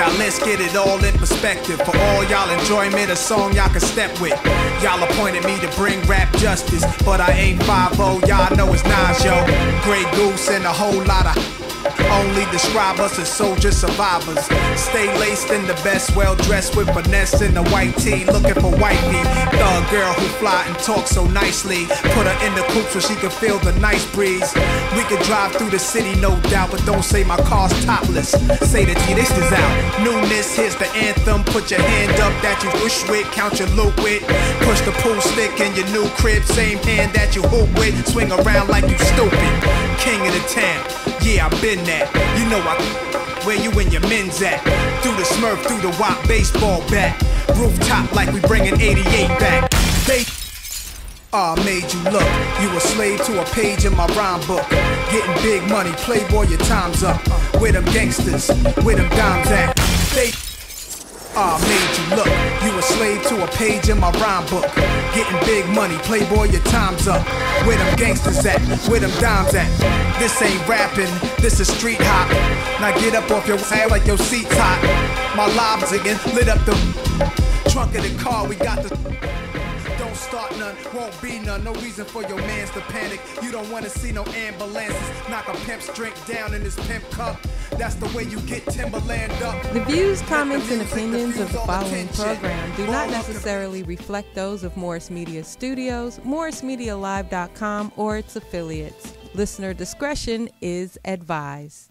Now let's get it all in perspective. For all y'all enjoyment, a song y'all can step with. Y'all appointed me to bring rap justice, but I ain't 5 y'all know it's Nas, yo. Grey Goose and a whole lot of. Only describe us as soldier survivors. Stay laced in the best, well dressed with finesse in the white tee, looking for white meat. Thug girl who fly and talk so nicely. Put her in the coupe so she can feel the nice breeze. We could drive through the city, no doubt, but don't say my car's topless. Say that yeah, this is out. Newness, here's the anthem. Put your hand up that you wish with, count your loot with. Push the pool stick in your new crib, same hand that you hoop with. Swing around like you stupid. King of the town, yeah, I've been that. You know I where you and your men's at. Through the smurf, through the wop, baseball bat. Rooftop like we bringing 88 back. They Ah, made you look. You a slave to a page in my rhyme book. Getting big money, playboy, your time's up. Where them gangsters, where them dimes at? They Ah, made you look. You a slave to a page in my rhyme book. Getting big money, playboy, your time's up. Where them gangsters at? Where them dimes at? This ain't rapping, this is street hop. Now get up off your ass like your seat's hot. My lives again lit up the trunk of the car. We got the. Don't start none, won't be none. No reason for your mans to panic. You don't wanna see no ambulances. Knock a pimp's drink down in his pimp cup. That's the way you get Timberland up. The views, comments, and opinions of the following program do not necessarily reflect those of Morris Media Studios, MorrisMediaLive.com, or its affiliates. Listener discretion is advised.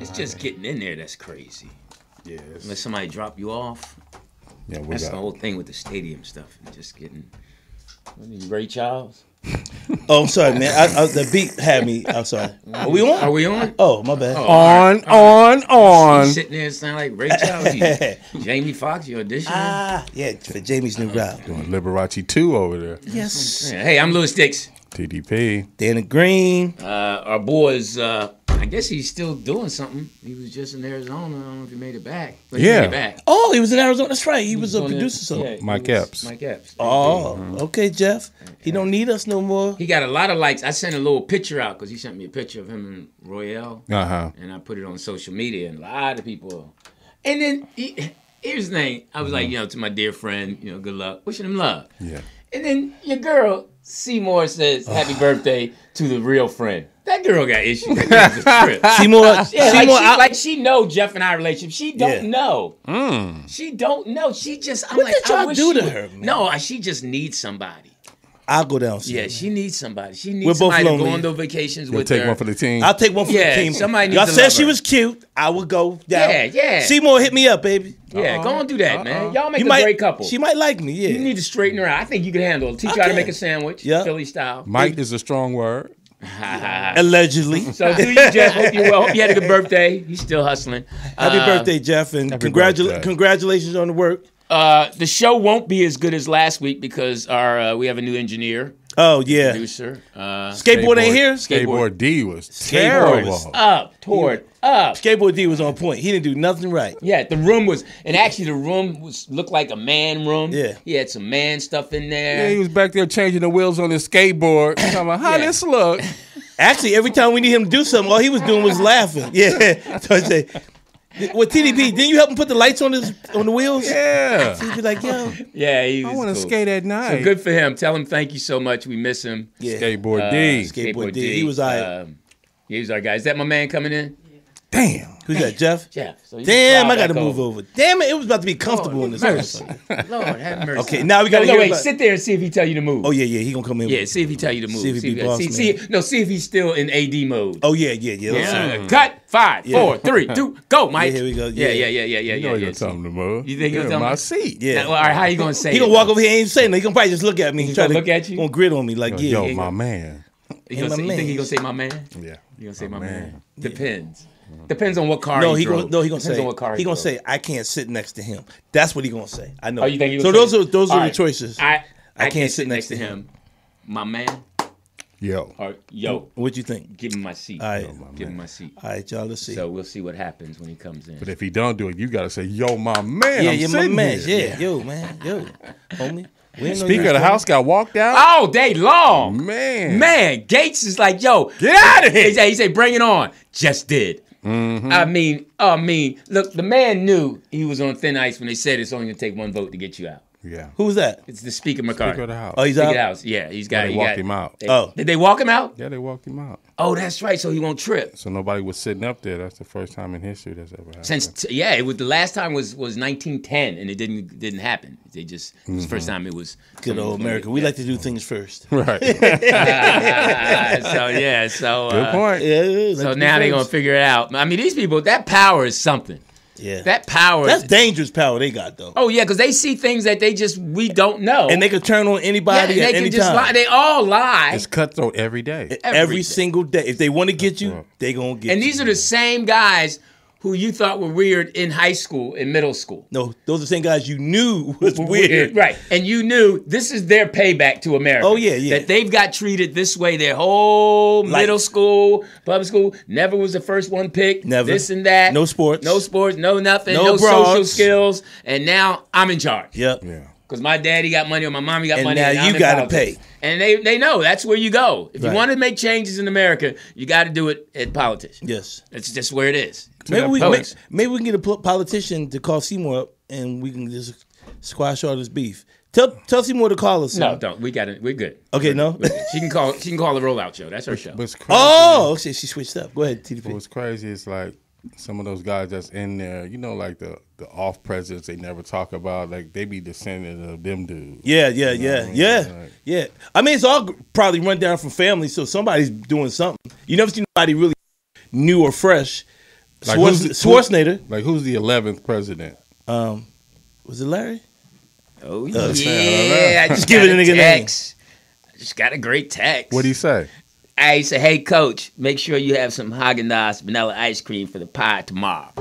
It's just getting in there that's crazy. Yeah, Let somebody drop you off. yeah, we That's the got. whole thing with the stadium stuff and just getting. Ray Charles. Oh, I'm sorry, man. I, I, the beat had me. I'm sorry. Are we on? Are we on? Oh, my bad. On, on, on. You sitting there sounding like Ray Charles. You, Jamie Foxx, you auditioning? Ah, yeah, for Jamie's new route. Doing Liberace 2 over there. Yes. hey, I'm Louis Dix. TDP. Dana Green. Uh, our boys, uh, I guess he's still doing something. He was just in Arizona. I don't know if he made it back. But he Yeah. made it back. Oh, he was in Arizona. That's right. He was a Going in- producer. So. yeah, he Mike was- Epps. Mike Epps. Oh, okay, Jeff. He don't need us no more. He got a lot of likes. I sent a little picture out because he sent me a picture of him and Royale. Uh Uh-huh. huh. and I put it on social media, and a lot of people. And then he, here's the thing: I was like, Mm-hmm. you know, to my dear friend, you know, good luck, wishing him love. Yeah. And then your girl Seymour says, "Happy birthday to the real friend." That girl got issues. That girl's a trip. Seymour. Yeah, like, Seymour. she, I- like she know Jeff and I relationship. She don't Yeah. Mm. know. She don't know. She just. I'm What like, did I y'all wish do she to would- her, man? No, I- she just needs somebody. I'll go downstairs. Yeah, she needs somebody. She needs We're both somebody to go lonely. on those vacations We'll with take her. one for the team. I'll take one for Yeah, the team. somebody needs Y'all to said love she her. was cute. I would go down. Yeah, yeah. Seymour, hit me up, baby. yeah, go and do that, man. Y'all make You a might great couple. Uh-uh. She might like me. Yeah. You need to straighten her out. I think you can handle it. Teach her how to Okay. make a sandwich, Yeah. Philly style. Mike is a strong word. Allegedly. So do you, Jeff. Hope you well. Hope you had a good birthday. He's still hustling. Happy Uh, birthday, Jeff, and Happy congratula- birthday. congratulations on the work. Uh, the show won't be as good as last week because our uh, we have a new engineer, Oh yeah, producer. Uh, skateboard ain't here. Skateboard. Skateboard D was Skateboard terrible. was up, toward, up. Skateboard D was on point. He didn't do nothing right. Yeah, the room was, and actually the room was looked like a man room. Yeah. he had some man stuff in there. Yeah, he was back there changing the wheels on his skateboard. Talking about how Yeah. this look. Actually, every time we need him to do something, all he was doing was laughing. Yeah. So I say, well, TDP, didn't you help him put the lights on his on the wheels? Yeah. He'd be like, yo, yeah, he I was want to cool. skate at So night. good for him. Tell him thank you so much. We miss him. yeah. Skateboard Uh, D. Skateboard D. He was all right. Um, he was our guy. Is that my man coming in? Damn. Who's that, Jeff? Jeff. So you Damn, fly I got to back move over. Damn it, it was about to be comfortable in this house. Lord have mercy. Okay, now we got to No, no, hear wait. about- Sit there and see if he tell you to move. Oh yeah, yeah, he gonna come in. yeah. See if he tell you to move. See if he be boss see, man. see, no, see if he's still in AD mode. Oh yeah, yeah, yeah. let's see. Yeah. Cut. Five, four, three, two, go, Mike. here we go. Yeah, Yeah. yeah, yeah, yeah, yeah, You yeah. know yeah, you're telling the mug. You think You're you're in telling my me? seat. Yeah. Now, well, all right, how you gonna say? He gonna it? walk over here and ain't saying nothing. He gonna probably just look at me. He gonna look at you? Gonna grin on me like yeah. Yo, yeah. my man. You, gonna my say, you think he man. gonna say my man? Yeah. You gonna say my, man? Depends. Depends on what car. no, he, he gonna drove. no, he gonna Depends say on what car he gonna drove. say I can't sit next to him. That's what he gonna say. I know. Oh, you think he so? gonna Those say- are those All are the right, choices. I I can't sit next to him. My man. Yo. Or yo, What you think? give him my seat. All right. Yo, my give him my seat. All right, y'all. Let's see. So we'll see what happens when he comes in. But if he don't do it, you gotta say, yo, my man. yeah, I'm yeah, my sitting man. here. Yeah, yo, man, yo, homie. We didn't know you Speaker was of the house got walked out. all day Oh, long. Man. Man, Gates is like, yo, Get out of He here. said, he said, bring it on. Just did. Mm-hmm. I mean, I mean, look, the man knew he was on thin ice when they said it's only gonna take one vote to get you out. Yeah. Who was that? It's the Speaker McCarthy. Speaker of the house. Oh, he's Speaker out. of the House. Yeah, he's got. They he walked got- him out. they- Oh. did they walk him out? Yeah, they walked him out. Oh, that's right. So he won't trip. So nobody was sitting up there. That's the first time in history that's ever happened. Since t- yeah, it was the last time was was 1910, and it didn't didn't happen. They just it was the first time it was Mm-hmm. Good old America. We like to do things first. right. Uh, so yeah, so uh, Good point. Yeah. So now they're gonna figure it out. I mean, these people that power is something. Yeah. That power. That's is, dangerous power they got though. oh yeah, because they see things that they just we don't know, And they could turn on Oh. yeah, anybody and at they any can just time. E-, lie. They all lie. It's cutthroat every day. every everything. single day. If they want to get you, right. they gonna get. And you. these are the same guys who you thought were weird in high school and middle school. no, those are the same guys you knew was weird. Right. And you knew this is their payback to America. Oh, yeah, yeah. That they've got treated this way their whole Life. middle school, public school, never was the first one picked. Never. This and that. No sports. No sports, no nothing, No no, social broads. skills. And now I'm in charge. Yep. Yeah. Because my daddy got money or my mommy got And money. now I'm you in gotta politics. pay. And they, they know that's where you go. If Right. you want to make changes in America, you got to do it at politics. Yes. That's just where it is. Maybe that we may, poets. maybe we can get a pol- politician to call Seymour up, and we can just squash all this beef. Tell tell Seymour to call us. No, don't. We got it. We're good. Okay. No. She can call. She can call the rollout show. That's her show. What's crazy, oh, shit. She switched up. Go ahead, TDP. what's crazy is like some of those guys that's in there, you know, like the, the off presidents they never talk about, like they be descendants of them dudes. Yeah, yeah, yeah, what I mean? yeah, Like- yeah. I mean, it's all g- probably run down from family, so somebody's doing something. You never see nobody really new or fresh. Like Schwarz- who's- Schwarzenegger Um, Like who's the eleventh president? was it Larry? Uh, Oh man, yeah, I just Give give it it a a nigga text. I just got a great text. What do you say? I said, "Hey coach, make sure you have some Häagen-Dazs vanilla ice cream for the pie tomorrow."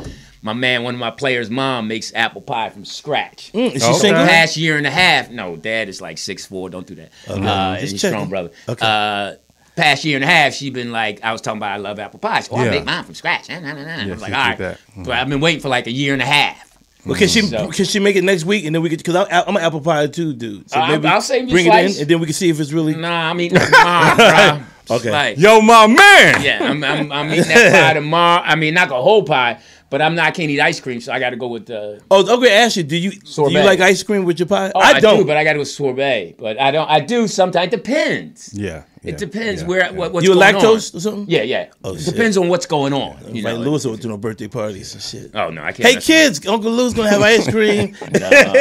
My man, one of my players' mom makes apple pie from scratch. Mm, is she Okay. single? Past year and a half, no, dad is like six four. Don't do that. Uh, Just and he's checking. strong brother. Okay. Uh, past year and a half, she been like, I was talking about I love apple pies. Oh, Yeah. I make mine from scratch. Nah, nah, nah, nah. I Yeah, was she like, did all right. that. But I've been waiting for like a year and a half. Well, can she Mm-hmm. So- can she make it next week and then we could because I'm, I'm an apple pie too, dude. So Uh, I'll- maybe I'll save you bring it slice. in and then we can see if it's really. Nah, I'm eating it tomorrow, bro. Okay. Like, Yo, my man. Yeah, I'm, I'm, I'm eating that pie tomorrow. I mean, not a whole pie, but I'm not. I can't eat ice cream, so I got to go with the. Oh, I'm gonna ask you. Do you do you Sorbet. like ice cream with your pie? Oh, I don't. do, but I got to go with sorbet. But I don't. I do sometimes. It depends. Yeah. yeah, It depends yeah, where yeah. what what's you a going on. lactose or something? Oh, Yeah, yeah. it shit. depends on what's going on. you Like know. Lewis over to no birthday parties and shit. Oh no, I can't. Hey mess kids, Uncle Lou's gonna have ice cream. with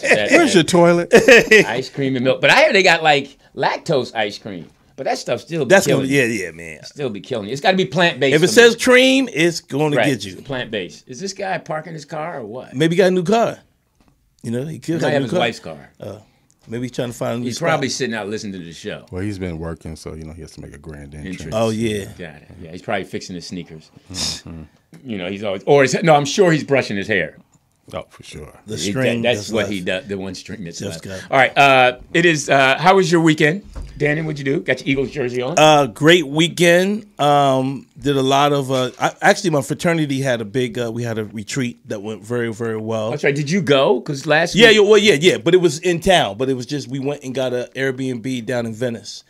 that. Where's your toilet? ice cream and milk? But I hear they got like lactose ice cream, but that stuff still be That's killing. gonna you. yeah, yeah, man. Still be killing. you. It's got to be plant based. If it says cream, it's gonna get you. plant based, is this guy parking his car or what? Maybe he got a new car. You know, he could have a I have new his car. wife's car. Uh, Maybe he's trying to find a new He's spot. probably sitting out listening to the show. well, he's been working, so you know he has to make a grand entrance. Entrance. Oh yeah. Got it. Yeah, he's probably fixing his sneakers. You know, he's always or his, no, I'm sure he's brushing his hair. Oh, for sure. The He- string. that's what left. he does. The one string that's Just left. got- All right. Uh, it is. Uh, how was your weekend, Danny? What'd you do? Got your Eagles jersey on? Uh, great weekend. Um, did a lot of. Uh, I, actually, my fraternity had a big. Uh, we had a retreat that went very, very well. that's right. Did you go? Because last Yeah, week, yeah, well, yeah, yeah. But it was in town. But it was just we went and got an Airbnb down in Venice,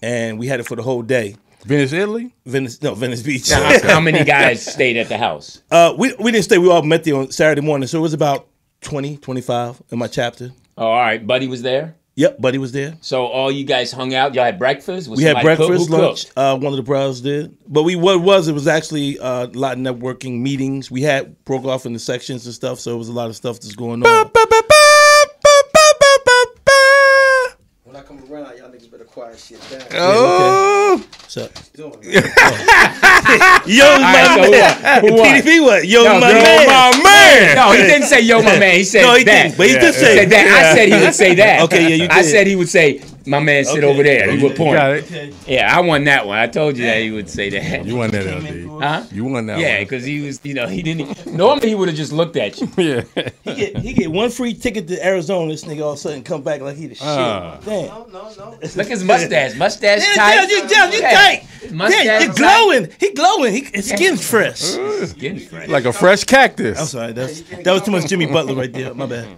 and we had it for the whole day. Venice, Italy. Venice, no, Venice Beach. how, how many guys stayed at the house? uh, we we didn't stay. We all met there on Saturday morning, so it was about 20, 25 in my chapter. Oh, all right, Buddy was there. Yep, Buddy was there. So all you guys hung out. Y'all had breakfast. Was We had somebody cook? breakfast, Who lunch. cooked? Uh, one of the bros did, but we what it was it was actually uh, a lot of networking meetings. We had broke off into sections and stuff, so it was a lot of stuff that's going on. When I come around, y'all niggas better quiet shit down. Oh, so, What you doing? yo, my so who man. won? Who won? PDP what? Yo, Yo, my yo, man. my man. No, he didn't say yo, my man. He said no, he that. didn't. But he did He say said that. I said he would say that. Okay, yeah, you I did. said he would say, my man, sit Okay. over there. He would point. Got it. Yeah, I won that one. I told you that he would say that. You won that, LD. Huh? You won that Yeah, one. because he was, you know, he didn't. e-, Normally he would have just looked at you. Yeah. He get, he get one free ticket to Arizona. This nigga all of a sudden come back like he the shit. Ah. Damn. No, no. Look at his mustache. Mustache Yeah, tight. Dale, you, Dale, you Yeah. tight. Mustache yeah, you're tight. glowing. He glowing. He, his skin's fresh. Skin fresh. like a fresh I'm cactus. sorry. That's, that was too much Jimmy Butler right there. My bad.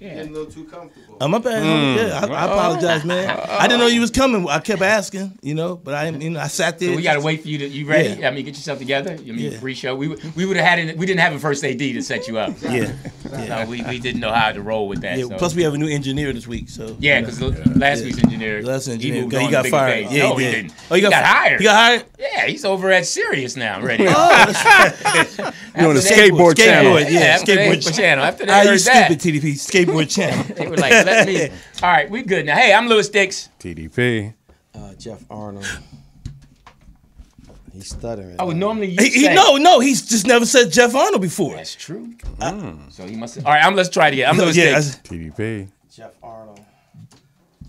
Getting a little too comfortable. Uh, my bad. Mm. Yeah, I, I apologize, man. I didn't know you was coming. I kept asking, you know, but I, didn't- you know, I sat there. So we gotta wait for you to you ready? Yeah. I mean, get yourself together. I mean, Yeah. pre-show. We w- we would have had it. We didn't have a first AD to set you up. Yeah, No, we, we didn't know how to roll with that. yeah. so. Plus, we have a new engineer this week, so yeah, you know. because last week's engineer, Last engineer, he he, moved on he to got bigger fired. things. Yeah, no, he did. not Oh, he got, hired. He got hired. Oh, yeah, he's over at Sirius now, already. You on the After skateboard skateboard channel. channel. yeah, after they- skateboard channel. After they Ah, you heard that, stupid TDP skateboard channel. they were like, "Let me." All right, we good now. Hey, I'm Lewis Dix. TDP. Uh, Jeff Arnold. He's stuttering. I would normally you He, he- say- no, no, he's just never said Jeff Arnold before. That's true. So he must. All right, I'm. Let's try it again. I'm So, Lewis yeah, Dix. TDP. Jeff Arnold.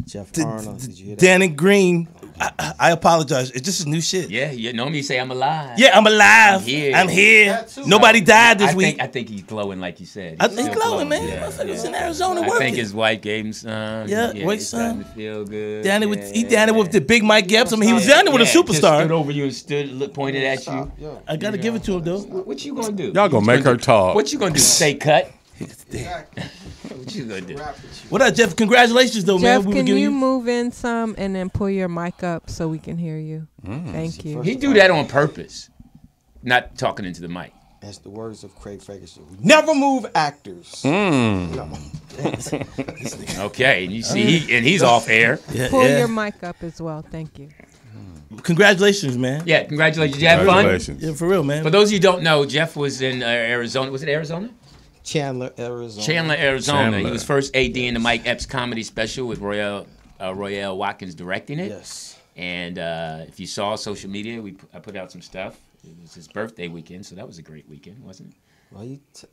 Jeff I- Arnold. Did you hear that? Danny Green, I, I- I apologize. It's just new shit. Yeah, Yeah, you normally you say I'm alive. I'm alive. I'm here. here. That too. Nobody died I this week. think, I think he's glowing, like you said. I He's think still glowing, man. Motherfuckers in Arizona I working. think his wife gave him some. Yeah, yeah wait, it's starting son. to feel good. down there yeah, with he down there with the big Mike Epps. I mean, he was yeah, Oh, down there with a yeah, Just stood superstar. over you and stood, look, pointed at you. Yo, I gotta give it to him though. What you gonna do? Y'all gonna make her talk. What you gonna do? Say cut. exactly. What you gonna do? Rap with you. What up, Jeff? Congratulations though, Jeff, man. We were can you, giving you. move in some and then pull your mic up so we can hear you? Mm. Mm. Thank you. He do that on purpose. Not talking into the mic. That's the words of Craig Ferguson. We Never move actors. Mm. No. Okay, and you see, he and he's off air. Yeah, Pull yeah. your mic up as well. Thank you. Congratulations, man. Yeah, congratulations. You had fun. Congratulations. Yeah, for real, man. For those of you who don't know, Jeff was in uh, Arizona. Was it Arizona? Chandler, Arizona. Chandler, Arizona. He Chandler. was first AD in the Mike Epps comedy special with Royale uh, Royale Watkins directing it. Yes. And uh, if you saw social media, we p- I put out some stuff. It was his birthday weekend, so that was a great weekend, wasn't it? Well, you t-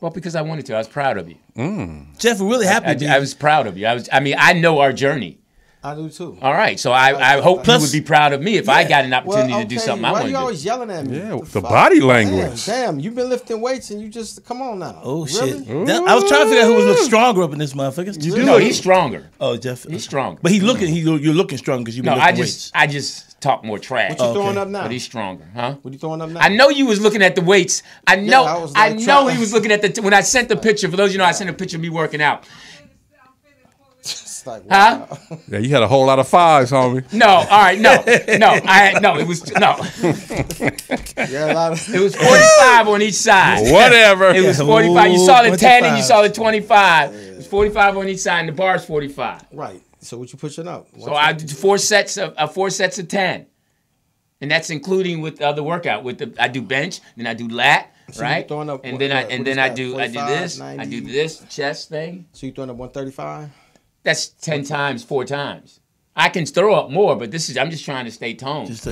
Well, because I wanted to, I was proud of you. Mm. Jeff, we're really happy. I, dude. I was proud of you. I was. I mean, I know our journey. I do too. All right, so I, I hope Plus- Uh, you would be proud of me if I got an opportunity Well, to do okay, something I Why want you to do. always yelling at me? Yeah, What the fuck? body language. Damn, damn, you've been lifting weights and you just come on now. oh Really? shit! That- I was trying to figure out who was looking stronger up in this motherfucker. You No, he's stronger. Oh, Jeff. He's stronger. But he looking. He, you're looking strong because you've no, been I lifting weights. just I just talk more trash. What you throwing Okay. up now? But he's stronger, huh? What you throwing up now? I know you was looking at the weights. I know. I was I, like know trying- he was looking at the t- when I sent the picture. For those of you who know, I sent a picture of me working out. It's like, Huh? Yeah, you had a whole lot of fives, homie. No. All right. No. No. I no. It was no. Yeah, a lot of. It was forty five on each side. Whatever. It was Yeah. forty five. You saw the Ooh, ten and you 25. saw the twenty five. It was forty five on each side, and the bar's forty five. Right. So what you pushing up? So I did four sets of uh, four sets of ten, and that's including with the other workout. With the I do bench, then I do lat, you right? throwing up and what- uh, then I what and is then I that, do I do 45, this, I do 90? this chest thing. So you throwing up 135? That's ten times, four times. I can throw up more, but this is I'm just trying to stay toned. Stay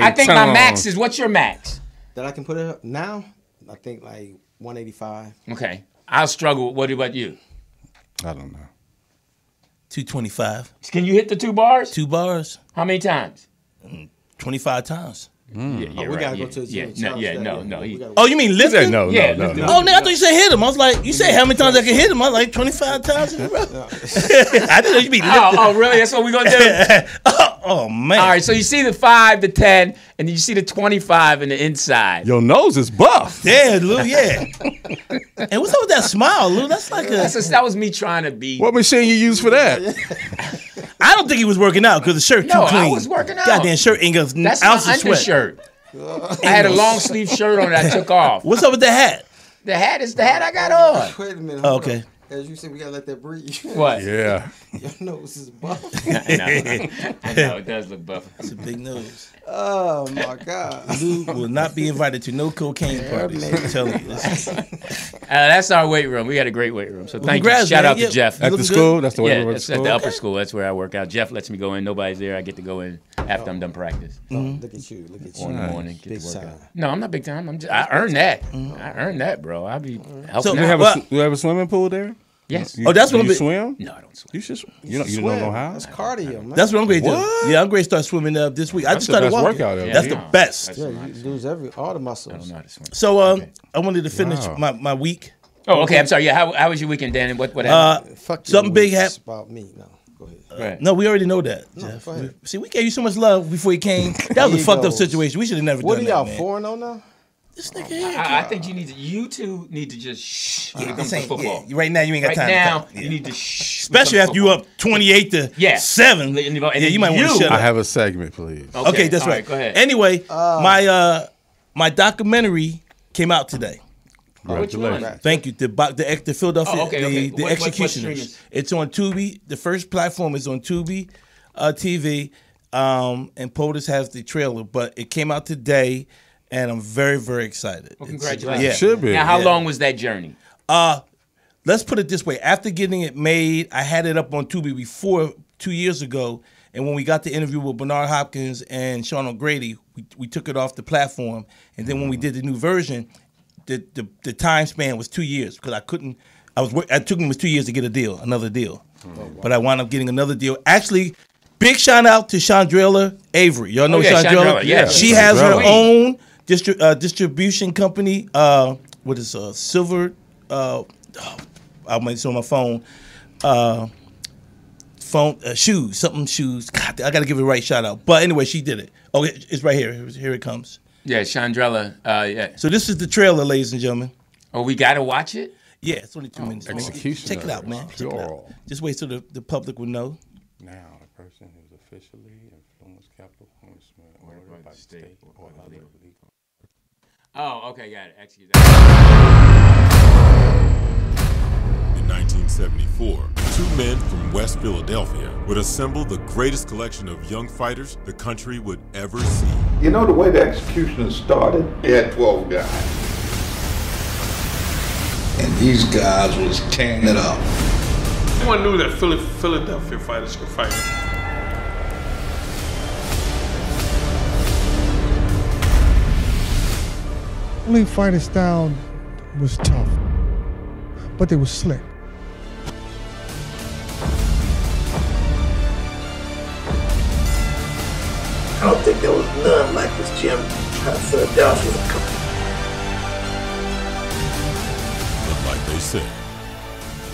I think my tuned. max is what's your max? That I can put it up now? I think like 185. Okay, I'll struggle. with What about you? I don't know. Two twenty five. Can you hit the two bars? Two bars. How many times? Twenty five times. Mm. Yeah, yeah, Oh, we right, gotta yeah, go to the yeah, gym. no, challenge yeah, that, no, no. We he- gotta- Oh, you mean He said lifting? no, Yeah, no, let's do no, it. no. Oh, now I thought you said hit him. I was like, you said how many times I can hit him? I was like twenty five times in a row. I didn't know you be lifting. Oh, oh, really? That's what we're gonna do. oh, oh, man. All right, so you see the five, the ten, and you see the twenty-five in the inside. Your nose is buff. Yeah, Lou, yeah. and what's up with that smile, Lou? That's like a. That's just- that was me trying to be. What machine you use for that? I don't think he was working out because the shirt No, I too clean. was working out. Goddamn shirt ain't got an That's ounce my of sweat. undershirt. I had a long sleeve shirt on that I took off. What's up with the hat? The hat is the hat I got on. Wait a minute. Oh, hold okay. up. As you said, we gotta let that breathe. What? Yeah. Your nose is buff. I know. I know. It does look buff. It's a big nose. Oh my god. Lou will not be invited to no cocaine parties. I'm telling you. Listen, Uh, that's our weight room. We got a great weight room. So thank Congrats, you. Shout man. out to Yeah. Jeff. You At the looking school, good? that's the way yeah, we're at it's at school. the upper school. That's where I work out. Jeff lets me go in. Nobody's there. I get to go in after I'm done practice. Mm-hmm. Look at you. Look at you. One in the morning, get Big to work time. out. No, I'm not big time. I'm just, I earned that. I earned that, bro. I be helping So- out. You have Well- a sw- you have a swimming pool there? yes. You- Oh, that's do what you I'm- swim. no, I don't swim. You should. sw- You don't. You don't know Swim. how. That's cardio, man. That's what I'm going to What? do. Yeah, I'm going to start swimming up this week. I just the started best walking. workout ever. That's Yeah. the best. yeah, you lose every all the muscles. I don't know how to swim. So um, I wanted to finish Wow. my, my week. Oh, okay. I'm sorry. Yeah. How, how was your weekend, Dan? And What what Uh, happened? Fuck your Something big worries hap- about me. No, go ahead. Right. no, we already know that. Jeff. go ahead. See, we gave you so much love before you came. That was a Here fucked up goes. situation. We should have never What are done y'all that. man. four and oh now? This nigga here. I, I think you need to. You two need to just shh when it comes This to ain't- football. yeah, right now, you ain't got Right time. now, to talk. Yeah. you need to shh. when it Especially comes after to you football. up 28 to Yeah. 7. And then yeah, you might want you- to shut I up. have a segment, please. Okay, that's All right. Go ahead. Anyway, my uh my documentary came out today. Congratulations. Right. Thank you. The bo- the, ex- the Philadelphia Oh, okay, the, okay. the What- what- what executioners. streaming? it's on Tubi. The first platform is on Tubi uh, TV, um, and POTUS has the trailer. But it came out today, and I'm very very excited. It's- Congratulations. Yeah. Should be. Now, how Yeah. long was that journey? Uh, let's put it this way after getting it made i had it up on tubi before two years ago and when we got the interview with bernard hopkins and sean o'grady we, we took it off the platform and then when we did the new version the, the, the time span was two years because i couldn't i was work- i took me was two years to get a deal another deal Oh, but i wound up getting another deal actually big shout out to chandrella avery y'all know Oh, yeah, chandrella Chandrella, yeah. she Chandrella. has her Queen. own distri- uh, distribution company uh, what is uh, silver uh, I went on my phone. Uh, phone uh, shoes, something shoes. God, I gotta give it a right shout out. But anyway, she did it. Oh, it- it's right here. Here- Here it comes. Yeah, Chandrella. Uh, yeah. So this is the trailer, ladies and gentlemen. Oh, we gotta watch it. Oh, Yeah, it's only two minutes. man. executioner. Check it out, man. Check it out. Pure. Just wait till the, the public will know. Now, a person who's officially influenced capital punishment ordered by the state or the legal. Oh, okay, got it. Excuse that. In 1974, two men from West Philadelphia would assemble the greatest collection of young fighters the country would ever see. You know the way the execution started? They had 12 guys. And these guys was tearing it up. Everyone knew that Philly, Philadelphia fighters could fight. only fighter style was tough, but they were slick. I don't think there was none like this gym Philadelphia. But like they said,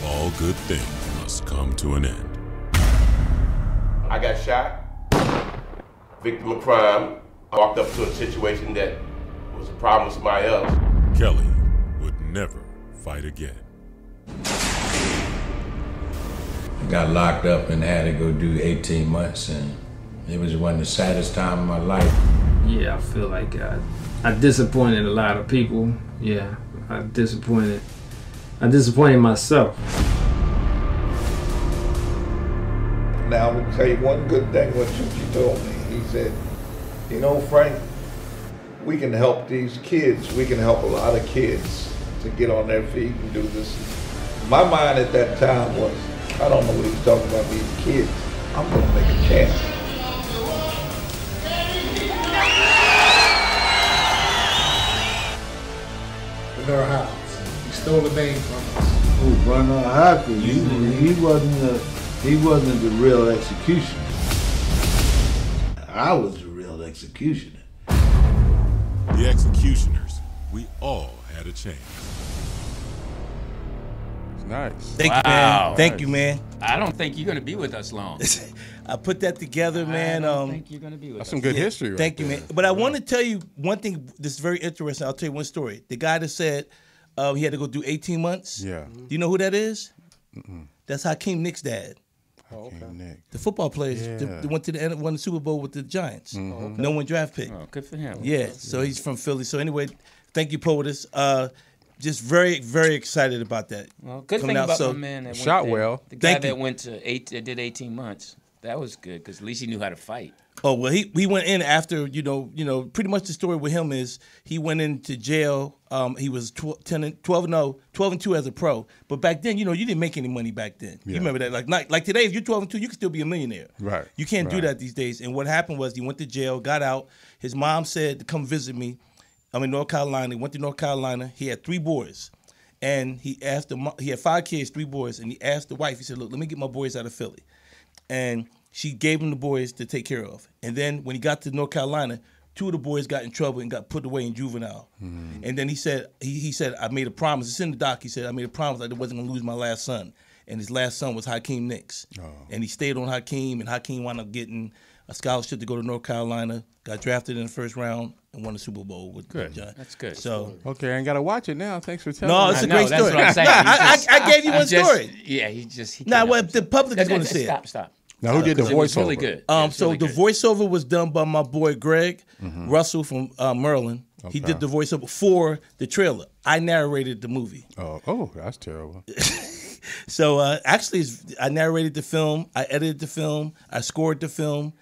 all good things must come to an end. I got shot, victim of crime. I walked up to a situation that was a problem with somebody else. Kelly would never fight again. Got locked up and had to go do 18 months, and it was one of the saddest time of my life. Yeah, I feel like I, I disappointed a lot of people. Yeah, I disappointed. I disappointed myself. Now, I'm gonna tell you one good thing what Chuchi told me. He said, you know, Frank, we can help these kids. We can help a lot of kids to get on their feet and do this. My mind at that time was, I don't know what he's talking about, these kids. I'm gonna make a chance. In our house. He stole the name from us. Oh, Bernard Hopkins. He, he wasn't the he wasn't the real executioner. I was the real executioner. The executioners, we all had a chance. It's nice. Thank you, Wow. man. Thank you, man. I don't think you're gonna be with us long. I put that together, man. I don't um, think you're gonna be with That's us. some good history. Right Thank you, there. man. But I want to tell you one thing that's very interesting. I'll tell you one story. The guy that said uh, he had to go do 18 months. Yeah. Do you know who that is? That's Hakeem Nick's dad. King Nick. The football players that that went to the N- won the Super Bowl with the Giants. No one draft pick. Mm-hmm. Oh, good for him. Yeah. So he's from Philly. So anyway, thank you, POTUS. Uh, just very, very excited about that. Well, good coming thing out. about So- my man that went there, The guy Thank that you. went to eight that did eighteen months. That was good because at least he knew how to fight. Oh well, he we went in after you know you know pretty much the story with him is he went into jail. Um, he was tw- 10 and 12 and 0, 12 and 2 as a pro. But back then, you know, you didn't make any money back then. You Yeah. remember that? Like not, like today, if you're 12 and 2, you can still be a millionaire. Right. You can't do Right. that these days. And what happened was he went to jail, got out. His mom said to come visit me. I'm in North Carolina. He went to North Carolina. He had three boys, and he asked the mo- he had five kids, three boys, and he asked the wife. He said, "Look, let me get my boys out of Philly," and she gave him the boys to take care of. And then when he got to North Carolina, two of the boys got in trouble and got put away in juvenile. And then he said, he, he said, I made a promise. It's in the doc. He said, I made a promise I wasn't gonna lose my last son. And his last son was Hakeem Nicks. Oh. And he stayed on Hakeem, and Hakeem wound up getting a scholarship to go to North Carolina, got drafted in the first round, and won the Super Bowl with Good. John. That's good. So Okay, I ain't gotta watch it now. Thanks for telling me. no, it's a great story. I, I- I gave you I one just- story. yeah, he just he Now, cannot well, the public is That- going to that- see it. stop, stop. Now, who did the Uh, 'cause it was voiceover? Really good. Um, so the voiceover was done by my boy Greg Russell from uh, Merlin. He Mm-hmm. Okay. did the voiceover for the trailer. I narrated the movie. Oh, oh, that's terrible. So uh, actually, it's, I narrated the film. I edited the film. I scored the film.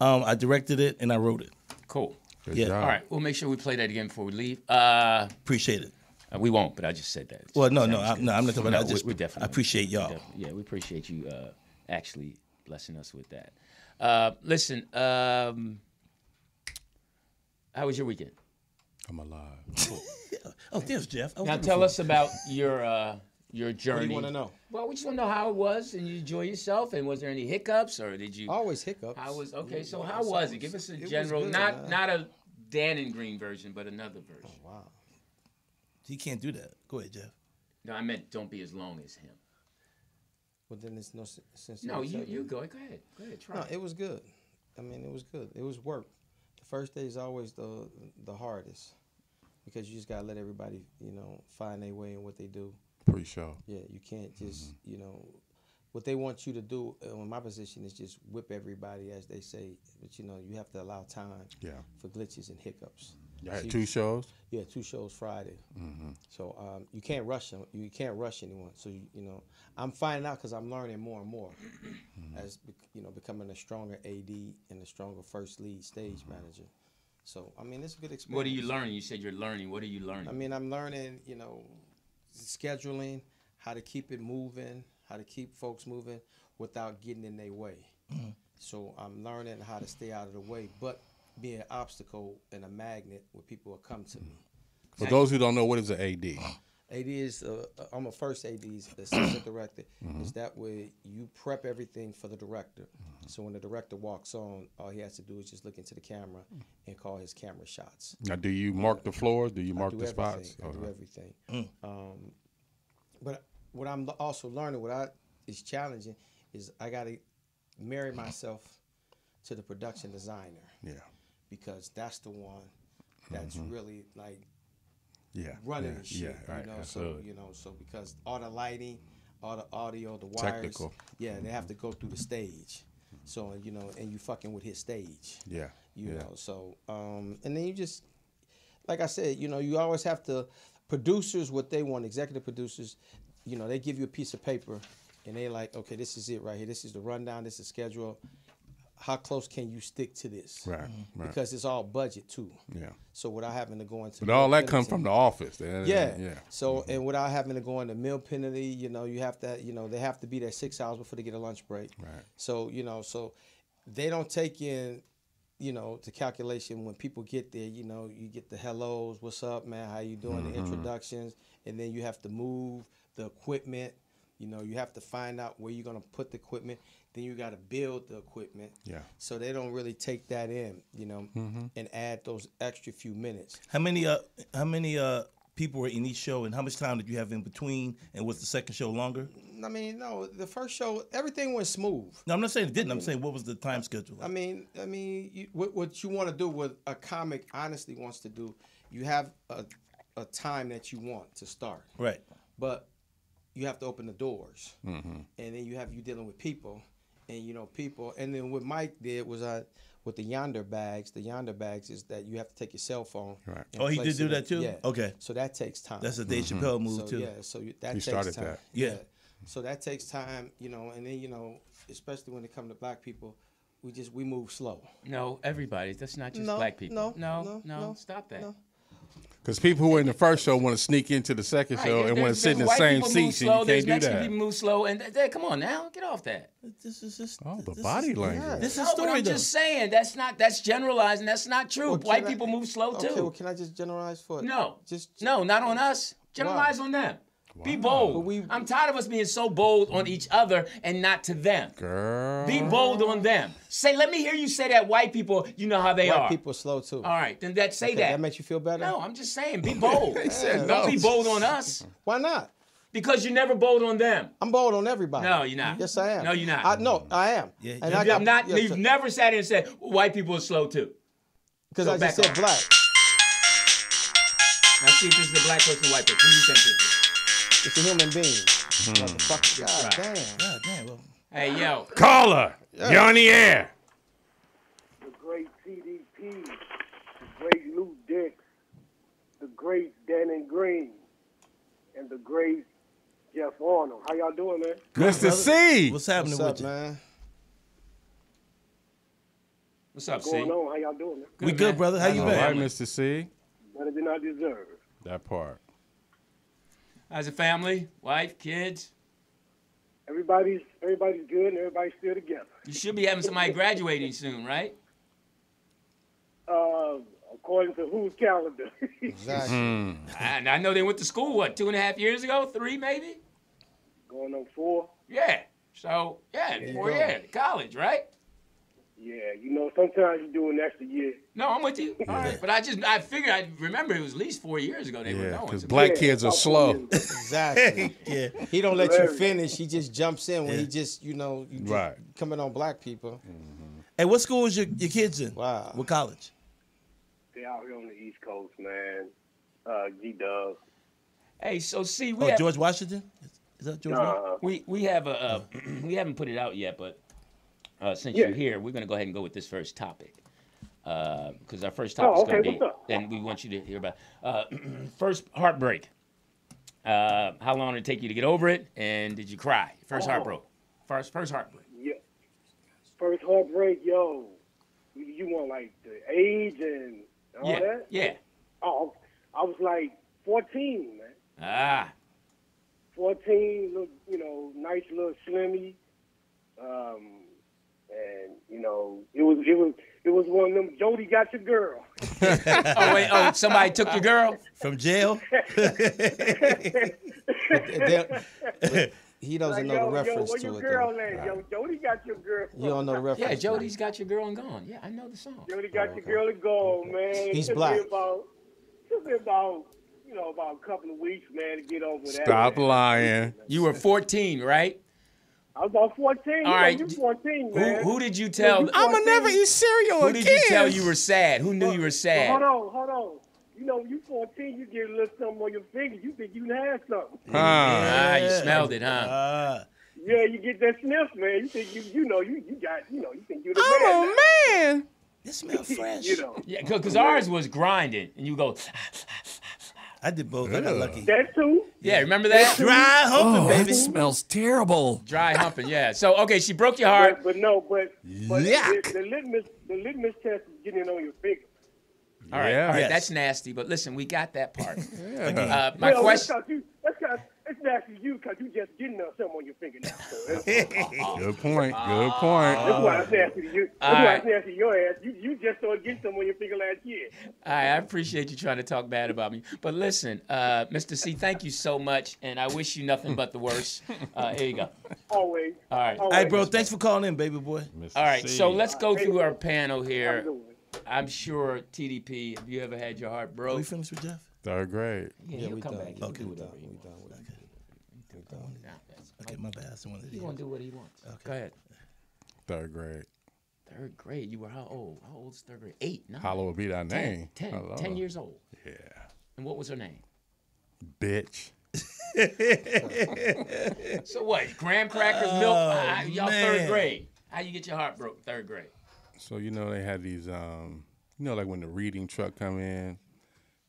Um, I directed it and I wrote it. Cool. Good Yeah. job. All right. We'll make sure we play that again before we leave. Uh, Appreciate it. uh, we won't, but I just said that. Well, no, Sounds no, I- good. no, I'm not talking about that. I we- just- we definitely. I appreciate y'all. we def- yeah, we appreciate you uh, actually blessing us with that. Uh, listen, um, how was your weekend? I'm alive. Oh, there's Jeff. Oh, now wonderful. tell us about your uh, your journey. wanna know? Well, we just want to know how it was, and you enjoy yourself, and was there any hiccups, or did you? Always hiccups. How was okay? So Yeah, how it's was always- it? Give us a it was general, good, not man. not a Dan and Green version, but another version. wow. He can't do that. Go ahead, Jeff. No, I meant don't be as long as him. But then there's no s- sense. in No, me you telling you go go ahead, go ahead, try. No, it. it was good. I mean, it was good. It was work. The first day is always the the hardest because you just gotta let everybody, you know, find their way in what they do. Pre-show. Yeah, you can't just, Mm-hmm. you know, what they want you to do. uh, In my position is just whip everybody, as they say. But you know, you have to allow time. Yeah. For glitches and hiccups. You had So two shows? Yeah, two shows Friday. Mhm. So um, you can't rush them. You can't rush anyone. So you, you know, I'm finding out because I'm learning more and more as bec- you know, becoming a stronger AD and a stronger first lead stage manager. So I mean, it's a good experience. What are you learning? You said you're learning. What are you learning? I mean, I'm learning, you know, scheduling, how to keep it moving, how to keep folks moving without getting in their way. Mhm. So I'm learning how to stay out of the way, but be an obstacle and a magnet where people will come to me. For those who don't know, what is an AD? AD is uh, I'm a first AD's assistant director. Mm-hmm. Is that way you prep everything for the director. Mm-hmm. So when the director walks on, all he has to do is just look into the camera Mm. and call his camera shots. Now, do you mark the floors? Do you I mark do the everything. spots? I do Okay. Mm. everything. Um, but what I'm also learning, what I is challenging, is I got to marry myself to the production designer. Yeah. Because that's the one that's Mhm. really like Yeah, running yeah, the shit. yeah, right, you know, so absolutely. you know, so because all the lighting, all the audio, the wires, Technical. Mm-hmm. yeah, they have to go through the stage. So you know, and you fucking with his stage. Yeah, You yeah. know, so um, and then you just, like I said, you know, you always have to. Producers, what they want, executive producers, you know, they give you a piece of paper, and they like, okay, this is it right here. This is the rundown. This is schedule. How close can you stick to this? Right, right. Because it's all budget too. Yeah. So without having to go into But all that comes comes from the office. That- yeah. Yeah. Mm-hmm. So and without having to go into meal penalty, you know, you have to, you know, they have to be there six hours before they get a lunch break. Right. So you know, so they don't take in, you know, the calculation when people get there. You know, you get the hellos, what's up, man, how you doing, the Mhm. introductions, and then you have to move the equipment. You know, you have to find out where you're gonna put the equipment. Then you got to build the equipment. Yeah. So they don't really take that in, you know, Mm-hmm. Mhm. and add those extra few minutes. How many uh how many uh people were in each show and how much time did you have in between and was the second show longer? I mean, no, the first show everything went smooth. No, I'm not saying it didn't. I'm saying what was the time schedule? I mean, I mean, you, what, what you want to do, what a comic honestly wants to do, you have a, a time that you want to start, Right. but you have to open the doors, Mhm. and then you have you dealing with people, and you know people, and then what Mike did was I, with the yonder bags, the yonder bags is that you have to take your cell phone. Right. and Oh, he place did do it in- that too? Yeah. Okay. So that takes time. Mm-hmm. That's a Dave Mhm. Chappelle move So, too. Yeah. So you, that He takes started time. that. Yeah. So that takes time, you know, and then you know, especially when it comes to black people, we just we move slow. No, everybody. That's not just No, black people. no, no, no, no, no, Stop that. Because people who were in the first show want to sneak into the second Right, show there- and want to there's- sit in the there's white same people seats, move and slow, you there's can't do Mexican that. people move slow, and th- th- come on now, get off that. This is just Oh, the body language. This is no, but story, I'm though. just saying that's not that's generalizing. That's not true. Well, White can I- people move slow okay, too. well, can I just generalize for No, just no, not on us. Generalize on them. Be bold. I'm tired of us being so bold on each other and not to them. Girl. Be bold on them. Say, let me hear you say that white people, you know how they White are. people slow too. All right, then that say Okay, that. that makes you feel better. No, I'm just saying, be bold. said Don't no. be bold on us. Why not? Because you're never bold on them. I'm bold on everybody. No, you're not. Yes, I am. No, you're not. I no, I am. Yeah, And you, I have not. you've never sat here and said white people are slow too. because So I just back said on. black. Now see if this is a black person, white person. Who do you think this is? It's a human being. Hmm. Motherfucker. God Right. damn. God damn. Well, Hey yo, Caller, you're on the air. the great TDP, the great Lou Dix, the great Danny Green, and the great Jeff Arnold. How y'all doing, man? Mr. C. What's happening What's with you? up, man? What's up, What's going on? How y'all doing? Man? We good, brother. How you All been? right, Mr. C. Better than I deserve. That part. How's the family? Wife, kids? Everybody's everybody's good and everybody's still together. You should be having somebody graduating soon, right? Uh, according to whose calendar? Exactly. And I know they went to school what two and a half years ago, three maybe. going on four. Yeah. So yeah, Yeah. four yeah, college, right? Yeah, you know sometimes you do an extra year. No, I'm with you. All right. But I just I figured I remember it was at least four years ago they were Yeah, going. because So- black kids are slow. Exactly. yeah. He don't let you Hilarious. finish. He just jumps in when he Yeah. just, you know, you just Right. coming on black people. Hey, what school is your, your kids in? Wow. What college? They out here on the East Coast, man. Uh, G Dub. Hey, so see we Oh, have, George Washington? Is that George Washington? Uh, we we have a uh, we haven't put it out yet, but uh, since Yeah. you're here, we're gonna go ahead and go with this first topic because our first Oh, topic's okay, gonna be, what's up? and we want you to hear about uh, first heartbreak. Uh, how long did it take you to get over it, and did you cry? First Oh. heartbreak. First first heartbreak. Yeah. First heartbreak, yo. You, you want like the age and all yeah, that? yeah. Oh, I was like 14, man. Ah, 14, look, you know, nice little slimmy. Um, and you know, it was it was it was one of them. Jody got your girl. oh wait, oh somebody took your girl. From jail? They- but he doesn't Like, know yo, the reference yo, what to your it. girl though. name? Yo, Jody got your girl. You don't know the reference. Yeah, to Jody's got your girl and gone. Yeah, I know the song. Jody got your girl and gone, man. It He's took black. Me about, took me about you know about a couple of weeks, man, to get over that. Stop man. lying. You were 14, right? I was about 14. you All right, know, you d- 14, Who, man. who did you tell? you I'm a never eat cereal Who did you tell you were sad? Who knew you were Well, sad? Hold on, hold on. You know, you 14, you get a little something on your finger. You think you done had something. Ah, you smelled it, huh? Uh, Yeah, you get that sniff, man. You think you, you know, you, you got, you know, you think you the man. man. it smells fresh. You know, Yeah, because ours was grinding, and you go, I did both. I got lucky. that too. yeah, remember that? Dry humping, Oh, baby. that smells terrible. Dry humping, yeah. So okay, she broke your heart. But, but no, but, but the, Yuck. the litmus, the litmus test is getting it on your finger. All right, Yeah. all right, Yes. that's nasty. But listen, we got that part. uh, my Well, that's question. 'cause you, that's 'cause- it's nasty to you because you just getting uh, something on your finger now. So that's, Good point. Good point. that's why it's nasty to you. That's why Alright. it's nasty to your ass. You, you just started getting something on your finger last year. All right, I appreciate you trying to talk bad about me. But listen, uh, Mr. C, thank you so much, and I wish you nothing but the worst. Uh, here you go. Always. All right. Always. Hey, bro, thanks for calling in, baby boy. All right, so C. let's go through our panel How you here. doing? I'm sure TDP, have you ever had your heart Are we broke? finished with Jeff? Third grade. Yeah, he'll come back. He'll Okay, do we whatever it. he We wants. done with it. Nah, that's- Okay, my bad. I still wanted to He's hear. gonna do what he wants. Go ahead. Third grade. Third grade, you were how old? How old is third grade? Eight, no? Hollow would be thy name. Ten, ten, Hello. ten years old. Yeah. And what was her name? Bitch. So what? Graham crackers, milk. Ah, y'all man. Oh, third grade. How you get your heart broke? Third grade. So you know they had these, um, you know, like when the reading truck come in,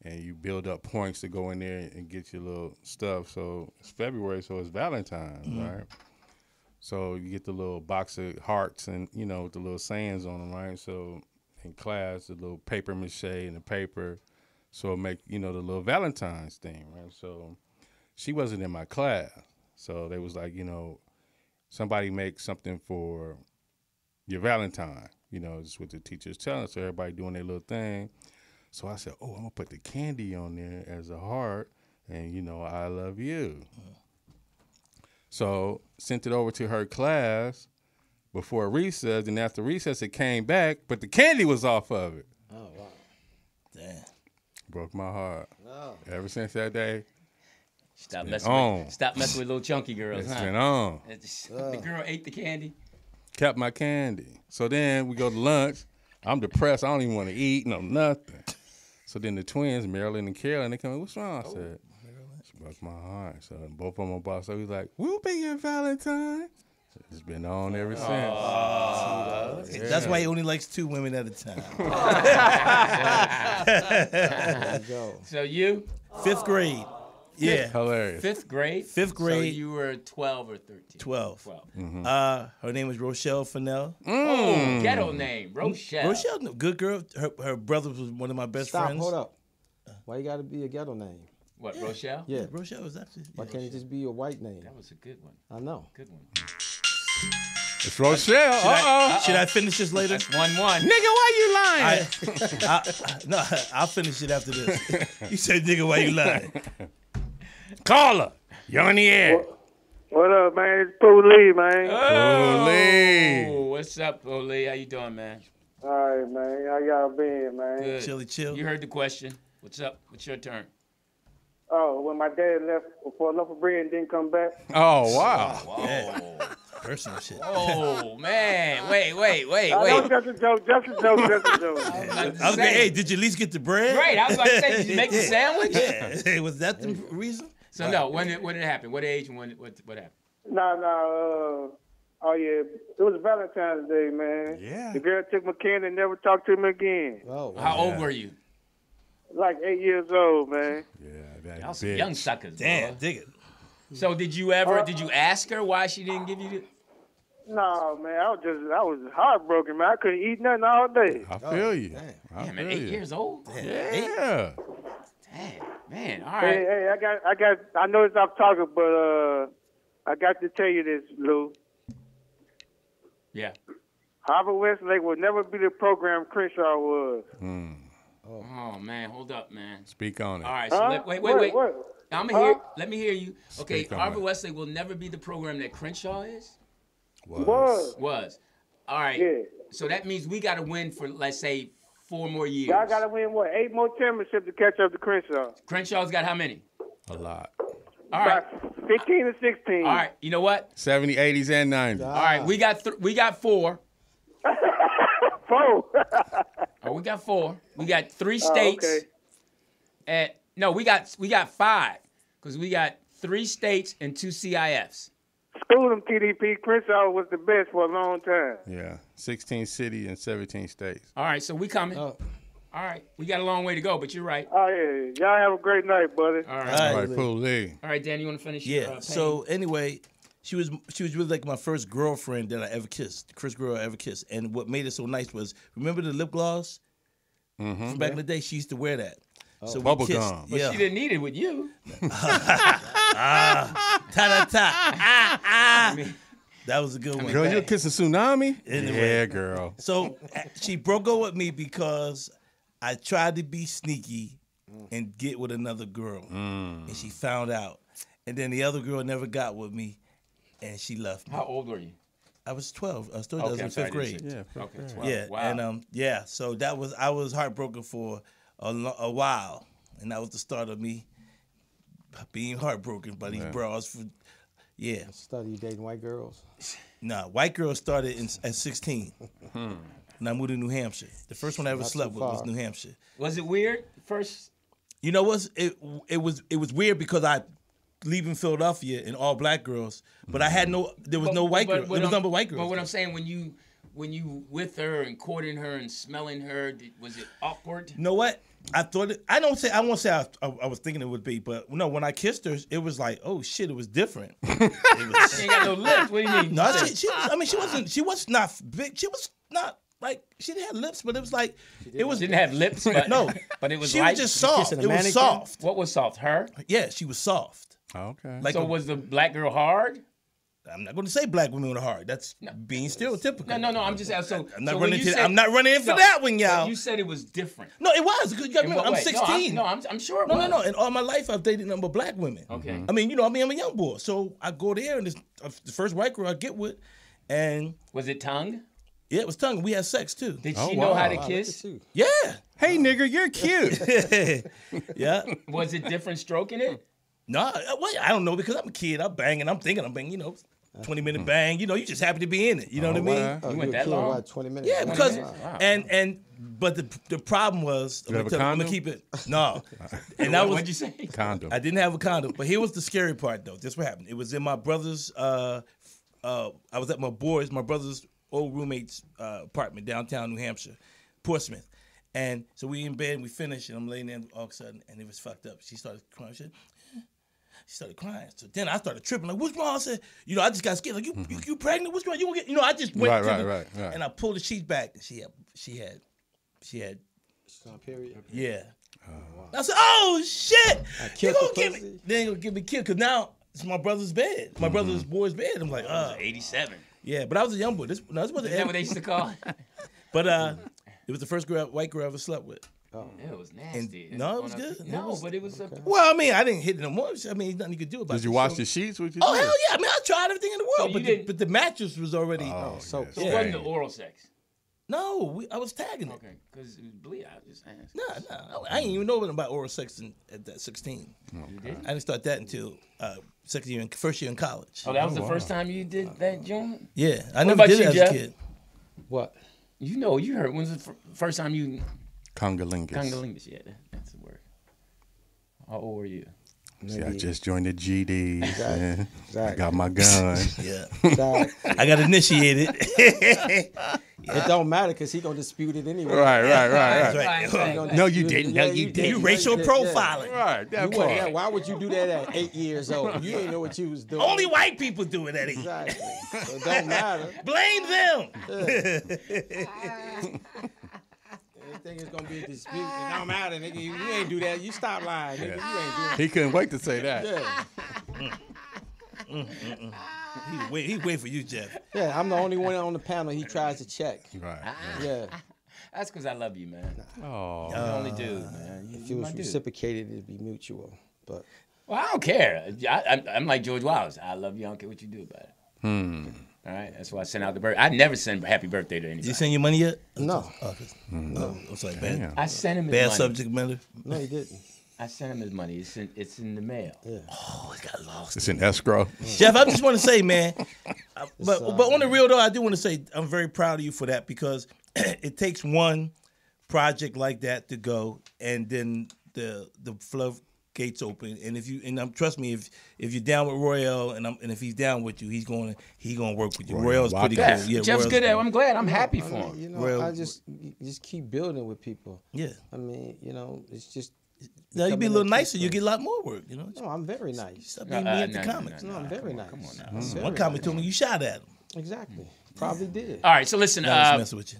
and you build up points to go in there and get your little stuff. So it's February, so it's Valentine's, Mhm. right? So you get the little box of hearts and you know with the little sayings on them, right? So in class, the little paper mache and the paper, so it make you know the little Valentine's thing, right? So she wasn't in my class, so they was like, you know, somebody make something for your Valentine. You know, it's what the teachers telling us. So everybody doing their little thing. So I said, oh, I'm gonna put the candy on there as a heart, and you know, I love you. So sent it over to her class before recess, and after recess, it came back, but the candy was off of it. Oh wow. Damn. Broke my heart. No. Ever since that day, Oh. Stop been messing on. with, stop messing with little chunky girls, It's huh? been on. It's- The girl ate the candy. kept my candy. So then we go to lunch. I'm depressed. I don't even want to eat no nothing. So then the twins, Marilyn and Carolyn, they come. in, What's Oh, wrong? I said, it's broke my heart. So both of them bought. So he's like, we'll be your Valentine. So it's been on ever since. Oh, Aw. Yeah. Ah. That's why he only likes two women at a time. There you go. So you? Fifth grade. Yeah. Fifth grade. Fifth grade. So you were twelve or thirteen. 12. Twelve. Uh, her name was Rochelle Fennell. Oh, ghetto name, Rochelle. Rochelle, no, good girl. Her, her brother was one of my best Stop. friends. Hold up. Why you got to be a ghetto name? What, Rochelle? Yeah. Rochelle was actually. Why can't it just be a white name? That was a good one. I know. Good one. It's Rochelle. Should, I, Uh-oh. should I finish this later? one one. Nigga, why you lying? I, I- no, I'll finish it after this. You said, "Nigga, why you lying?" Call her. You're on the air. What up, man? It's Pooh Lee, man. Oh, what's up, Ole? How you doing, man? All right, man. How y'all been, man? Good. You heard the question. What's up? What's your turn? Oh, when my dad left for a loaf of bread and didn't come back. Oh wow. Yeah. Personal shit. Oh man, wait, wait, wait, I know wait. that's a joke. That's a joke. That's a joke. I was like, hey, did you at least get the bread? Right, I was about to say, did you make the sandwich? Yeah. Hey, was that the reason? So no, when did, when did it happen? What age and when what what happened? No, no. Uh, oh yeah, it was Valentine's Day, man. Yeah. The girl took my candy and never talked to me again. Oh. How old were you? Like eight years old, man. Y'all some young suckers. Damn, boy. dig it. So did you Uh, ever did you ask her why she didn't give you the No, man. I was just, I was heartbroken, man. I couldn't eat nothing all day. I feel you. I Oh, Damn, at feel eight you. years old? Yeah. Man, all Hey, right. hey, I got, I got, I know it's off topic, but uh, I got to tell you this, Lou. Yeah. Harvard Westlake will never be the program Crenshaw was. Oh man, hold up, man. Hmm. Speak on it. All right, so Huh? let, wait, wait, What- wait. what? I'm Huh? hear. Let me hear you. Okay, Speak on Harvard it. Westlake will never be the program that Crenshaw is. Was. Was. All right. Yeah. So that means we got to win for let's say four more years. Y'all got to win what eight more championships to catch up to Crenshaw. Crenshaw's got how many? A lot. All right. Fifteen and sixteen. All right. You know what? 70s, 80s, and 90s. All right. We got th- we got four. four. oh, we got four. We got three Oh, states. okay. And no, we got we got five because we got three states and two CIFs. School them TDP. Crenshaw was the best for a long time. Yeah. 16 cities and 17 states. All right. So we coming. Oh. All right. We got a long way to go, but you're right. Oh yeah, y'all have a great night, buddy. All right. All right, cool. Lee. All right, Dan, you want to finish? Yeah. Your, uh, so painting? anyway, she was she was really like my first girlfriend that I ever kissed, the first girl I ever kissed. And what made it so nice was remember the lip gloss from back in the day? She used to wear that. So we Mm-hmm. Oh, Bubble kissed. gum. but Yeah. she didn't need it with you. ah, ta ta ta. That was a good one. Girl, you're kissing tsunami? Anyway. Yeah, girl. So uh, she broke up with me because I tried to be sneaky Mm. and get with another girl, and she found out. And then the other girl never got with me, and she left me. How old were you? I was twelve. I was told Okay, I was in I'm sorry, fifth I didn't grade. see it. Yeah, fifth Okay, grade. 12. Yeah, Wow. and um, yeah. So that was I was heartbroken for a, lo- a while, and that was the start of me being heartbroken by these Yeah. bras. For yeah, Study dating white girls. Nah, white girl started in, at 16. Hmm. And I moved to New Hampshire. The first one I ever Not too slept with was far. New Hampshire. Was it weird first? You know what's it? It was it was weird because I leaving Philadelphia and all black girls, but I had no. There was But- no white but girl. what There was I'm- no white girls. But what I'm saying when you when you with her and courting her and smelling her? Did, was it awkward? You know what? I thought it, I don't say I won't say I, I, I was thinking it would be, but no, when I kissed her, it was like, oh shit, it was different. She ain't got no lips. What do you mean? No, she, she was, I mean, she wasn't. She was not big. She was not like she didn't have lips, but it was like it was didn't have lips. But, no, but it was. she like, was just soft. It was soft. What was soft? Her. Yeah, she was soft. Okay. Like so a- was the black girl hard? I'm not going to say black women are hard. That's being stereotypical. No, no, no. I'm just asking. So, I'm not so when running. you To, said- I'm not running in for No, that one, but y'all. You said it was different. No, it was. 'cause you gotta In remember, what I'm way? No, I'm- 16. no, I'm- I'm sure it no, was. no, no. In all my life, I've dated number black women. Okay. I mean, you know, I mean, I'm a young boy, so I go there, and it's, uh, the first white girl I get with, and was it tongue? Yeah, it was tongue. We had sex too. Did Oh, she know how to kiss? Yeah. Hey, nigger, you're cute. yeah. Was it different stroking it? No, I- well, I don't know because I'm a kid. I'm banging. I'm thinking I'm banging. You know, 20 minute bang. You know, you just happy to be in it. You know what I mean? wow. Oh, You went you a that kid, long? wow, 20 minutes. Yeah, 20 because minutes. Wow. and and but the the problem was you I'm have a gonna, tell- I'm gonna keep condom? it. No, and that was What'd you say? Condom. I didn't have a condom, but here was the scary part though. This what happened. It was in my brother's. Uh, uh, I was at my boy's, my brother's old roommate's uh, apartment downtown New Hampshire, Portsmouth, and so we in bed, we finished, and I'm laying there all of a sudden, and it was fucked up. She started crying. She, said, "Eh." she started crying. So then I started tripping. Like, what's wrong? I said, you know, I just got scared. Like, you, you, you pregnant? What's wrong? You gonna get? You know, I just went. Mm-hmm. Right, right, tripping. right, right. And I pulled the sheet back, and she had, she had, she had, Period. yeah. I said, "Oh shit, you gonna give me? They ain't gonna give me killed because now it's my brother's bed, Mm-hmm. my brother's boy's bed." I'm like, "Uh, 87. yeah," but I was a young boy. This, no, this wasn't. Isn't that what they used to call it? But uh, it was the first girl, white girl I ever slept with. Oh, it was nasty. And, no, it was One of- good. No, It was- but it was. A, Well, I mean, I didn't hit it no more. I mean, nothing you could do about it. Did you wash the sheets? What you Oh do? hell yeah! I mean, I tried everything in the world, but, you the, didn't- but the mattress was already. Oh, so so it wasn't the oral sex. no, we, I was tagging it. Okay, because bleed. I was just asked. No, no, I didn't even know nothing about oral sex in, at that 16. You did? I didn't start that until uh, second year, in, first year in college. Oh, that was the first time you did that, John. Uh, Yeah, I What never about did you, it as Jeff? a kid. What? You know, you heard. When's the fir- first time you Congolingus. congolingus? Yeah, that- that's the word. How old were you? See, I just joined the GDs. man. I got my gun. Exactly. Yeah. Dog, I got initiated. It don't matter because he gonna dispute it anyway. Right, right, right, That's right. right. right. No, you didn't. No, you You didn't. racial Yeah. profiling. Right, You that wasn't part. that- why would you do that at eight years old? You didn't know what you was doing. Only white people do it, Eddie. Exactly. So it don't matter. Blame them. Everything is gonna be a dispute. It don't matter, nigga. You, you ain't do that. You stop lying, nigga. You He couldn't wait to say that. ain't do that. He wait, he wait for you, Jeff. Yeah. yeah, I'm the only one on the panel he tries to check. Right. Yeah. That's because I love you, man. Oh, You only dude, Ah, man. You, If you it my was dude. reciprocated, it'd be mutual. But Well, I don't care. I, I, I'm like George Wallace. I love you. I don't care what you do about it. Hmm. All right. That's why I sent out the birth. I never send happy birthday to anybody. You send your money yet? no, Okay. No, I'm sorry, bad, damn. I sent him his bad money. subject matter. no, he didn't. I sent him his money. It's in, it's in the mail. Oh, it got lost. It's in escrow. Jeff, I just want to say, man, uh, but but on the real though, I do want to say I'm very proud of you for that because it takes one project like that to go, and then the the flood gates open. And if you and um, trust me, if if you're down with Royale and I'm, and if he's down with you, he's going to he going to work with you. Royale's pretty cool. Jeff, Yeah, Jeff's Royale's- good at it. I'm glad. I'm happy for him. You know, Well- I just you just keep building with people. Yeah. I mean, you know, it's just. Now you be a becoming little nicer, true you get a lot more work. You know, friend. No, I'm very nice. stop No, being uh, mean at no, the no, comics. No, I'm very nice. I'm very One comic told me you shot at him. nice. Exactly. Probably did. All right. So listen. Nah, I was Uh, messing with you.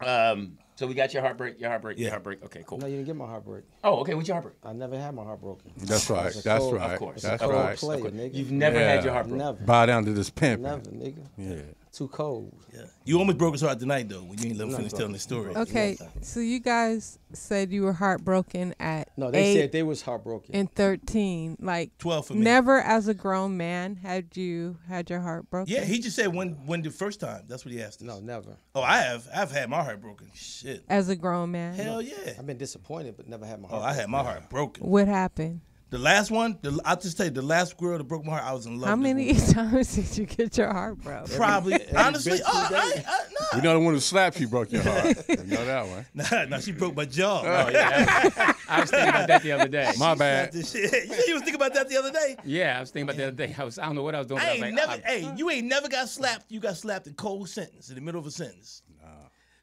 um, so we got your heartbreak. Your heartbreak. Your Yeah. heartbreak. Okay. Cool. No, you didn't get my heart broken. Oh, okay. What's your heartbreak? I never had my heart broken. That's right. It's a That's cold- right. Of course. That's Cold right. player, nigga. You've never Yeah. had your heartbreak. never, Bow down to this pimp. never, nigga. Yeah. Too cold. Yeah. You almost broke his heart tonight though when you ain't let him No, finish bro. telling the story. Okay, so you guys said you were heartbroken at No, they eight said they was heartbroken. and thirteen. Like 12 for me. Never as a grown man had you had your heart broken. Yeah, he just said when when the first time. That's what he asked. us. no, never. Oh, I have. I've had my heart broken. Shit. as a grown man. Hell yeah. I've been disappointed, but never had my Oh, heart. I had my heart broken. What happened? The last one, the, I'll just tell you, the last girl that broke my heart, I was in love. How with this many times did you get your heart broke? woman. Probably, honestly, oh, I, I, We know the one who slapped you broke your heart. we know that one. Nah, nah, she broke my jaw. Oh, Oh, yeah. I was thinking about that the other day. My bad. you said you was thinking about that the other day. Yeah, I was thinking about the other day. I was I don't know what I was doing. but I ain't was never. like, "Ah, mm." I- hey, you ain't never got slapped. You got slapped in cold sentence in the middle of a sentence.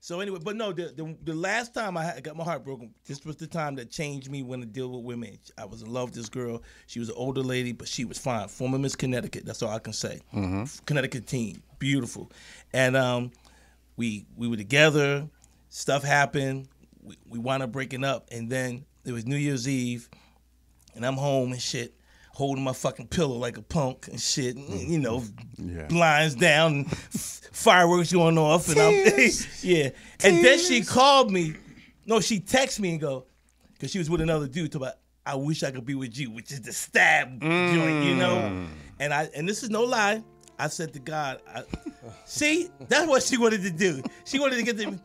So anyway, but no, the, the the last time I had- got my heart broken, this was the time that changed me when to deal with women. I was in love with this girl. She was an older lady, but she was fine. Former Miss Connecticut. That's all I can say. Mhm. Connecticut team, beautiful, and um, we we were together. Stuff happened. We, we wound up breaking up, and then it was New Year's Eve, and I'm home and shit, holding my fucking pillow like a punk and shit. and, You know, Mm, Yeah. blinds down, and f- fireworks going off, and I'm yeah. And then she called me. No, she texted me and go, because she was with another dude. To about, I wish I could be with you, which is the stab joint, you know. Mm. And I and this is no lie. I said to God, I, see, that's what she wanted to do. She wanted to get the,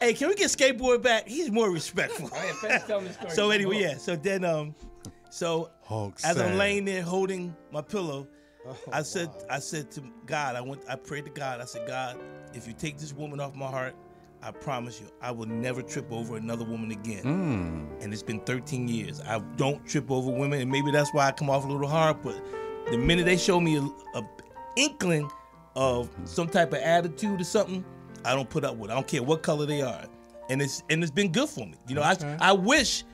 hey, can we get skateboard back? He's more respectful. so anyway, yeah. So then, um, so Hulk as I'm said. laying there holding my pillow, I said, I said to God, I went, I prayed to God. I said, God, if you take this woman off my heart, I promise you, I will never trip over another woman again. Hmm. And it's been 13 years. I don't trip over women, and maybe that's why I come off a little hard. But the minute they show me a, a inkling of some type of attitude or something, I don't put up with. it. I don't care what color they are, and it's and it's been good for me. You know, Okay. I I wish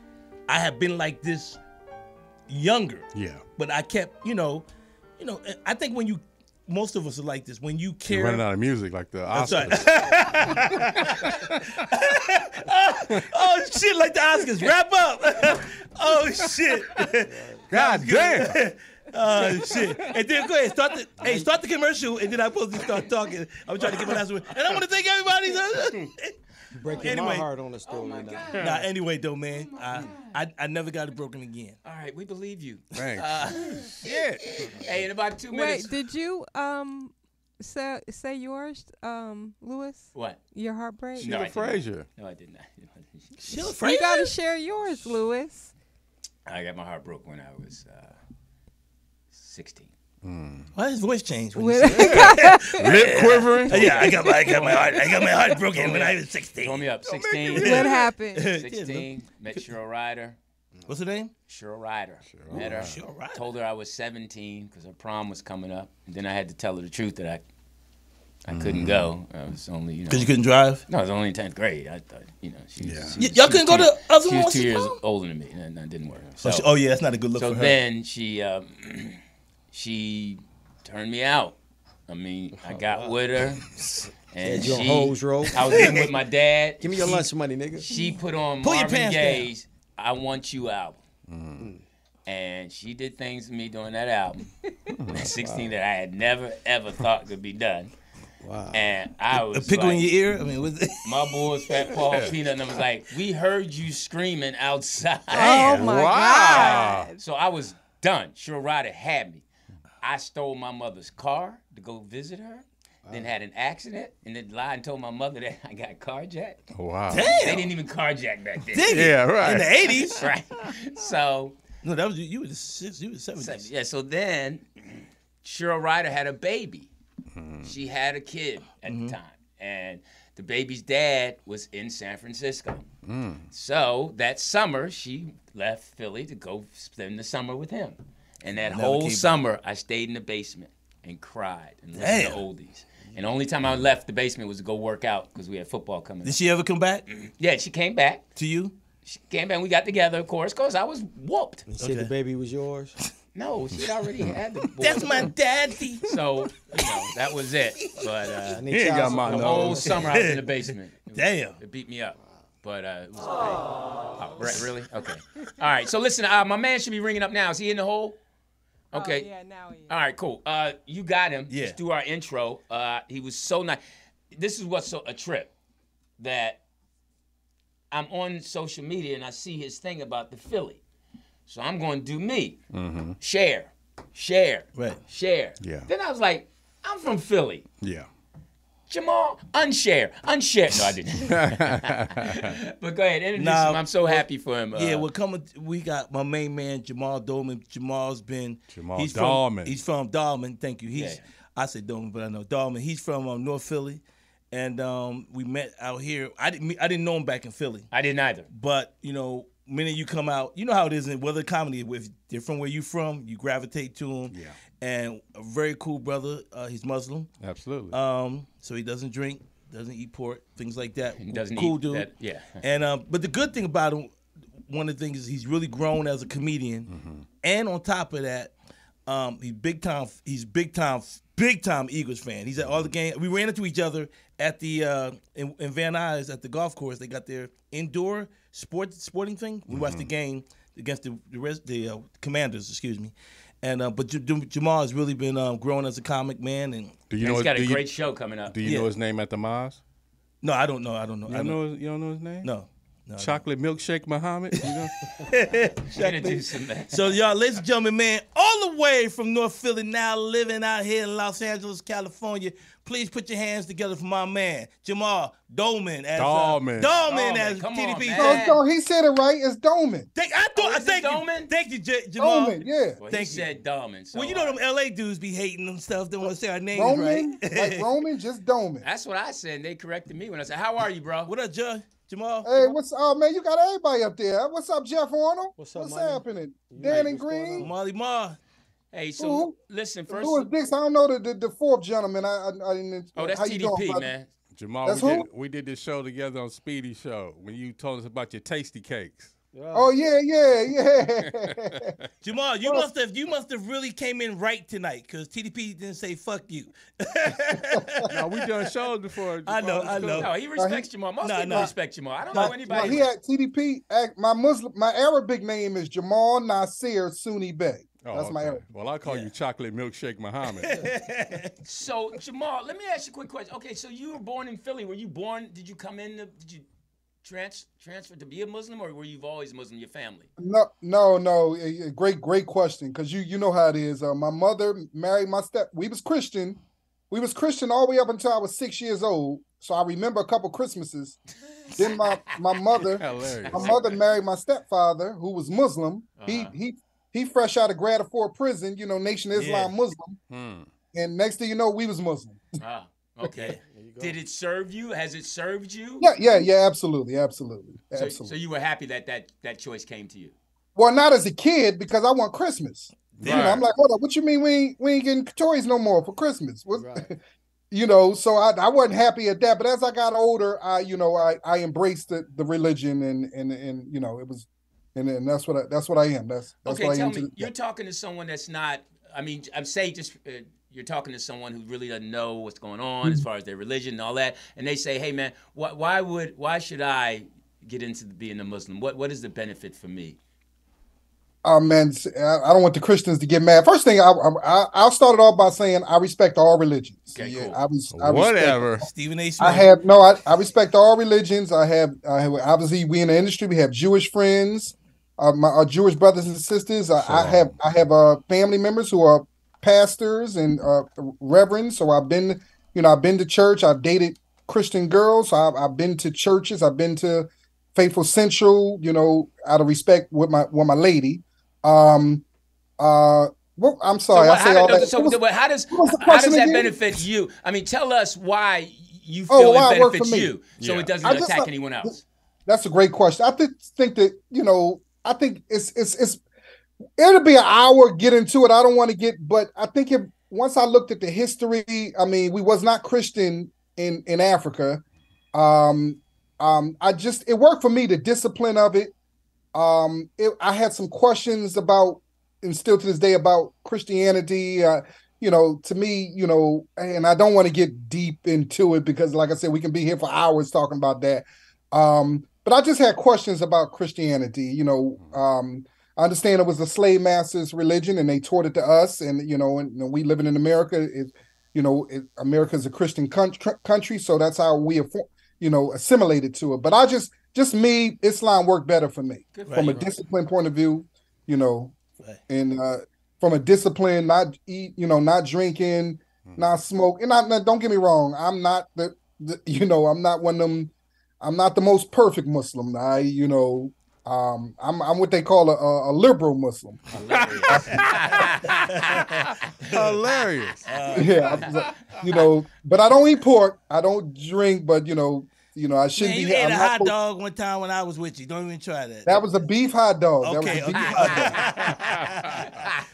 I had been like this younger. Yeah. But I kept, you know, you know. I think when you, most of us are like this. When you You're care, running out of music like the That's right. Oscars. oh shit, like the Oscars. Wrap up. oh shit. God damn. Oh shit! And then go ahead, start the hey, start the commercial, and then I'm supposed to start talking. I'm trying to get my last word, and I want to thank everybody. Breaking my Anyway. heart on the Oh, story. now. nah, anyway though, man, I, I I never got it broken again. Uh, All right, we believe you. uh, Thanks. Shit. Hey, in about two Wait, minutes. did you um say say yours, um, Lewis? What? Your heartbreak? No, I did not. Frazier. No, I did not. Sheila You gotta share yours, Lewis. I got my heart broke when I was uh, 16. Hmm. Why his voice changed? When With- he said- Lip quivering? Uh, Yeah, I got my I got my heart I got my heart broken when I was sixteen. Told me up. 16. What happened? 16. Met Cheryl Ryder. What's her name? Cheryl Ryder. Cheryl Met her. Ryder. Cheryl Ryder. Told her I was 17 because her prom was coming up. And then I had to tell her the truth that I I couldn't go. I was only, you know. Mm. 'Cause you couldn't drive? No, I was only in 10th grade. I thought, you know, she was. she Y- was- y'all she couldn't go was two- to other She was ones' two years older than me, and that didn't work. Oh, she- oh, yeah, that's not a good look so for her. then she, um, she turned me out. I mean, Oh, I got with her. And Your she, hoes roll. I was living with my dad. Give me your She- lunch money, nigga. She put on Pull your Marvin pants down. Gaye's "I Want You" album, Mm-hmm. and she did things to me during that album Mm-hmm. at 16 that I had never ever thought could be done. Wow. And I was A pickle in like- your ear? I mean, was it? my boys, Fat Paul Peanut, and I was like, "We heard you screaming outside." Damn. Oh my Wow. So I was done. Sure, Ryder had me. I stole my mother's car to go visit her. Then had an accident, and then lied and told my mother that I got carjacked. Wow. They didn't even carjack back then. Dig it. Oh, Yeah, right. In the 80s. right. So No, that was you. You was six. You was seventeen. yeah. So then, Cheryl Ryder had a baby. She had a kid at Mm-hmm. the time, and the baby's dad was in San Francisco. Mm. So that summer, she left Philly to go spend the summer with him. And that Never whole came summer, I stayed in the basement and cried and listened Damn. to oldies. And the only time I left the basement was to go work out because we had football coming. Did up. she ever come back? Mm-hmm. Yeah, she came back. To you? She came back. and We got together, of course, because I was whooped. You said the baby was yours. No, she already had the boy. That's my daddy. So, you know, that was it. But uh, I need He ain't child got my the support. whole nose. summer I was in the basement. It was- Damn. It beat me up. But uh, it was great. Oh, right, really? Okay. All right. So listen, uh, my man should be ringing up now. Is he in the hole? Okay. yeah, now he is. All right, cool. Uh, you got him. Yeah. Let's do our intro. Uh, he was so nice. This is what's so, a trip that I'm on social media and I see his thing about the Philly. So I'm going to do me. Mm-hmm. Share, share, Right. share. Yeah. Then I was like, I'm from Philly. Yeah. Jamal, unshare, unshare. No, I didn't. but go ahead, introduce Nah, him. I'm so well, happy for him. yeah, Uh, we're coming. We got my main man Jamal Dolman. Jamal's been Jamal he's Dolman. From, he's from Dolman. Thank you. He's Yeah. I said Dolman, but I know Dolman. He's from um, North Philly, and um, we met out here. I didn't. meet- I didn't know him back in Philly. I didn't either. But you know, minute you come out, you know how it is in weather comedy. If they're from where you from, you gravitate to him. Yeah. And a very cool brother. Uh, he's Muslim. Absolutely. Um, so he doesn't drink, doesn't eat pork, things like that. doesn't cool eat dude. that- yeah. And um, but the good thing about him, one of the things is he's really grown as a comedian, Mm-hmm. and on top of that, um, he's big time. He's big time. Big time Eagles fan. He's at all the game. We ran into each other at the uh, in, in Van Nuys at the golf course. They got their indoor sports sporting thing. We Mm-hmm. watched the game against the the, res, the uh, Commanders. Excuse me. And uh, but J- J- Jamal has really been um, growing as a comic man. And Do you know he's his- got a do you- great show coming up. Do you know his name at the Maz? No, I don't know. I don't know. You I don't know know. his, you don't know his name? No. No, I don't. Chocolate milkshake Muhammad. You know? Introduce him, man. So y'all, ladies and gentlemen, man, all the way from North Philly, now living out here in Los Angeles, California. Please put your hands together for my man, Jamal Dolman. As, uh, Dolman. Dolman Dolman, as come TDP. on, man. Oh, No, no, he said it right. It's Doman. Thank, I thought, Oh, is it thank you, Dolman? thank you, J- Jamal. Doman, yeah. Well, Thank he you. said Dolman. So Well, you know them LA dudes be hating themselves. They want to say our names Roman, right. like Roman, just Doman. that's what I said. And they corrected me when I said, "How are you, bro?" what up, Judge? Jamal. Hey, what's up, man? You got everybody up there. What's up, Jeff Arnold? What's up, Money? happening? know Dan and what's going Green, Molly Ma. Hey, so Who? listen first. Louis Dix. I don't know the, the, the fourth gentleman. I, I, I didn't. Oh, that's how you doing, TDP, brother? man. Jamal, That's we who? did we did this show together on Speedy Show when you told us about your tasty cakes. Oh yeah, yeah, yeah. Jamal, you must have you must have really came in right tonight because TDP didn't say fuck you. no, we done shows before. I know, Jamal. I know. No, he respects Uh-huh. Jamal. Most Nah, people nah. respect Jamal. I don't Nah, no, know anybody. he had TDP. act- My Muslim, my Arabic name is Jamal Nasir Sunni Bey. Oh, that's my okay. Arabic. Well, I call you chocolate milkshake Muhammad. so Jamal, let me ask you a quick question. Okay, so you were born in Philly. Were you born? Did you come in? To, did you trans, transfer to be a Muslim, or were you always Muslim? Your family? No, no, no. eh, eh, Great, great question. Because you, you know how it is. Uh, my mother married my step. We was Christian. We was Christian all the way up until I was six years old. So I remember a couple Christmases. then my my mother, Hilarious. my mother married my stepfather, who was Muslim. Uh-huh. He he he fresh out of Grata Ford prison. You know, Nation of Islam Yeah. Muslim. Hmm. And next thing you know, we was Muslim. Ah, okay. Did it serve you? Has it served you? Yeah, yeah, yeah. Absolutely, absolutely, So, absolutely. so you were happy that that that choice came to you. Well, not as a kid because I want Christmas. You know, Right. I'm like, hold up, what you mean we ain't, we ain't getting toys no more for Christmas? What, you know, so I, I wasn't happy at that. But as I got older, I you know I, I embraced the, the religion and and and you know it was, and, and that's what I, that's what I am. That's that's okay, what I tell am. to me. this You're day. talking to someone that's not. I mean, I'm saying just uh, you're talking to someone who really doesn't know what's going on Mm-hmm. as far as their religion and all that, and they say, "Hey, man, why, why would why should I get into being a Muslim? What what is the benefit for me?" Oh man, s- I I don't want the Christians to get mad. First thing I I, I- I'll start it off by saying I respect all religions. Okay, cool. I was I respect Whatever. Stephen A. Smith. I have no. I, I respect all religions. I have. I have. Obviously, we in the industry. We have Jewish friends, uh, my our Jewish brothers and sisters. I, I have. I have uh, family members who are pastors and uh, reverends. So I've been. You know, I've been to church. I've dated Christian girls. So I've, I've been to churches. I've been to Faithful Central. You know, out of respect with my with my lady. Um. Uh. Well, I'm sorry. so, I what- say how, all did- that. so What was- what- how does what was the how does question that again? benefit you? I mean, tell us why you feel Oh, why it it worked benefits for me. you, so Yeah. it doesn't I just attack like- anyone else. That's a great question. I th- think that you know, I think it's it's it's it'll be an hour get into it. I don't want to get, but I think if once I looked at the history, I mean, we was not Christian in in Africa. Um, um, I just it worked for me the discipline of it. Um, it, I had some questions about, and still to this day about Christianity. Uh, you know, to me, you know, and I don't want to get deep into it because, like I said, we can be here for hours talking about that. Um, but I just had questions about Christianity. You know, um, I understand it was the slave masters' religion, and they taught it to us. And you know, and, and we living in America, it, you know, it, America is a Christian country, country, so that's how we, affo- you know, assimilated to it. But I just, just me, Islam worked better for me Good for from you. a discipline point of view. You know, Right. and uh, from a discipline, not eat, you know, not drinking, Hmm. Now smoke, and I, now, don't get me wrong, I'm not the, the you know I'm not one of them. I'm not the most perfect Muslim. I you know um, I'm I'm what they call a, a, a liberal Muslim. Hilarious. Uh, yeah, I'm like, you know, but I don't eat pork. I don't drink, but you know, you know, I shouldn't Man, you be. ate I'm a not hot supposed- dog one time when I was with you. Don't even try that. That was a beef hot dog. That was okay, a okay. beef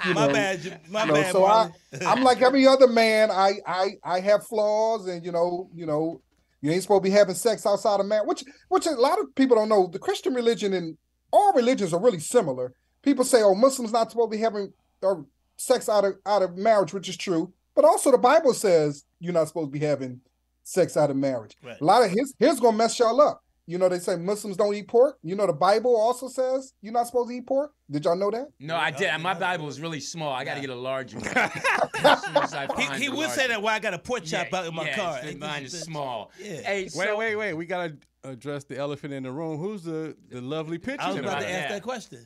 you my know. bad. J- My You know, bad. so I, Marlon. I'm like every other man. I, I, I have flaws, and you know, you know, you ain't supposed to be having sex outside of man. Which, which a lot of people don't know. The Christian religion and all religions are really similar. People say, "Oh, Muslims not supposed to be having uh, sex out of out of marriage," which is true. But also, the Bible says you're not supposed to be having sex out of marriage. Right. A lot of his here's gonna mess y'all up. You know, they say Muslims don't eat pork. You know, the Bible also says you're not supposed to eat pork. Did y'all know that? No, I did. My Bible is really small. I got to get a larger one. he he would say that why I got a pork chop out in my yeah, car. it's- Ain't mine this is bitch? small. Yeah. Hey, wait, so- wait, wait. We gotta address the elephant in the room. Who's the the lovely picture? I was about to tonight? ask that question.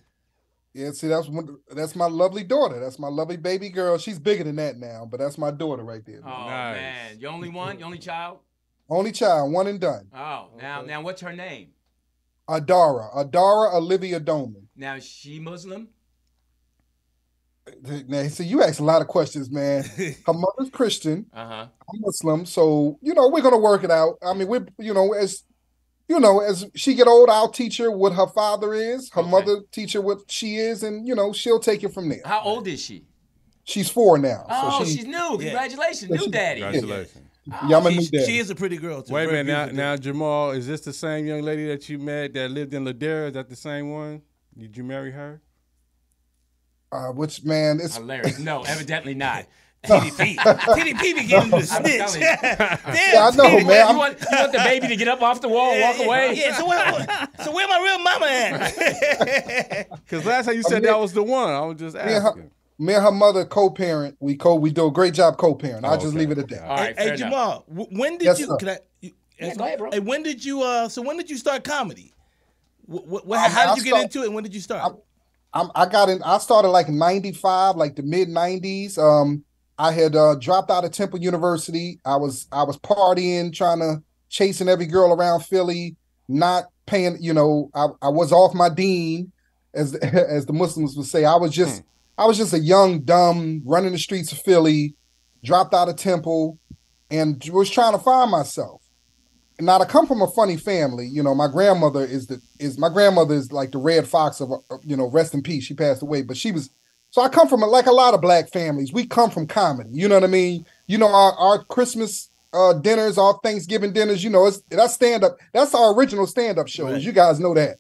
Yeah, see, that's one, that's my lovely daughter. That's my lovely baby girl. She's bigger than that now, but that's my daughter right there. Oh man, you only one, you only child. Only child, one and done. Oh, now now what's her name? Adara, Adara Olivia Doman. Now is she Muslim? Now, see, you ask a lot of questions, man. Her mother's Christian. Uh Uh-huh. huh. I'm Muslim, so you know we're gonna work it out. I mean, we, you know, as you know, as she get old, I'll teach her what her father is. Her mother teach her what she is, and you know, she'll take it from there. How old is she? She's four now. Oh, so she, she's new. Congratulations, new daddy. Congratulations. yeah, I'm a new dad. She is a pretty girl too. Wait a Very minute now, beautiful. now Jamal, is this the same young lady that you met that lived in Ladera? Is that the same one? Did you marry her? Uh, which man? It's Hilarious. No, evidently not. TDP. TDP be getting the I'm snitch. telling you. Damn, Yeah, I know, TDP. man. You I'm- want, you want the baby to get up off the wall, Yeah, walk yeah, away? Yeah, so where, so where my real mama at? Because last time you said that was the one. I was just me and, asking. her, me and her mother co-parent. We co we do a great job co-parent. I'll Oh, just okay, leave it at okay. that. All right, hey, fair enough. Jamal, w- when did Yes, you? sir. Can I, you Yeah, go ahead, bro. Hey, when did you? Uh, so when did you start comedy? What, what, I- how did I you get start- into it? and When did you start? I'm, I got in. I started like '95, like the mid '90s. Um, I had uh, dropped out of Temple University. I was I was partying, trying to chasing every girl around Philly, not paying. You know, I, I was off my dean, as as the Muslims would say. I was Hmm. just I was just a young dumb running the streets of Philly, dropped out of Temple, and was trying to find myself. Now I come from a funny family. You know, my grandmother is the is my grandmother is like the red fox of uh, you know, rest in peace. She passed away, but she was so I come from like a lot of black families. We come from comedy. You know what I mean? You know, our, our Christmas uh dinners, our Thanksgiving dinners, you know, it's that's stand up. That's our original stand up shows. Right. You guys know that.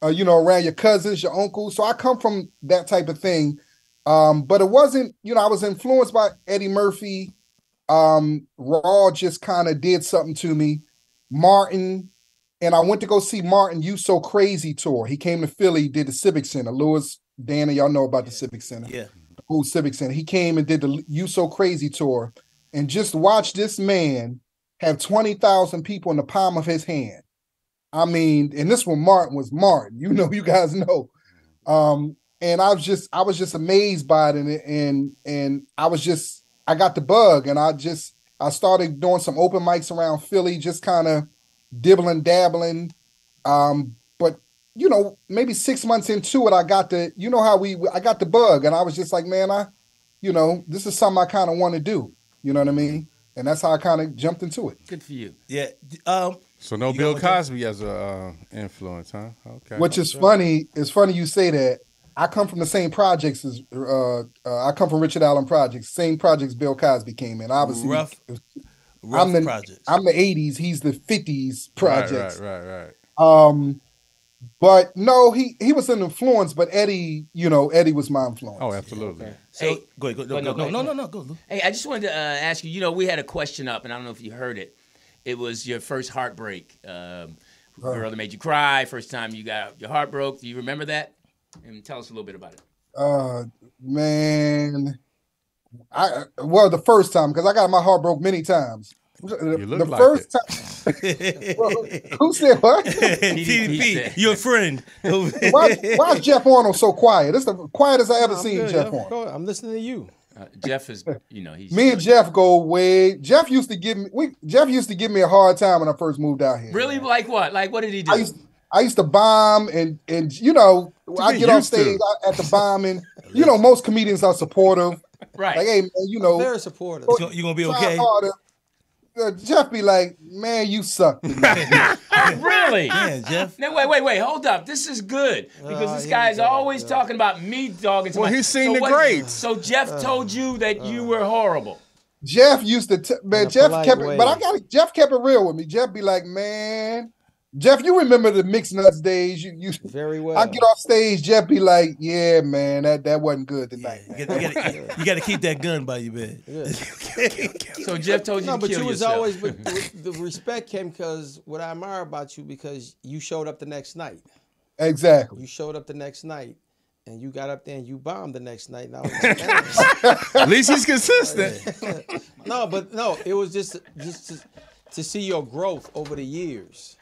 Uh, you know, around your cousins, your uncles. So I come from that type of thing. Um, but it wasn't, you know, I was influenced by Eddie Murphy. Um, Raw just kind of did something to me. Martin, and I went to go see Martin You So Crazy tour. He came to Philly, did the Civic Center. Lewis, Dana, y'all know about the Civic Center. Yeah. The Old Civic Center. He came and did the You So Crazy tour. And just watch this man have 20,000 people in the palm of his hand. I mean, and this one Martin was Martin. You know, you guys know. Um, and I was just I was just amazed by it and and and I was just I got the bug and I just I started doing some open mics around Philly, just kind of dibbling, dabbling. Um, but you know, maybe six months into it, I got the you know how we I got the bug and I was just like, man, I you know, this is something I kind of want to do. You know what I mean? And that's how I kind of jumped into it. Good for you. Yeah. d- Um, So no got Bill one thing? Cosby as a uh, influence, huh? Okay. Which is funny. It's funny you say that. I come from the same projects as uh, uh, I come from Richard Allen projects. Same projects Bill Cosby came in. Obviously, rough, rough I'm the projects. I'm the '80s. He's the '50s projects. Right, right, right. Um, but no, he he was an influence, but Eddie, you know, Eddie was my influence. Oh, absolutely. so Hey, go ahead. Go, oh, no, no, no, go no, ahead, no, go no, no, go. Lou. Hey, I just wanted to uh, ask you. You know, we had a question up, and I don't know if you heard it. It was your first heartbreak. Um, girl that made you cry. First time you got your heart broke. Do you remember that? And tell us a little bit about it. Uh, man, I well the first time because I got my heart broke many times. The, You look the like first time. Well, who said what? TDP, your friend. Why, why is Jeff Arnold so quiet? It's the quietest I ever seen good, Jeff yeah. Arnold. Go ahead. I'm listening to you. Uh, Jeff is, you know, he's Me and Jeff go way. Jeff used to give me. We, Jeff used to give me a hard time when I first moved out here. really like what? Like what did he do? I used, I used to bomb and and you know What you I mean get on used to? stage I- at the bombing. you know most comedians are supportive. Right. Like hey man, you know very supportive. You gonna- you gonna be try okay? harder. Uh, Jeff be like, man, you suck. really? Yeah, Jeff. No, wait, wait, wait. Hold up. This is good because this here guy we is always talking about me dogging. somebody. he's seen So the what- greats. Uh, So Jeff told you that you were horrible. Jeff used to t- man. a Jeff polite kept way. it, but I got Jeff kept it real with me. Jeff be like, man, Jeff, you remember the mixed nuts days? You you very well. I get off stage, Jeff be like, yeah, man, that that wasn't good tonight. You gotta, you gotta- you gotta keep that gun by your bed. So Jeff told you no, to but kill you was yourself. always but the respect came because what I admire about you because you showed up the next night. Exactly. You showed up the next night, and you got up there and you bombed the next night. And I was like, "Damn." At least he's consistent. no, but no, it was just just to, to see your growth over the years.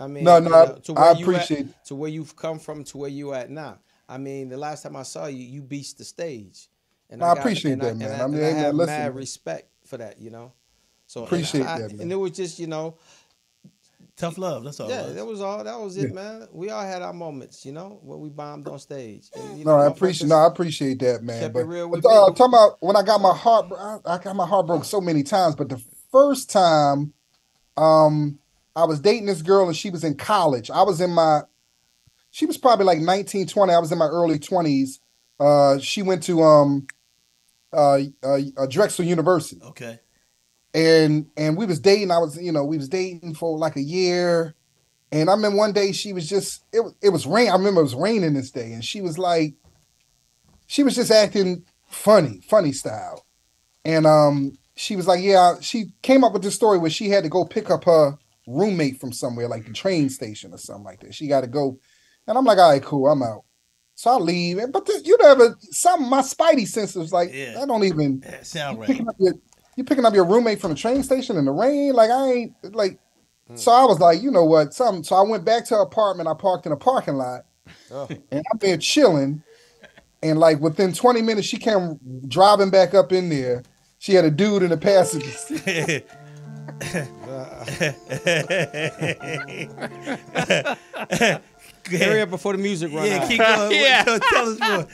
I mean, No, no, you I- to where I you at- appreciate- to where you've come from to where you at now. I mean, the last time I saw you, you beast the stage. No, I appreciate and that, and man. and I mean, and I amen. have Listen. mad respect for that, you know. So and Appreciate I- that, man. And it was just, you know, Tough love. That's all. it yeah, was. that was all. That was it, Yeah. man. We all had our moments, you know, when we bombed on stage. And, you No, know, I motherfuckers- appreciate. No, I appreciate that, man. kept But it real but, with uh, people. talking about when I got my heart, bro- I, I got my heart broke so many times. But the first time, um, I was dating this girl and she was in college. I was in my, she was probably like 19, 20. I was in my early twenties. Uh, she went to um, uh, uh, uh, Drexel University Okay. and and we was dating. I was you know we was dating for like a year, and I remember one day she was just it was- it was rain. I remember it was raining this day, and she was like, she was just acting funny, funny style, and um she was like yeah she came up with this story where she had to go pick up her roommate from somewhere like the train station or something like that. She got to go, and I'm like all right cool I'm out. So I leave, and but the, you never some my spidey sense was like I don't even sound you right. picking up your you picking up your roommate from the train station in the rain. Like I ain't like. Hmm. So I was like, you know what, something. So I went back to her apartment. I parked in a parking lot, Oh. and I'm there chilling. And like within 20 minutes, she came driving back up in there. She had a dude in the passenger seat. Hurry up before the music runs Yeah, out. keep going. Yeah. Tell- Tell us more.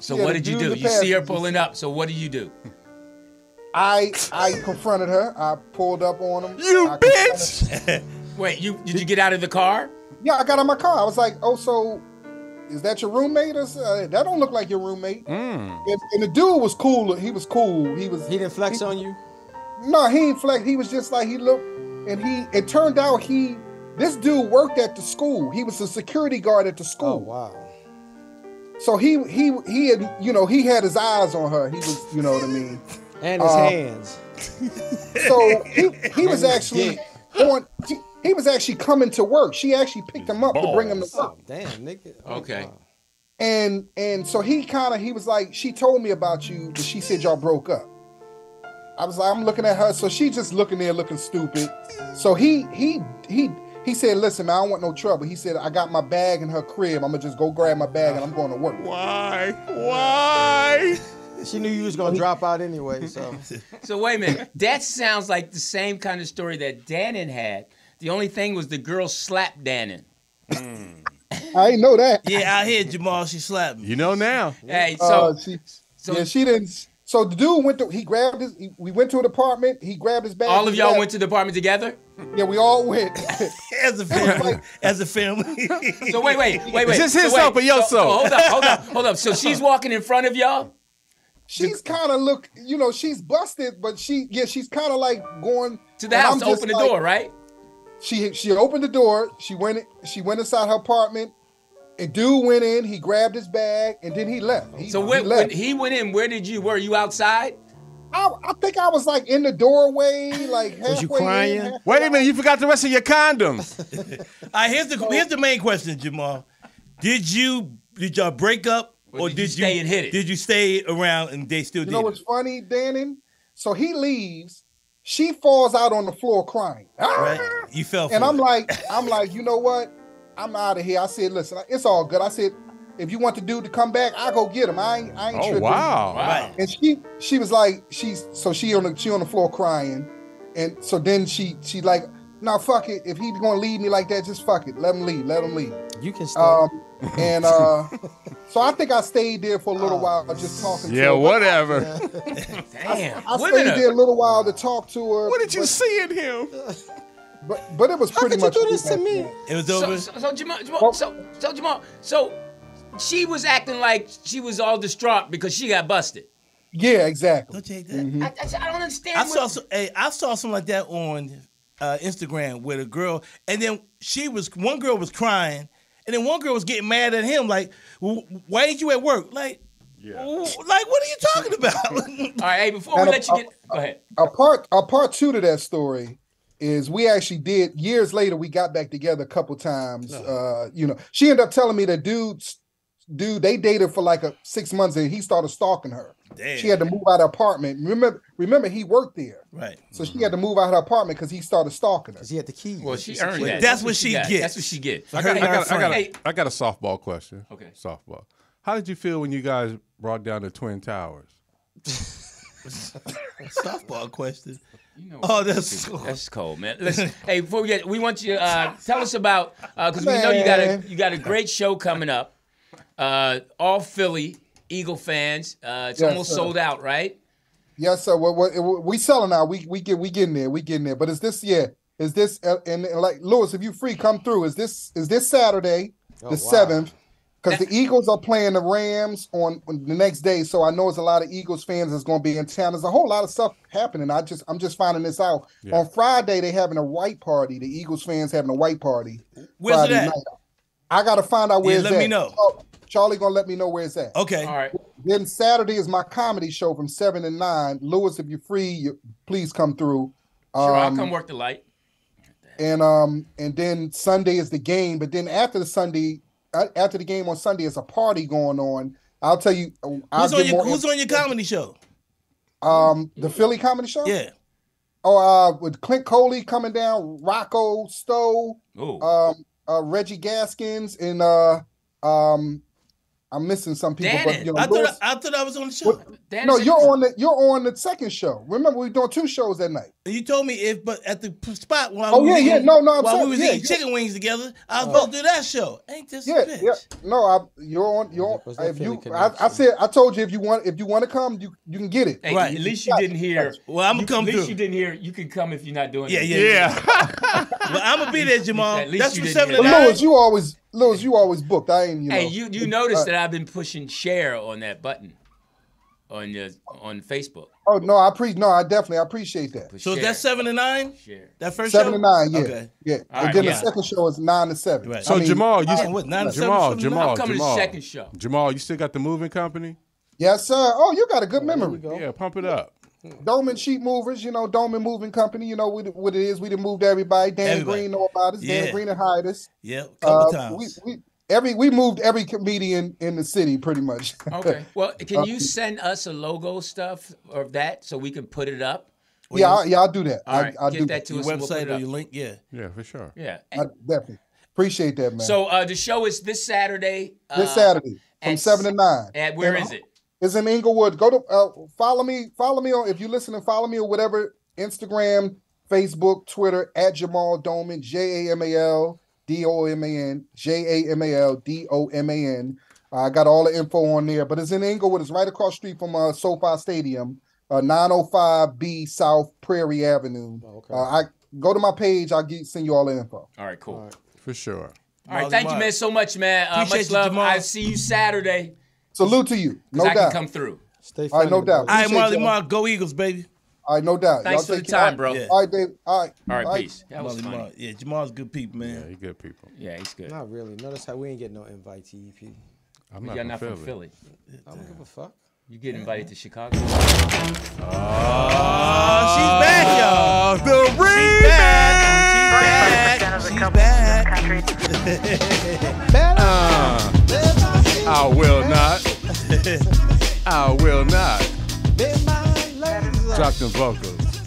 So Yeah, what the did you dude do? in You the see her passenger pulling up. So what do you do? I I confronted her. I pulled up on him. You I bitch! Wait, you did you get out of the car? Yeah, I got in my car. I was like, oh, so is that your roommate? Or, s- uh, that don't look like your roommate. And, and the dude was cool. He was cool. He was. He didn't flex on you. No, he ain't flex. He was just like he looked, and he. It turned out he. This dude worked at the school. He was a security guard at the school. Oh wow. So he he he had you know he had his eyes on her. He was you know what I mean. And his Uh, hands. So he he was And his actually dick. on. He, he was actually coming to work. She actually picked him up to bring him to work. Damn, nigga. Oh, Okay. and and so he kind of he was like she told me about you but she said y'all broke up i was like i'm looking at her so she just looking there looking stupid so he he he he said listen man i don't want no trouble he said i got my bag in her crib i'm gonna just go grab my bag and i'm going to work why why She knew you was gonna drop out anyway, so So wait a minute. That sounds like the same kind of story that Dannon had. The only thing was the girl slapped Dannon. Mm. i ain't know that Yeah, out here, Jamal, she slapped me. You know now. Hey, so Uh, she, so- yeah she didn't so the dude went to he grabbed his he- we went to an apartment he grabbed his bag all of he y'all left. went to the apartment together? yeah we all went As a family. As a family. So wait, wait, wait, wait. Is this his so wait, soap or your so- so soap? hold up, hold up, hold up. So she's walking in front of y'all? she's kind of look, you know, she's busted, but she, yeah, she's kind of like going To the and house I'm to just open the like- door, right? She she opened the door. She went she went inside her apartment. A dude went in. He grabbed his bag and then he left. He, So he when, when left. he went in, where did you? Were you outside? I, I think I was like in the doorway, like halfway. In, half- Wait a minute, you forgot the rest of your condoms. All right, here's the here's the main question, Jamal. Did you did y'all break up or did, you stay and hit it? Did you stay around and they still you did? know what's funny, Dannon? So he leaves. She falls out on the floor crying. Ah! right? You fell for And I'm it. like, I'm like, you know what? I'm out of here. I said, listen, it's all good. I said, If you want the dude to come back, I go get him. I ain't, I ain't Oh, tripping. wow. Wow. And she she was like she's so she on the she on the floor crying, and so then she she like no fuck it. If he's gonna leave me like that, just fuck it. Let him leave. Let him leave. You can stay. Um, and uh, so I think I stayed there for a Oh. little while just talking. to Yeah, her. whatever. I, I Women stayed are- there a little while to talk to her. What did you see in him? But but it was pretty much. It was So, over. so, so Jamal, Jamal so, so Jamal, so she was acting like she was all distraught because she got busted. Yeah, exactly. Mm-hmm. I, I, I don't understand. I what- saw some, hey, I saw something like that on uh, Instagram with a girl, and then she was one girl was crying, and then one girl was getting mad at him like, "Wh- "Why ain't you at work?" Like, "Wh- like what are you talking about? All right, hey, before we let you get, go ahead. A part a part two to that story is we actually did years later we got back together a couple times. Uh-huh. Uh, you know, she ended up telling me that dudes dude they dated for like a six months and he started stalking her. Damn. She had to move out of apartment. Remember remember he worked there. Right. So she had to move out of her apartment because he started stalking her. Because he had the key. Mm-hmm. Well, she earned that. got. That's what she gets. I got, I, got, I, got Hey, a, I got a softball question. Okay. Softball. How did you feel when you guys brought down the Twin Towers? Softball question. know oh, what that's this is. that's cold, man. Listen, hey, before we get, we want you uh, tell us about because we know you got a Man. you got a great show coming up. Uh, all Philly Eagle fans, uh, it's Yes, almost sir. sold out, right? Yes, sir. Well, well, we selling out. We we get we getting there. We getting there. But is this yeah? Is this uh, and, and like Lewis? If you free, come through. Is this is this Saturday, Oh, wow. the seventh? Because the Eagles are playing the Rams on, on the next day, so I know it's a lot of Eagles fans that's going to be in town. There's a whole lot of stuff happening. I just I'm just finding this out Yeah. on Friday. They having a white party. The Eagles fans having a white party. Where's it Friday at? night. I gotta find out Yeah, where. it's let me at. know. Char- Charlie gonna let me know where it's at. Okay. All right. Then Saturday is my comedy show from seven to nine. Lewis, if you're free, you, please come through. Sure, I'll Um, come work the light. And um, and then Sunday is the game. But then after the Sunday, uh, after the game on Sunday, is a party going on. I'll tell you. uh, I'll who's on get your more Who's on your comedy show? um, the Philly comedy show. Yeah. Oh, uh, with Clint Coley coming down, Rocco Stowe, Oh. Ooh. um, uh, Reggie Gaskins, and uh, um, I'm missing some people. But, you know, I thought Lewis- I, I thought I was on the show. no, you're on the you're on the second show. Remember, we're doing two shows that night. You told me if, but at the p- spot while Oh, we yeah, was yeah. eating- No, no, I'm while sorry. we was Yeah, eating yeah. chicken wings together, I Uh, was about to do that show. Ain't this Yeah, a bitch? yeah. No, I you're on you're on. that If you, Philly I, I said I told you if you want if you want to come, you you can get it. Hey, At least you didn't hear. Well, I'm you, gonna come At least through. you didn't hear. You can come if you're not doing Yeah, it. yeah, yeah. but I'm gonna be there, Jamal. At least That's you from didn't seven hear to But nine. Lewis, you always Lewis, you always booked. I ain't you know. uh, Hey, you you noticed that I've been pushing share on that button on your on Facebook. Oh no, I pre no, I definitely I appreciate that. So that's seven to nine. Share. That first seven show? to nine, yeah, Okay. yeah. All And right, then yeah. the second show is nine to seven. Right. So I mean, Jamal, you uh, what, nine to seven, seven to nine? Jamal, Jamal, I'm coming to Jamal, second show. Jamal, you still got the moving company? yes, sir. Oh, you got a good memory. Yeah, pump it up. Doman Sheet Movers, you know, Doman Moving Company, you know what it- what it is. We done moved everybody. Dan Everybody. Green know about us. Yeah. Dan Green and hired us. Yeah, a couple times. Uh, We, we, every we moved every comedian in the city pretty much. Okay. Well, can you Uh, send us a logo stuff of that so we can put it up? yeah, I, yeah, I'll do that. All right, I, I'll get do that to Your us. and we'll put website it or up. your link? Yeah. Yeah, for sure. Yeah. I definitely appreciate that, man. So uh, the show is this Saturday. Uh, this Saturday from at- seven to nine. At where is it? It's in Inglewood. Go to uh, follow me. Follow me on if you listen and follow me or whatever Instagram, Facebook, Twitter at Jamal Doman J A M A L D O M A N J A M A L D O M A N. I got all the info on there, but it's in Inglewood. It's right across the street from uh, SoFi Stadium, uh, 905B South Prairie Avenue. Uh, I go to my page. I'll get send you all the info. All right, cool. All right, For sure. thank you, man, so much, man. Uh, Appreciate much you, love. Jamal. I'll see you Saturday. Salute to you. 'cause No I can doubt. come through. Stay All right, no doubt. All right, Appreciate Marley y'all. Mark, go Eagles, baby. All right, no doubt. Thanks Y'all for the take care. time, bro. All right, Dave. All right. All right, All right. peace. That was Marley funny. Mark. Yeah, Jamal's good people, man. Yeah, he good people. Yeah, he's good. Not really. No, that's how we ain't get no invite to EP. I'm You're not from Philly. I don't give a fuck. You get invited to Chicago. She's back, Uh, y'all. The remix. She's back. She's back. She's back. Uh, I will not. I will not. Drop them vocals.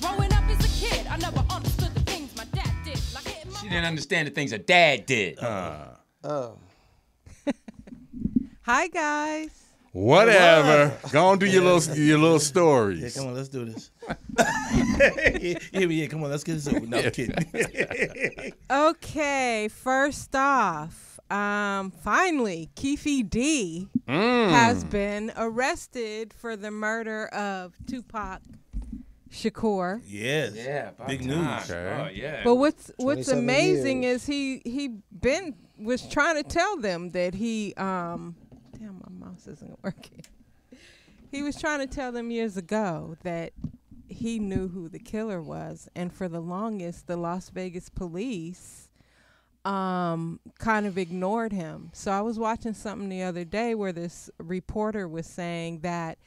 Growing up as a kid, I never understood the things my dad did. Like hitting my Oh. She didn't understand the things her dad did. Oh. Hi, guys. Whatever. Go on, do your little your little Yeah, stories. come on, let's do this. yeah, yeah, come on, let's get this over. No, I'm kidding. Okay, first off, um, finally, Keefe D Mm. has been arrested for the murder of Tupac Shakur. Yes. Yeah. about Big time. news. Oh, yeah. But what's what's amazing is he he been was trying to tell them that he um damn my mouse isn't working. He was trying to tell them years ago that he knew who the killer was and for the longest the Las Vegas police um kind of ignored him. So I was watching something the other day where this reporter was saying that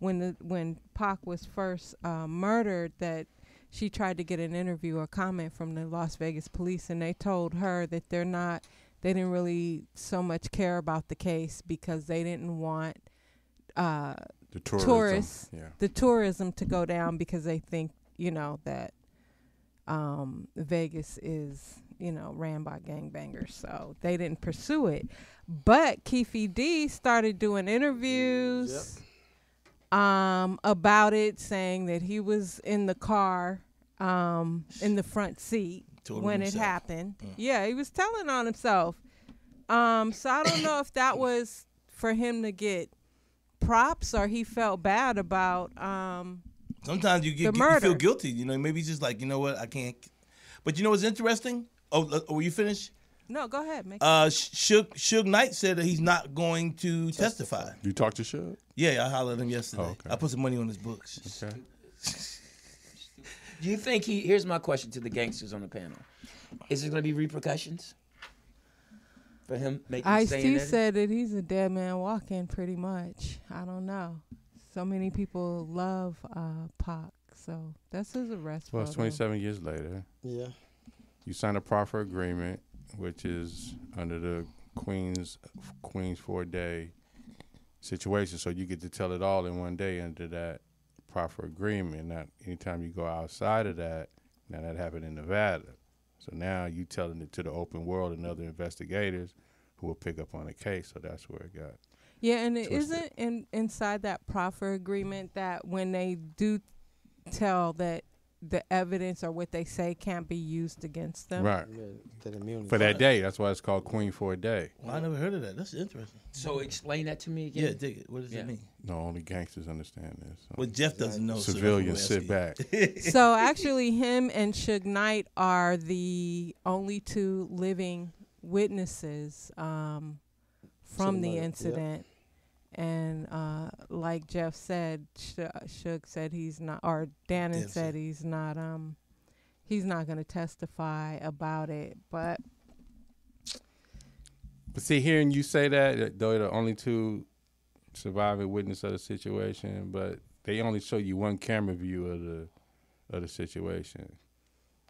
when the when Pac was first uh, murdered that she tried to get an interview or comment from the Las Vegas police and they told her that they're not they didn't really so much care about the case because they didn't want uh The tourism, tourists yeah. the tourism to go down because they think, you know, that um Vegas is, you know, ran by gangbangers. So they didn't pursue it. But Keefe D started doing interviews um, about it, saying that he was in the car, um, in the front seat Told on when it himself. happened. Mm. Yeah, he was telling on himself. Um, so I don't know if that was for him to get props or he felt bad about. Um, Sometimes you The get you feel murder. guilty. You know, maybe it's just like you know what I can't. But you know what's interesting? Oh, l- oh, were you finished? no, go ahead, make Uh, Suge Suge Knight said that he's not going to testify. You talked to Suge? Oh, Yeah, I hollered at him yesterday. I put some money on his books. Okay. Do you think he? Here's my question to the gangsters on the panel: Is there going to be repercussions for him making I saying T that? said that he's a dead man walking, pretty much. I don't know. So many people love uh, Pac, so that's his arrest. Well, it's photo. 27 years later. Yeah. You signed a proffer agreement, which is under the Queens Queens four day situation, so you get to tell it all in one day under that proffer agreement. Not anytime you go outside of that. Now that happened in Nevada, so now you telling it to the open world and other investigators who will pick up on the case. So that's where it got. Yeah, and it twisted. not in, inside that proffer agreement that when they do tell that the evidence or what they say can't be used against them. Right. That immunity. For that day, that's why it's called Queen for a Day. Well, I never heard of that. That's interesting. So explain that to me again. Yeah, dig it. What does it mean? No, only gangsters understand this. So. Well, Jeff doesn't know, so that's Civilians what sit back. so actually, him and Suge Knight are the only two living witnesses um, from Somebody, the yeah. incident. And uh, like Jeff said, Sh- Suge said he's not, or Dannon Dannon said he's not. Um, he's not going to testify about it, but But see, hearing you say that, that they're the only two surviving witness of the situation, but they only show you one camera view of the of the situation.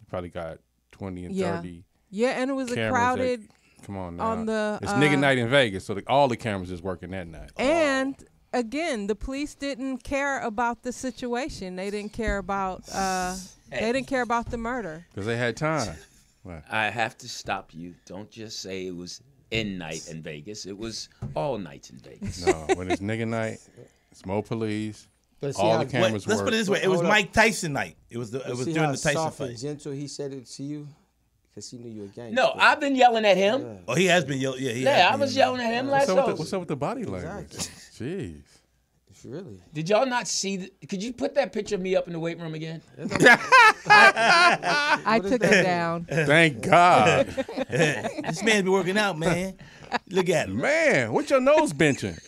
You probably got twenty and Yeah. thirty. Yeah, and it was a cameras that- crowded come on now. on the, it's uh, nigga night in Vegas, so the, all the cameras is working that night. And again, the police didn't care about the situation. They didn't care about uh, they didn't care about the murder. Because they had time. I have to stop you. Don't just say it was in night in Vegas. It was all nights in Vegas. no, when it's nigga night, it's more police. But see all how- the cameras Let's work. put it this way: it was Hold up. Mike Tyson night. It was the, You it was see during how the Tyson soft and fight. gentle he said it to you because he knew you were gangster. No, I've been yelling at him. Oh, he has been yelling. Yeah, he Yeah, has I been was yelling. yelling at him What's last up, with the, night. what's up with the body language? Jeez. It's really. Did y'all not see? The, could you put that picture of me up in the weight room again? I took it down. Thank God. this man be working out, man. Look at him. Man, what's your nose benching?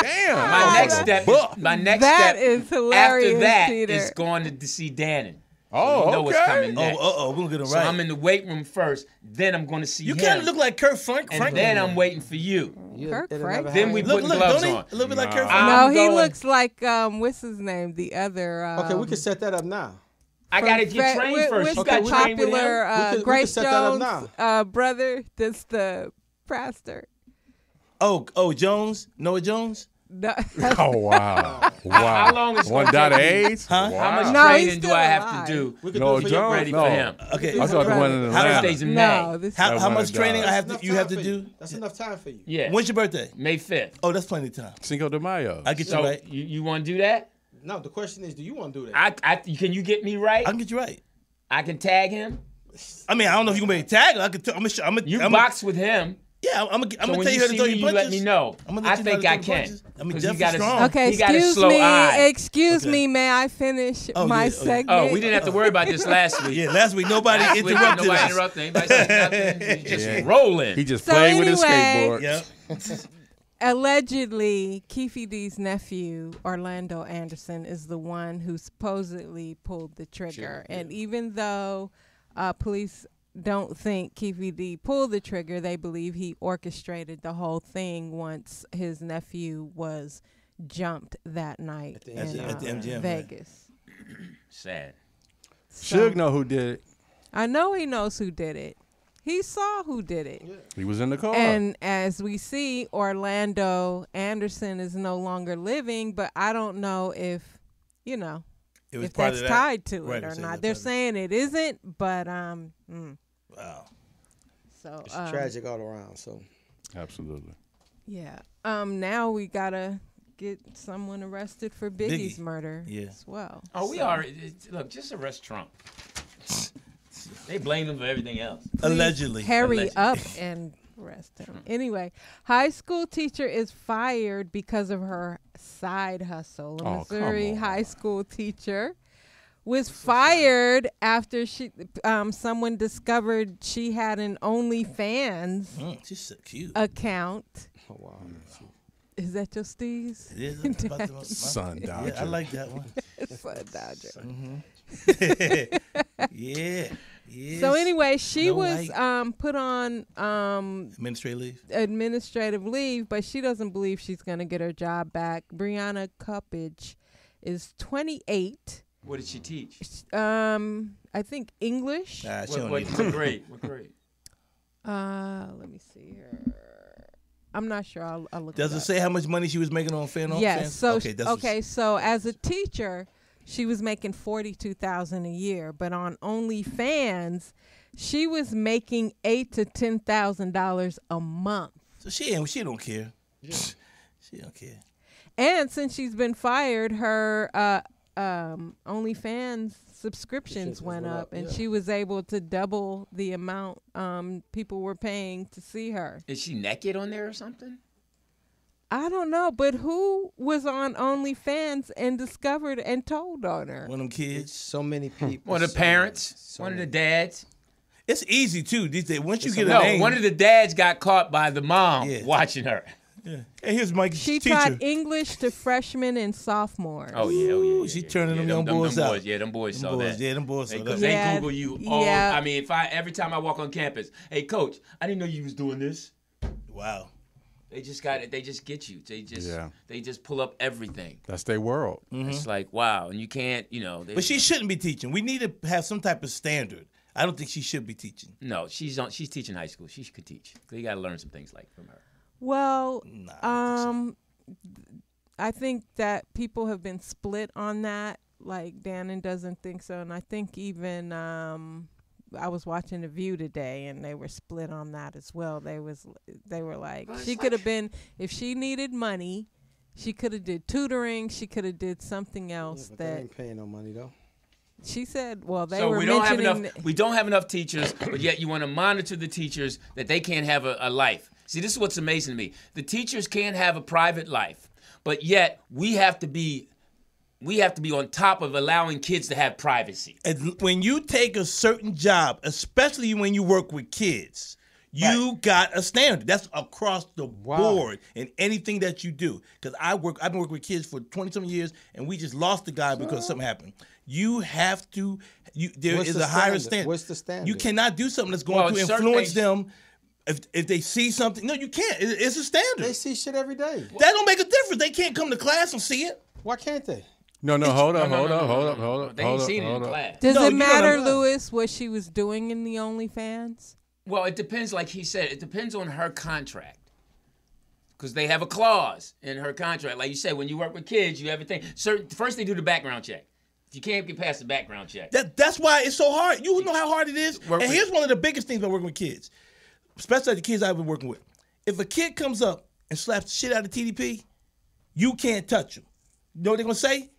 Damn. My next step. Is, my next That step. is hilarious, After that is Peter. going to, see Dannon. Oh, you know what's okay. coming Oh, next. uh-oh, we're gonna get it so right. I'm in the weight room first. Then I'm going to see You him. kinda look like Kurt Frank. And Franklin. then I'm waiting for you. Kirk it'll never Franklin? Then we Look, put look, gloves don't he- on. a little bit like Kurt I'm no, he going- looks like um, what's his name? The other. Um, Okay, we can set that up now. I from gotta get Fe- trained what- first. You What's that got trained with him? popular We uh, could- we Grace could set that up Jones uh, brother? That's the pastor. Oh, oh, Jones, Noah Jones. No. Oh wow. How, how Wow. long is it One gonna dot take me- AIDS? Huh? How much oh, Wow. No, he's training do still I have alive. to do We to could do get Jones, ready no. for him? Okay. I thought the one in How Atlanta. Birthday's in No, May. this- How- how much training I have to- you have to do? That's enough time for you. Yeah. When's your birthday? May fifth. Oh, that's plenty of time. Cinco de Mayo. I get So, you right. You, you want to do that? No, the question is, do you want to do that? I, I can you get me right? I can get you right. I can tag him. I mean, I don't know if you can make a tag. I could. T- I'm gonna. I'm gonna. You I'm box with him. Yeah, I'm gonna. I'm so gonna when tell you you how to see throw me, your you punches. let me know. I'm gonna I let you know how think to I throw the can. punches. I mean, 'Cause you Jeff is gotta- strong. Okay, He got a excuse slow me. eye. Excuse me. May I finish my segment? Oh, we didn't have to worry about this last week. Yeah, last week nobody last Week, interrupted nobody us. interrupted. Anybody said nothing. You just Yeah. rolling. He just So played with his anyway- skateboard. Yep. Allegedly, Keefe D's nephew, Orlando Anderson, is the one who supposedly pulled the trigger. Sure, and even though uh, police don't think Keefe D pulled the trigger, they believe he orchestrated the whole thing once his nephew was jumped that night the in MGM, uh, at the MGM, right. Vegas. Sad. Suge know who did it. I know he knows who did it. He saw who did it. He was in the car. And as we see, Orlando Anderson is no longer living, but I don't know if, you know, It was if part of that's that. tied to Right, it I'm or saying not. that's They're part of it. saying it isn't, but um. mm. Wow. So It's um, tragic all around. So Absolutely. Yeah. Um. Now we gotta get someone arrested for Biggie's murder. Yeah. As well. Oh, we So- are. Look, just arrest Trump. They blame him for everything else. Please Hurry up and arrest him. Mm-hmm. Anyway, high school teacher is fired because of her side hustle. A Oh, come Missouri high school teacher was fired after she um, someone discovered she had an OnlyFans Mm, she's so cute. account. Oh, wow. Is that your steez? It is. That's about the most- Sun Yeah, I Dodger. like that one. Sun Dodger. Mhm. yeah. Yes. So anyway, she No was white. um, put on um, Administrative leave. administrative leave, but she doesn't believe she's going to get her job back. Brianna Cuppage is 28. What did she teach? Um, I think English. Nah, she What- don't what- need what that. grade? What grade? Uh, let me see here. I'm not sure. I'll, I'll look. Does it up. say how much money she was making on fan? on Yes. fans? So okay, okay, that's what she- so as a teacher, she was making forty two thousand a year, but on OnlyFans, she was making eight to ten thousand dollars a month. so she ain't. She don't care. she don't care. And since she's been fired, her uh, um, OnlyFans subscriptions went went up, up, and yeah. she was able to double the amount um, people were paying to see her. Is she naked on there or something? I don't know, but who was on OnlyFans and discovered and told on her? One of them kids. So many people. One of the parents. one of the dads. It's easy too. These days, once you get a no, name- one of the dads got caught by the mom watching her. Yeah. Hey, here's Mike's She teacher. taught English to freshmen and sophomores. Oh yeah, oh yeah. Ooh, she turning them young them, boys them out. boys, yeah, them boys Them saw boys, that. yeah, them boys they, saw that. They Yeah. Google you all. Yeah. I mean, if I every time I walk on campus, hey coach, I didn't know you was doing this. Wow. They just got it. They just get you. They just Yeah. they just pull up everything. That's their world. Mm-hmm. It's like wow, and you can't, you know. They, But she shouldn't be teaching. We need to have some type of standard. I don't think she should be teaching. no, she's on. She's teaching high school. She could teach. They got to learn some things like from her. Well, um, I think that people have been split on that. Like Dannon doesn't think so, and I think even um, I was watching The View today, and they were split on that as well. They was they were like, Well, she it's could have been if she needed money, she could have did tutoring, she could have did something else But they that ain't paying no money though. she said. Well, they so were we don't have mentioning enough. th- We don't have enough teachers, but yet you want to monitor the teachers that they can't have a, a life. See, this is what's amazing to me. The teachers can't have a private life, but yet we have to be, we have to be on top of allowing kids to have privacy. And when you take a certain job, especially when you work with kids, you got a standard. That's across the board in anything that you do. Because I work, I've been working with kids for twenty some years, and we just lost the guy because something happened. You have to. You there is What's the a higher standard? standard. What's the standard? You cannot do something that's going Well, to certain influence things- them. If, if they see something, no, you can't. It- it's a standard. They see shit every day. That don't make a difference. They can't come to class and see it. Why can't they? No, no, hold up, No, no, hold no, up, no, hold no, up, no, hold no. up. They ain't hold up, seen it in hold up. class. Does No, it you gotta matter, know. Lewis, what she was doing in the OnlyFans? Well, it depends. Like he said, it depends on her contract. because they have a clause in her contract. Like you said, when you work with kids, you have a thing. Certain, first, they do the background check. If you can't get past the background check, That, that's why it's so hard. You know how hard it is. And here's one of the biggest things about working with kids, especially the kids I've been working with. If a kid comes up and slaps the shit out of TDP, you can't touch him. You know what they're gonna say?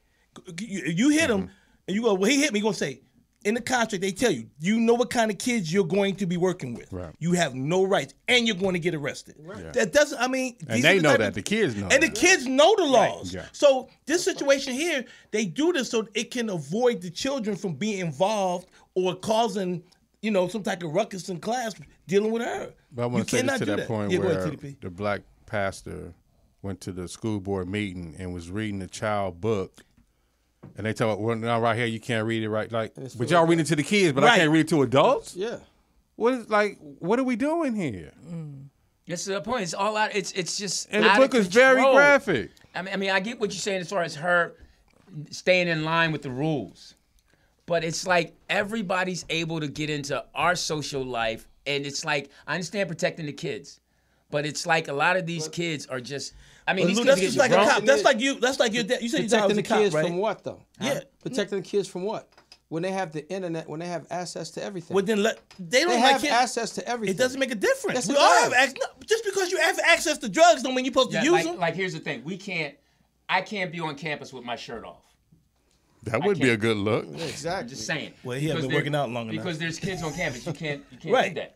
You, you hit him, Mm-hmm. and you go, "Well, he hit me." You're gonna say, in the contract, they tell you, you know what kind of kids you're going to be working with. Right. You have no rights, and you're going to get arrested. Yeah. That doesn't. I mean, And these they are know type that. of- The kids know And the that. kids know the laws. Yeah. So this situation here, they do this so it can avoid the children from being involved or causing, you know, some type of ruckus in class dealing with her. But I want to you take it cannot to do that, point yeah, go where ahead, TDP. the black pastor went to the school board meeting and was reading the child book. And they tell well, now right here you can't read it right like it's but for y'all adults. reading it to the kids, but I can't Right. read it to adults? Yeah. What is like what are we doing here? That's the point. It's all out. It's it's just. And the out of book is very control. graphic. I mean, I mean, I get what you're saying as far as her staying in line with the rules, but it's like everybody's able to get into our social life, and it's like I understand protecting the kids, but it's like a lot of these kids are just. I mean, But these Lou, kids that's get just like drunk. a cop. That's like you. That's like your dad. You said your dad protecting was the a cop, kids right? from what though? Yeah. Huh? Protecting the kids from what? When they have the internet, when they have access to everything. Well, then let they don't like have it- access to everything. It doesn't make a Yes, difference. we it all does. have access. no, Just because you have access to drugs, don't mean you're supposed Yeah, to use like, them. like here's the thing: we can't. I can't be on campus with my shirt off. That would be a can't- good look. Exactly. I'm just saying. Well, he hasn't Because been there- working out long enough. Because there's kids on campus, you can't. You can't Right. do that.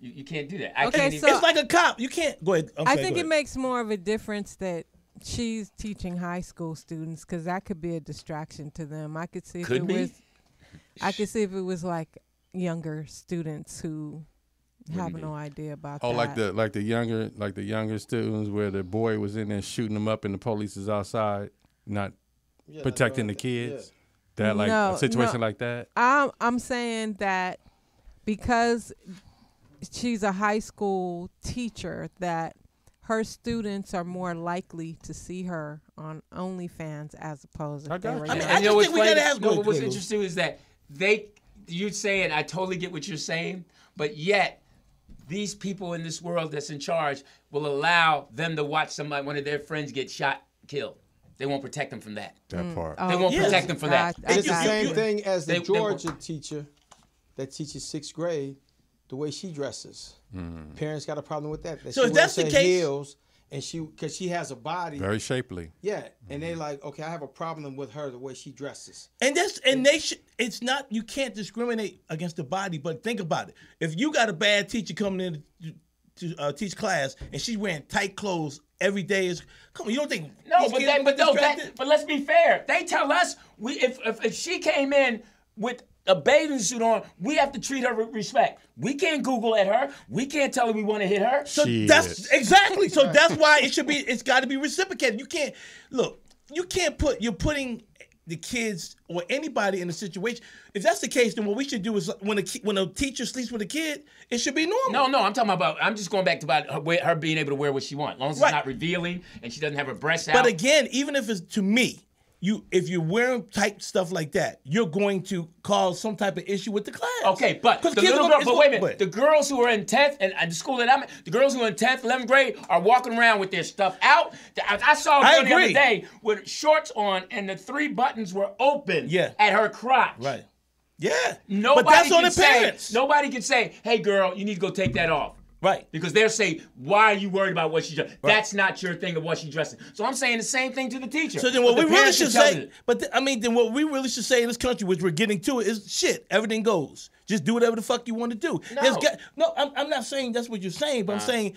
You, you can't do that. I Okay, can't even. so- it's like a cop. You can't go ahead. I'm I sorry, think go it ahead. makes more of a difference that she's teaching high school students because that could be a distraction to them. I could see if Could it be. was, I could see if it was like younger students who have Wouldn't no idea about Oh, that. like the like the younger like the younger students where the boy was in there shooting them up and the police is outside not Yeah, that's protecting the what I think, kids. That like No, a situation no. like that. I'm I'm saying that because she's a high school teacher that her students are more likely to see her on OnlyFans as opposed to. And you know what's funny? No, what was interesting is that they you're saying I totally get what you're saying, but yet these people in this world that's in charge will allow them to watch somebody one of their friends get shot killed. They won't protect them from that. That Mm. part. They Oh, won't yes. protect them from that. And it's the same thing as the They- they won't. Georgia teacher that teaches sixth grade, the way she dresses. Mm-hmm. Mm. Parents got a problem with that. that So she if that's wears the her case- heels and she because she has a body Very shapely. Yeah, and Mm-hmm. they like, okay, I have a problem with her the way she dresses. And that's and they should. It's not you can't discriminate against the body, but think about it. If you got a bad teacher coming in to, to, uh, teach class and she's wearing tight clothes every day, is come on. You don't think No, these but kids that, gonna but get no, distracted? that, but let's be fair. They tell us we if, if if she came in with a bathing suit on, we have to treat her with respect. We can't Google at her. We can't tell her we want to hit her. So that's exactly. So that's why it should be. It's got to be reciprocated. You can't look. You can't put. You're putting the kids or anybody in a situation. If that's the case, then what we should do is when a ki- when a teacher sleeps with a kid, it should be normal. No, no, I'm talking about. I'm just going back to about her, wear- her being able to wear what she wants, as long as Right. it's not revealing and she doesn't have her breasts out. But again, even if it's to me, you if you're wearing tight stuff like that, you're going to cause some type of issue with the class. Okay, but the kids little are gonna- girl, it's but wait a gonna- minute. The girls who are in tenth and at the school that I'm at, the girls who are in tenth, eleventh grade are walking around with their stuff out. The- I, I saw a I girl the other agree. day with shorts on and the three buttons were open Yeah. at her crotch. Right. Yeah. Nobody but that's can on the say, parents. Nobody can say, "Hey, girl, you need to go take that off." Right. Because they'll say, "Why are you worried about what she dressed? That's not your thing of what she dressing." So I'm saying the same thing to the teacher. So then, what But the we really parents should can tell say, them. but th- I mean, then what we really should say in this country, which we're getting to, is shit. Everything goes. Just do whatever the fuck you want to do. No. There's got- no, I'm, I'm not saying that's what you're saying, but I'm Nah. saying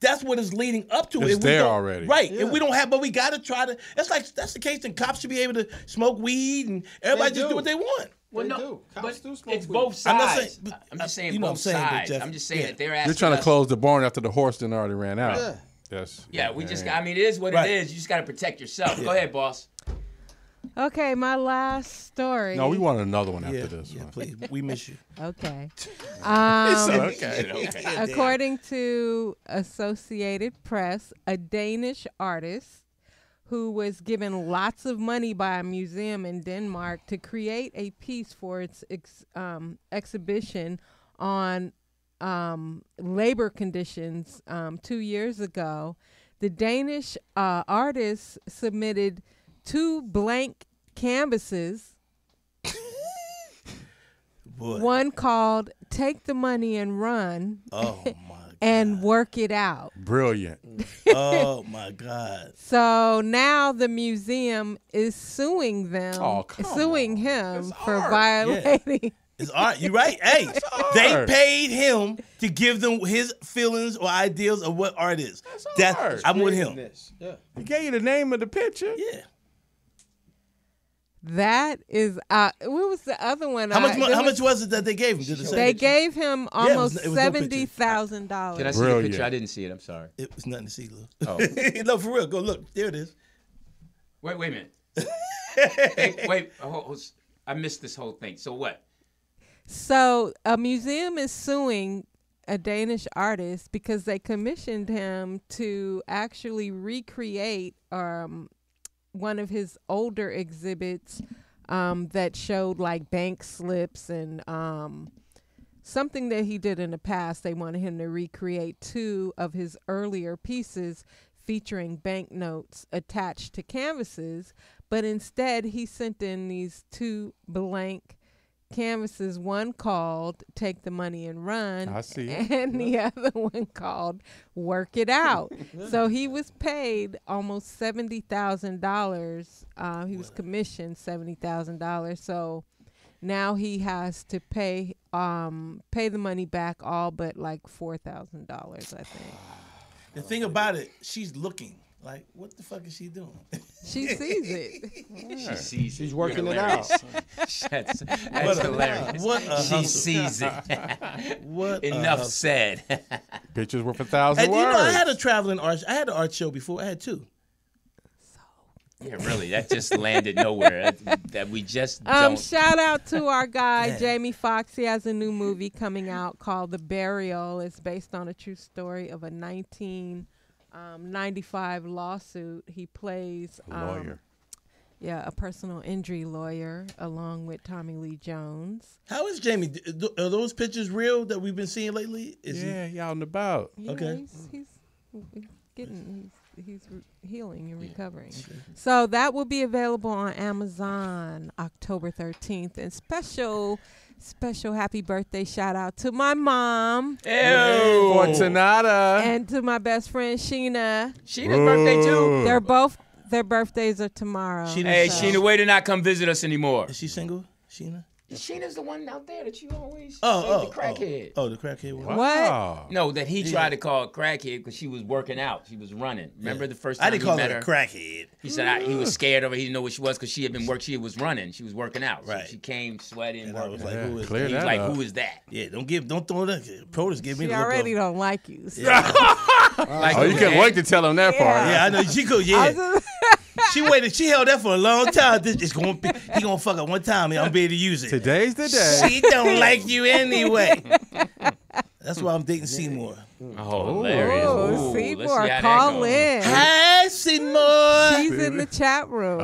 that's what is leading up to. It's If we there don't- already. right? Yeah. If we don't have, but we gotta try to. That's like that's the case. Then cops should be able to smoke weed and everybody just do. do. what they want. Well, They no, do. but Cops do smoke it's weed. both sides. I'm I'm, not saying- but, just uh, saying you know what I'm both saying, but sides. Jeff- I'm just saying yeah. that they're asking You're trying to us- close the barn after the horse done already ran out. Yeah. Yes. Yeah, we just. I mean, it is what Right. it is. You just got to protect yourself. Go ahead, boss. Okay, my last story. No, we want another one after Yeah, this yeah, one. please. We miss you. Okay. It's Um, okay. Okay. According to Associated Press, a Danish artist who was given lots of money by a museum in Denmark to create a piece for its ex, um, exhibition on um, labor conditions um, two years ago the Danish uh, artist submitted two blank canvases. One called "Take the Money and Run." Oh, and work it out. Brilliant. oh my God. So now the museum is suing them, Oh, come suing him for violating. It's art. You're right. Hey, they paid him to give them his feelings or ideas of what art is. That's, art. I'm with him. Yeah. He gave you the name of the picture. Yeah. That is, uh, what was the other one? How I- much? mo- there How much was it that they gave him? Did it say? They gave him Yeah, it was- it was almost no picture. seventy thousand dollars. Oh, Can I see the picture? I didn't see it. I'm sorry. It was nothing to see, Lou. Oh. no, for real. Go look. There it is. Wait, wait a minute. Hey, wait, hold- hold- I missed this whole thing. So what? So a museum is suing a Danish artist because they commissioned him to actually recreate um, one of his older exhibits um, that showed like bank slips and um, something that he did in the past. They wanted him to recreate two of his earlier pieces featuring banknotes attached to canvases, but instead he sent in these two blank canvases one called take the money and run I see it. and the other one called work it out so he was paid almost $70000 uh, he was commissioned $70000 so now he has to pay um pay the money back all but like four thousand dollars i think The thing about it, she's looking. Like, what the fuck is she doing? she sees it She sees She's it. working You're it out. hilarious. That's- that's What a- hilarious. what a she hustle. sees it. What a Enough hustle. said. Pictures worth a thousand And you words. know, I had a traveling art. I had an art show before. I had two. yeah, really. That just landed nowhere. That, that we just um don't. shout out to our guy Yeah. jamie foxx he has a new movie coming out called the burial it's based on a true story of a 1995 lawsuit he plays A um, lawyer. yeah a personal injury lawyer along with tommy lee jones How is Jamie? D- th- Are those pictures real that we've been seeing lately? Is yeah, he out and about. Yeah, Okay. Mm. He's, he's, he's getting he's he's re- healing and recovering. Okay. So that will be available on Amazon October 13th. And special special happy birthday shout out to my mom. Ew. Fortunata. And to my best friend Sheena. Sheena's birthday, too? They're both their birthdays are tomorrow. hey, Sheena, way to not come visit us anymore. Is she single? Sheena? Sheena's the one out there that you always Oh, say oh, the crackhead. Oh, the crackhead one. No, that he Yeah. tried to call it crackhead because she was working out. She was running. Remember Yeah. the first I time didn't he call met her a crackhead. He said I, he was scared of her. He didn't know what she was because she had been work. She was running. She was working out. Right. she came sweating. And I working. was like, who is He was like, who is that? Yeah, don't give, don't throw that. Produce gave me She the look already of- don't like you. so- oh, you couldn't wait to tell him that part. Yeah, I know she could. Yeah, she waited. She held that for a long time. This is going. He gonna fuck up one time. and I'm be able to use it. Today's the day. She don't like you anyway. That's why I'm dating Seymour. Oh, hilarious. Oh, Seymour, call in. Hi, Seymour. She's in the chat room.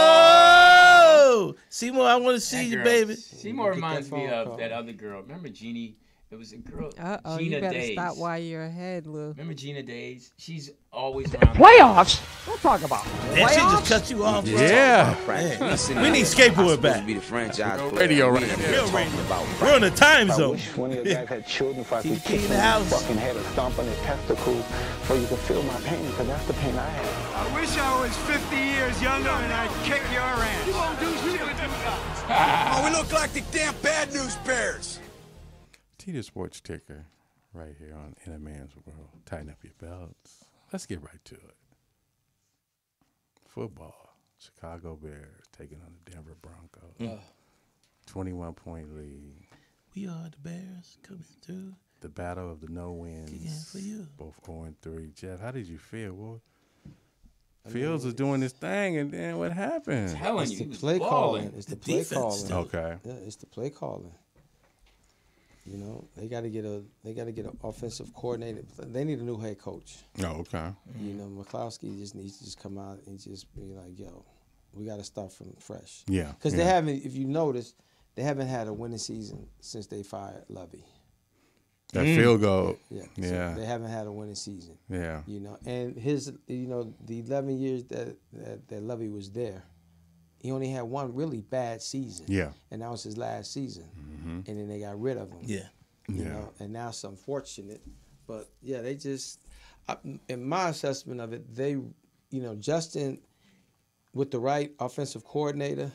Seymour. Oh! Seymour, I want to see you, Girl, baby. Seymour reminds me phone of call. that other girl. Remember Jeannie? It was a girl. Uh oh, Gina you better Days. stop while you're ahead, Lou. Remember Gina Days? She's always around. We'll talk about Damn, she just cut you off. bro. Man, we need skateboard back. be the franchise player. radio right We here. are talking We're on the time zone. wish one of you guys had children if I could kick them in the in the house. fucking head and stomp on their testicles so you can feel my pain because that's the pain I have. I wish I was 50 years younger and I'd kick your ass. You won't do shit with them guys. oh, we look like the damn bad news bears. Tita Sports Ticker, right here on In a Man's World. Tighten up your belts. Let's get right to it. Football. Chicago Bears taking on the Denver Broncos. Mm. 21 point lead. We are the Bears coming through. The battle of the no wins. for you. Both 0 and 3. Jeff, how did you feel? Well, Fields was doing his thing, and then what happened? telling it's the play calling. It's the, play calling. Okay. Yeah, it's the play calling. You know, they got to get a they got to get an offensive coordinator. They need a new head coach. Oh, okay. Mm-hmm. You know, McCloskey just needs to just come out and just be like, "Yo, we got to start from fresh." Yeah, because they yeah. haven't. If you notice, they haven't had a winning season since they fired Lovey. That field goal. Yeah. so Yeah. they haven't had a winning season. Yeah. You know, and his, you know, the 11 years that, that, that Levy was there, he only had one really bad season. Yeah. And that was his last season. And then they got rid of him. Yeah. You Mm-hmm. Yeah. know, and now it's unfortunate. But yeah, they just, I, in my assessment of it, they, you know, Justin, with the right offensive coordinator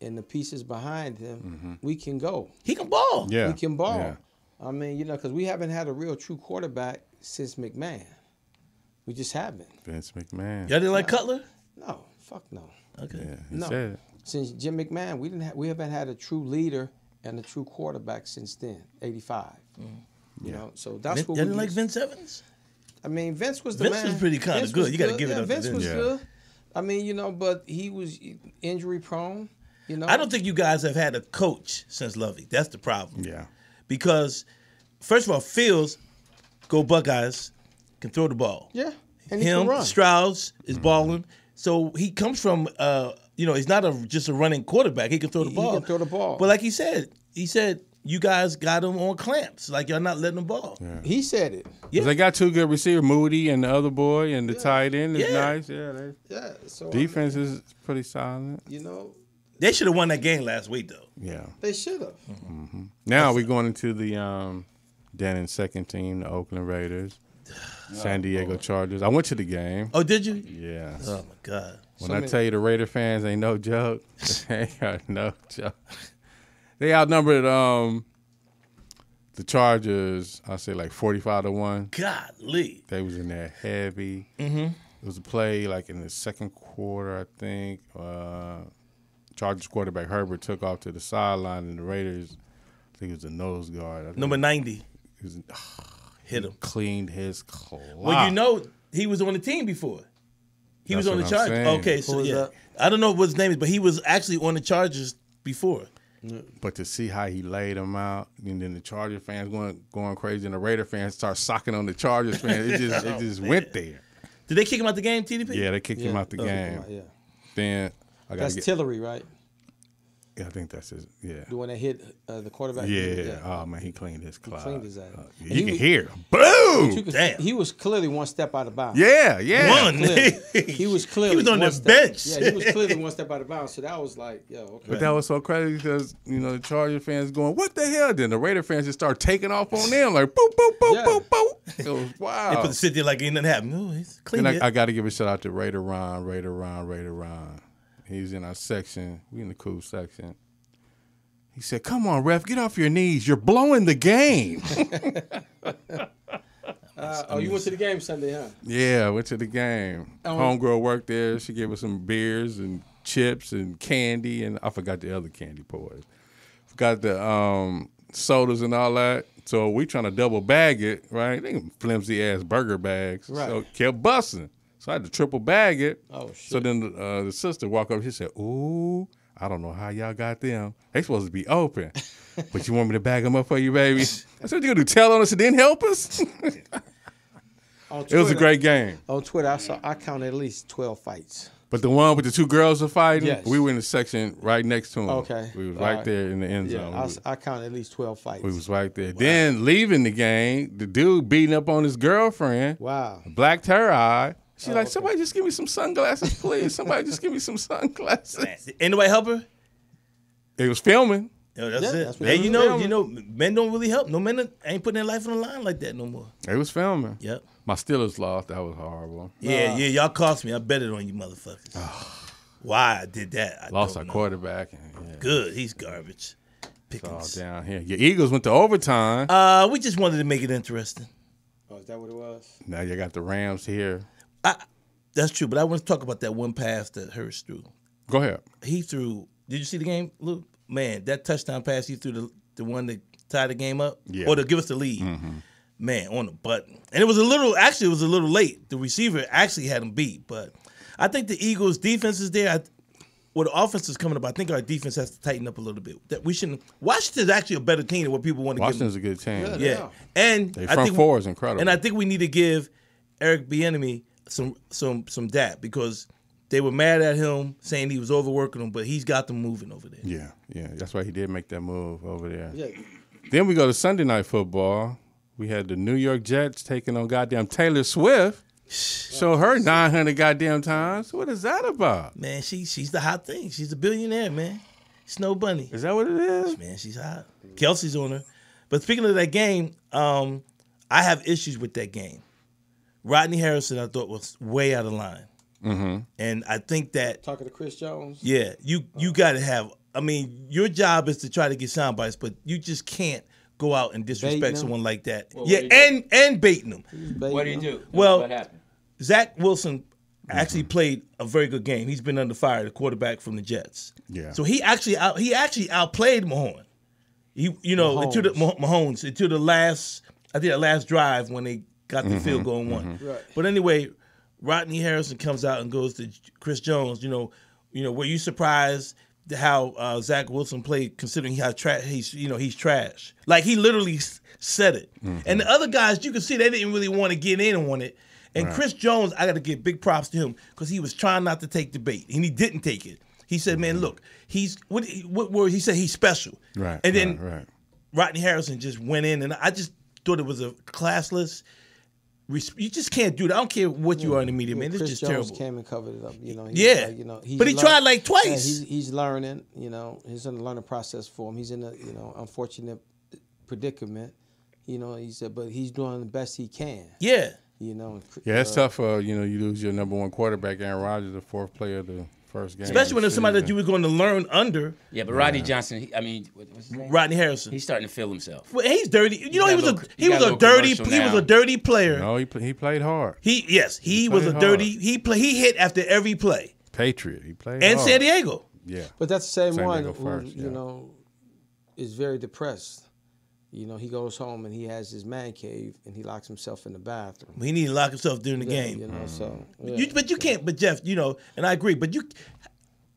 and the pieces behind him, Mm-hmm. Mm-hmm. Mm-hmm. we can go. He can ball. We Yeah, can ball. yeah. I mean, you know, because we haven't had a real true quarterback since McMahon. We just haven't. Vince McMahon. Y'all didn't like Cutler? No, fuck no. Okay. Yeah, he no. said it. Since Jim McMahon, we didn't ha- we haven't had a true leader and a true quarterback since then, 85. You know, so that's Vin- what y'all we didn't like used- Vince Evans? I mean, Vince was the Vince man. was pretty kinda Vince good. was You gotta give it Yeah, up to Vince Vince. was Yeah. good. I mean, you know, but he was injury prone. You know, I don't think you guys have had a coach since Lovey. That's the problem. Yeah. Because, first of all, Fields, go Buckeyes, can throw the ball. Yeah, and he can Him, run. Strauss is Mm-hmm. balling. So he comes from, uh, you know, he's not a, just a running quarterback. He can throw the He ball. can throw the ball. But like he said, he said, you guys got him on clamps. Like, y'all not letting him ball. he said it. 'Cause They got two good receivers, Moody and the other boy, and the tight end is Yeah. nice. Yeah, they, Yeah. So I mean, defense is pretty solid. you know, They should have won that game last week, though. Yeah. they should have. Mm, Now we're going into the um, Dannon's second team, the Oakland Raiders, San Diego Chargers. I went to the game. Oh, did you? Yeah. Oh, my God. When So I many- tell you the Raider fans ain't no joke, they are no joke. They outnumbered um, the Chargers. I say like forty-five to one. Golly. They was in there heavy. Mm-hmm. It was a play like in the second quarter, I think. Uh, Chargers quarterback Herbert took off to the sideline, and the Raiders, I think it was a nose guard. I think Number 90. it was- Hit him. cleaned his clock. Well, you know, he was on the team before. He was That's on the what I'm Chargers. saying. Okay, Who so was yeah, that? I don't know what his name is, but he was actually on the Chargers before. But to see how he laid him out, and then the Charger fans going going crazy, and the Raider fans start socking on the Chargers fans. It just Oh, Oh, it just went there. Did they kick him out the game, TDP? Yeah, they kicked him Yeah, out the they kicked him game. out, yeah. Then I got That's get, Tillery, right? yeah, I think that's his. Yeah. The one that hit uh, the quarterback. Yeah. Oh man, he cleaned his clock. cleaned his ass. Uh, And you he can was- hear. Him. But you Boom. could- damn. He was clearly one step out of bounds. Yeah. Yeah. One. Clearly. He was clearly. He was on one the step- bench. Yeah, he was clearly one step out of bounds. So that was like, yo, okay. But that was so crazy because you know the Charger fans going, "What the hell?" Then the Raider fans just start taking off on them like, "Boop boop boop Yeah. boop boop." It was They wild. put the sit there like ain't nothing happened. No, he's clean. Then it. I, I got to give a shout out to Raider Ron, Raider Ron, Raider Ron. He's in our section. We in the cool section. He said, "Come on, ref, get off your knees. You're blowing the game." Uh, oh, you went to the game Sunday, huh? yeah, went to the game. Oh. Homegirl worked there. She gave us some beers and chips and candy, and I forgot the other candy pours. Forgot the um, sodas and all that. So we trying to double bag it, right? They flimsy ass burger bags. Right. So kept busting. So I had to triple bag it. Oh, So then uh, the sister walked up. She said, "Ooh, I don't know how y'all got them. They supposed to be open, but you want me to bag them up for you, baby?" I said, "What "You gonna do tell on us and then help us?" On it was a Twitter- great game. On Twitter, I saw I counted at least twelve fights. But the one with the two girls were fighting, Yes. we were in the section right next to them. Okay. we was All right, right. there in the end Yeah, zone. I, s- I counted at least twelve fights. we was right there. Then leaving the game, the dude beating up on his girlfriend. wow. blacked her eye. She's like, somebody just give me some sunglasses, please. Somebody just give me some sunglasses. Ain't nobody help her? It was filming. No, that's Yeah, it. that's what hey, they you do. know, you know, men don't really help. No men ain't putting their life on the line like that no more. It was filming. Yep. My Steelers lost. That was horrible. Yeah, yeah, y'all cost me. I bet it on you, motherfuckers. Why I did that? I Lost our don't know. quarterback. And, yeah, Good, he's garbage. it's all Pickens. down here. Your Eagles went to overtime. Uh, we just wanted to make it interesting. Oh, is that what it was? now you got the Rams here. That's true, but I want to talk about that one pass that Hurst threw. Go ahead. he threw. Did you see the game, Lou? Man, that touchdown pass he threw the the one that tied the game up, Yeah. or to give us the lead. Man, on the button, and it was a little. Actually, it was a little late. The receiver actually had him beat, but I think the Eagles' defense is there. I, well, the offense is coming up. I think our defense has to tighten up a little bit. That we shouldn't. Washington's actually a better team than what people want to give them. Washington's a good team. Good. Yeah, Yeah. and They I front think four is incredible. And I think we need to give Eric Bieniemy some some some dap because they were mad at him saying he was overworking them, but he's got them moving over there. Yeah, yeah. That's why he did make that move over there. Yeah. Then we go to Sunday night football. We had the New York Jets taking on goddamn Taylor Swift. Show her 900 goddamn times. What is that about? Man, she she's the hot thing. She's a billionaire, man. Snow Bunny. Is that what it is? Man, she's hot. Kelsey's on her. But speaking of that game, um, I have issues with that game. Rodney Harrison, I thought was way out of line, Mm-hmm. and I think that Talking to Chris Jones. Oh. yeah, you you got to have. I mean, your job is to try to get sound bites, but you just can't go out and Baiting 'em? disrespect someone like that. Well, yeah, what do you and and baiting them. What do you do? Well, Zach Wilson actually played a very good game. He's been under fire, the quarterback from the Jets. Yeah. So he actually out, he actually outplayed Mahorn. He you know into the Mah- Mahomes into the last I think the last drive when they got the Mhm, field goal and won. mhm. Right. But anyway, Rodney Harrison comes out and goes to J- Chris Jones. You know, you know, were you surprised to how uh, Zach Wilson played considering how trash he's you know he's trash. Like he literally s- said it. Mm. And the other guys, you can see they didn't really want to get in on it. And Right. Chris Jones, I got to give big props to him because he was trying not to take the bait, and he didn't take it. He said, "Man, look, he's what? What word? He said he's special." Mm-hmm. Right. And then right, right. Rodney Harrison just went in, and I just thought it was a classless. res- You just can't do that. I don't care what you are in the media, man. It's Chris just Jones terrible. Came and covered it up, you know. he's Yeah. like, you know, But he tried, like, twice. Yeah, he's, he's learning, you know. He's in a learning process for him. He's in a you know unfortunate predicament, you know. He said, but he's doing the best he can. Yeah. You know. and Chr- Yeah, that's uh, tough. Uh, you know, you lose your number one quarterback, Aaron Rodgers, the fourth player of the first game. Especially when there's somebody that you were going to learn under. Yeah, but Rodney Johnson, he, I mean, what, what's his name? Rodney Harrison. He's starting to feel himself. Well, he's dirty. You know, got he a was little- a he he got was a a little dirty commercial he was now. a dirty player. No, he pl- he played hard. He yes, he, was a played dirty. He play he hit after every play. Patriot. He played And hard. San Diego. Yeah. But that's the same San one Diego who, first, you know, is very depressed. You know, he goes home and he has his man cave and he locks himself in the bathroom. He need to lock himself during the Yeah, game. you know, so, But yeah. you, but you can't. But Jeff, you know, and I agree. But you,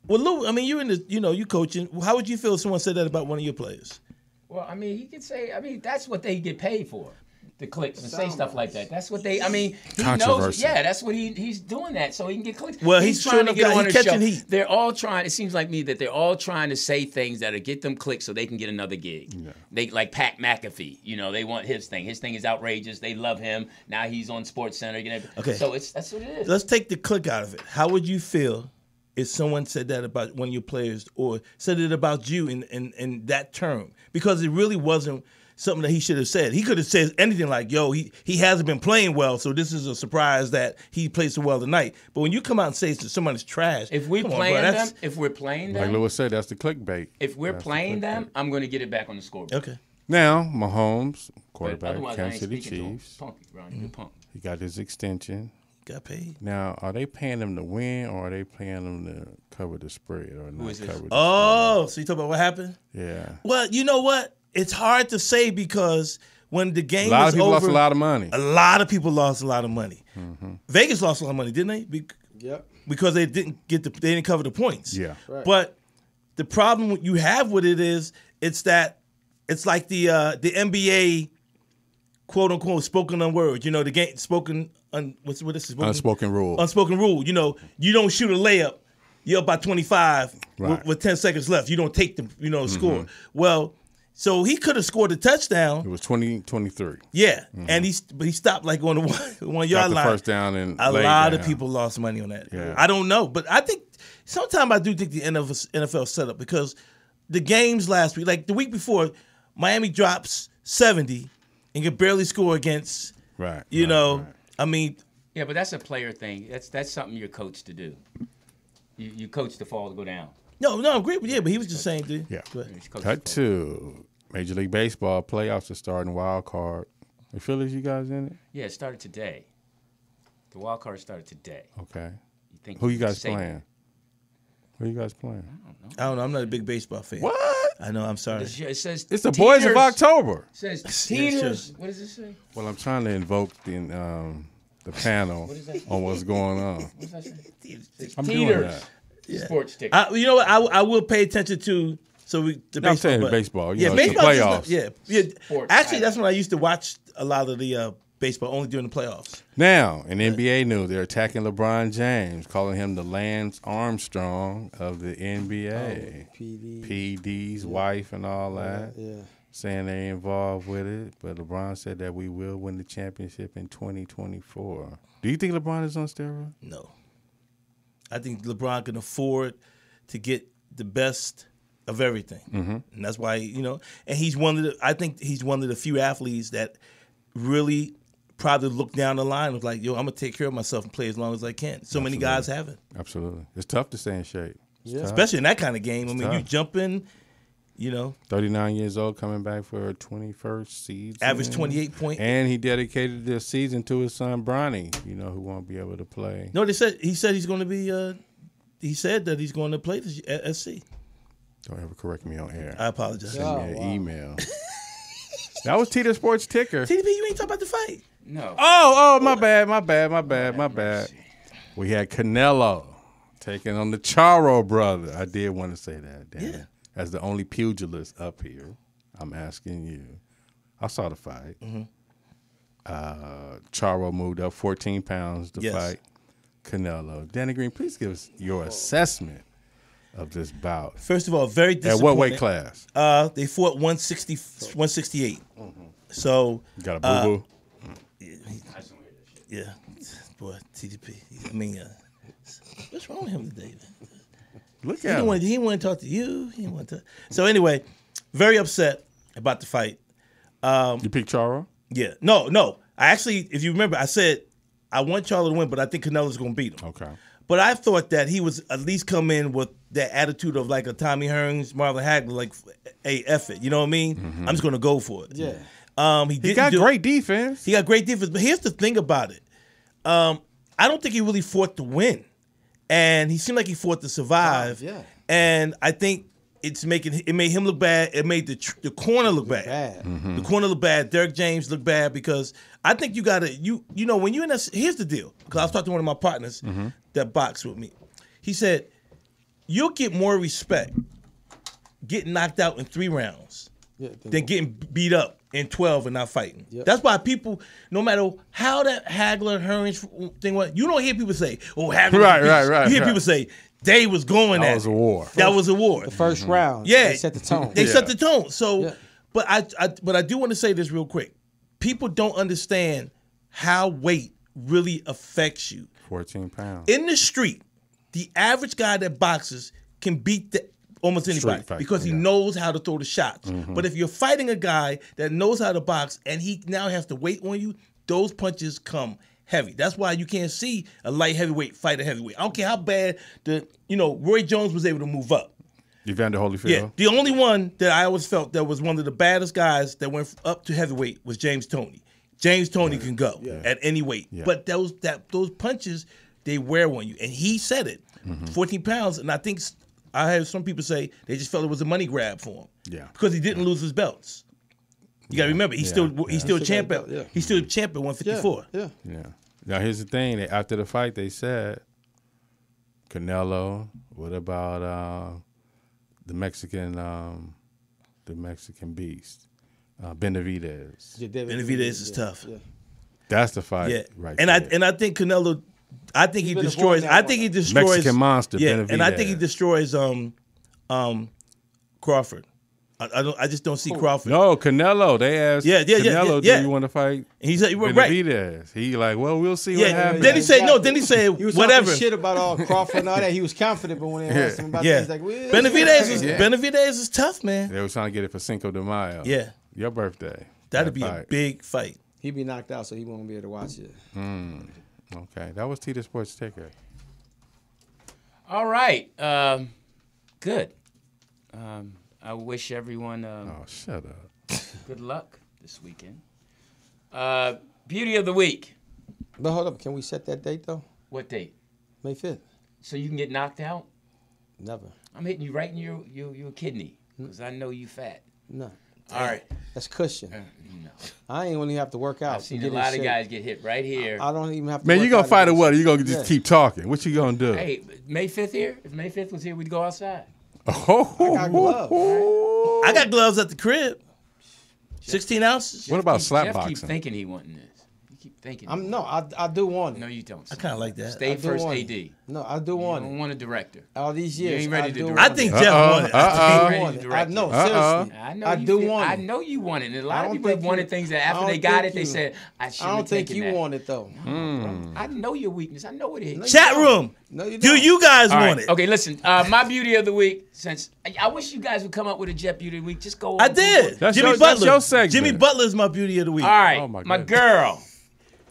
well, Lou, I mean, you're in the, you know, you coaching. How would you feel if someone said that about one of your players? Well, I mean, he could say, I mean, that's what they get paid for. The clicks and say stuff like that. That's what they. I mean, he knows. Controversy. Yeah, that's what he he's doing that so he can get clicks. Well, he's showing up guy- he's the catching heat. They're all trying. It seems like me that they're all trying to say things that'll get them clicks so they can get another gig. They like Pat McAfee. You know, they want his thing. His thing is outrageous. They love him. Now he's on Sports Center. You know, Okay. So it's that's what it is. Let's take the click out of it. How would you feel if someone said that about one of your players or said it about you in, in, in that term? Because it really wasn't something that he should have said. He could have said anything like, yo, he, he hasn't been playing well, so this is a surprise that he plays so well tonight. But when you come out and say that somebody's trash, if we come on, bro, playing them, that's- if we're playing Like them, Lewis said, that's the clickbait. if we're That's the playing clickbait. them, I'm going to get it back on the scoreboard. Okay. Now, Mahomes, But quarterback, otherwise, I ain't Kansas City speaking to him. Chiefs. Punky, Ron, Mm-hmm. you're a punk. He got his extension. Got paid. Now, are they paying him to win or are they paying him to cover the spread or not is this? cover the Oh, so you talk about what happened? Yeah. Well, you know what? It's hard to say because when the A game lot was of people over, lost a lot of money. A lot of people lost a lot of money. Mhm. Vegas lost a lot of money, didn't they? Be- Yep. Because they didn't get the they didn't cover the points. Yeah. Right. But the problem you have with it is it's that it's like the uh, the NBA quote unquote spoken on word. You know, the game spoken un, what's what is it? Spoken- Unspoken rule. Unspoken rule. You know, you don't shoot a layup. You're up by 25 Right. with, with 10 seconds left. You don't take the you know score. Mhm. Well, so he could have scored a touchdown. It was 20, 23. Yeah, and he but he stopped like on the one, one Mm-hmm. Got yard the line. first down and a laid lot of down. people lost money on that. Yeah. I don't know, but I think sometimes I do think the NFL NFL setup because the games last week, like the week before, Miami drops seventy and can barely score against. Right. You know, I mean, Yeah, but that's a player thing. That's that's something you're coached to do. You, you coach the fall to go down. no, no, I agree with you, but he was just saying, dude. Yeah. Go ahead. Cut to Major League Baseball playoffs are starting wild card. The Phillies, you guys in it? Yeah, it started today. The wild card started today. Okay. You think Who you can guys save it. playing? Who you guys playing? I don't know. I'm not a big baseball fan. What? I know. I'm sorry. It it says It's the boys of teeters. October. It says Yeah, teeters. sure. What does it say? Well, I'm trying to invoke the um, the panel What is that? on what's going on. What does that say? It's I'm doing teeters. that. Yeah. Sports ticker. I, you know what? I, I will pay attention to so we the No, I'm baseball. saying but- baseball, you yeah, know, it's the baseball. playoffs. yeah, yeah. Sports Actually, that's when I used to watch a lot of the uh, baseball only during the playoffs. Now, in NBA news, they're attacking LeBron James, calling him the Lance Oh, Armstrong of the NBA. PD's wife and all that. Yeah. saying they involved with it, but LeBron said that we will win the championship in 2024. Do you think LeBron is on steroids? No. I think LeBron can afford to get the best of everything, Mhm. and that's why you know. And he's one of the. I think he's one of the few athletes that really probably look down the line of like, yo, I'm gonna take care of myself and play as long as I can. So many Absolutely. guys haven't, Absolutely. It's tough to stay in shape. It's tough. especially in that kind of game. I It's mean, you tough. jump in, you know, 39 years old, coming back for her 21st season. Averaged 28 point- And he dedicated this season to his son, Bronny, you know, who won't be able to play. No, they said he said he's going to be. Uh, he said that he's going to play this at SC. Don't ever correct me on air. I apologize. Send me an Oh, wow. email. that was Tita Sports Ticker. TDP, you ain't talking about the fight. No. Oh, oh, my bad, my bad, my bad, my bad. We had Canelo taking on the Charo brother. I did want to say that, damn it. As the only pugilist up here, I'm asking you. I saw the fight. Mm-hmm. Uh, Charo moved up 14 pounds to Yes. fight Canelo. Danny Green, please give us your assessment of this bout. First of all, very At what weight disappointing. class? Mm-hmm. Uh, they fought 160, 168. So Got a uh, boo boo. yeah, boy, TDP. I mean, uh, what's wrong with him today? Man? Look he at didn't him. want. He didn't want to talk to you. He didn't want to. So anyway, very upset about the fight. Um, you picked Charo. Yeah. No. No. I actually, if you remember, I said I want Charlo to win, but I think Canelo's going to beat him. Okay. But I thought that he was at least come in with that attitude of like a Tommy Hearns, Marlon Hagler, like, hey, F it. You know what I mean? Mm-hmm. I'm just going to go for it. Yeah. Um, he, didn't got do- great defense. He got great defense. But here's the thing about it. Um, I don't think he really fought to win, and he seemed like he fought to survive. Yeah. And I think it's making it made him look bad. It made the tr- the corner look bad. Mhm. The corner look bad. Derek James look bad because I think you gotta you you know when you in that. s- Here's the deal. Because I was talking to one of my partners that boxed with me. He said, "You'll get more respect getting knocked out in three rounds." Yeah, than getting beat up in 12 and not fighting. Yep. That's why people, no matter how that Hagler Hearns thing was, you don't hear people say, "Oh, Hagler." was a Right, beast." right, right, You hear right. people say, "They was going That at was it." a war. That was a war." The 1st round. Yeah, They set the tone. They Mm-hmm. Yeah. set the tone. So, but I, I, but I do want to say this real quick. People don't understand how weight really affects you 14 pounds. in the street, the average guy that boxes can beat the, almost Street anybody fight, because he knows how to throw the shots. Mhm. But if you're fighting a guy that knows how to box and he now has to wait on you, those punches come heavy. That's why you can't see a light heavyweight fight a heavyweight. I don't care how bad the you know Roy Jones was able to move up. Evander Holyfield. Yeah, the only one that I always felt that was one of the baddest guys that went up to heavyweight was James Tony. James Tony can go at any weight, Yeah. but those that those punches they wear on you, and he said it, Mhm. fourteen pounds, and I think s- I heard some people say they just felt it was a money grab for him Yeah. because he didn't lose his belts. You gotta remember he's Yeah. still Yeah. he's still Still got champ the at belt, yeah. he's still champ at one fifty four. Yeah. Yeah. Now here's the thing. They, after the fight, they said Canelo. What about uh, the Mexican, um, the Mexican beast, uh, Benavidez? Benavidez is tough. That's the fight, Yeah, right? and there. I and I think Canelo, I think he been destroys. avoiding I that think he one. destroys Mexican monster, Yeah, and I think he Benavidez. destroys um, um, Crawford. I, I don't. I just don't see Crawford. no Canelo. They asked, Yeah, yeah, yeah, Canelo, yeah, yeah. do you want to fight? He said, right. Benavidez. He like, well, we'll see what Yeah. happens. Then he said no. Then he said uh, He was whatever. talking shit about all Crawford and all that. He was confident, but when they asked him about Yeah. that, he's like, well, Benavidez is Yeah. Benavidez is tough, man. They were trying to get it for Cinco de Mayo. Yeah. your birthday. That'd That be a fight. big fight. He'd be knocked out, so he won't be able to watch it. Mm. Okay, that was Tita Sports Ticker. All right. Um, good. Um, I wish everyone. Um, oh, shut up. Good luck this weekend. Uh, beauty of the week. But hold up, can we set that date though? What date? May fifth. So you can get knocked out. Never. I'm hitting you right in your your, your kidney because I know you fat. No. All right. That's cushion. I ain't gonna even have to work out. Uh, I've seen to a get in lot of shape. guys get hit right here. I don't even have to. Man, work you gonna out fight a against- what? You gonna just Yeah. keep talking? What you gonna do? Hey, May 5th here. If May 5th was here, we'd go outside. Oh, I got gloves at the crib. Sixteen ounces. What about slap Jeff keep boxing? thinking he wanting this. He keep Thinking. I'm no, I, I do want it. No, you don't. I kind of like that. Stay I do first want AD. it. No, I do want I it. don't want a director. All these You years, ain't ready I to do direct. want it. I do want Ready to it. I direct no, it. seriously, Uh-uh, I know I you do feel- want it. I know you want it. And a I lot of don't people have think wanted you- things that I after they don't got think it, they you- said, I should I don't think you that. want it though. Hmm. I know your weakness. I know what it is. No, you Chat don't. room. No, you Do don't. you guys All right. want it? Okay, listen. Uh, my beauty of the week. Since I, I wish you guys would come up with a Jet beauty of the week. Just go. I on did. Google. That's Jimmy your- that's Butler. your segment. Jimmy Butler is my beauty of the week. All right, Oh, my my, goodness. girl.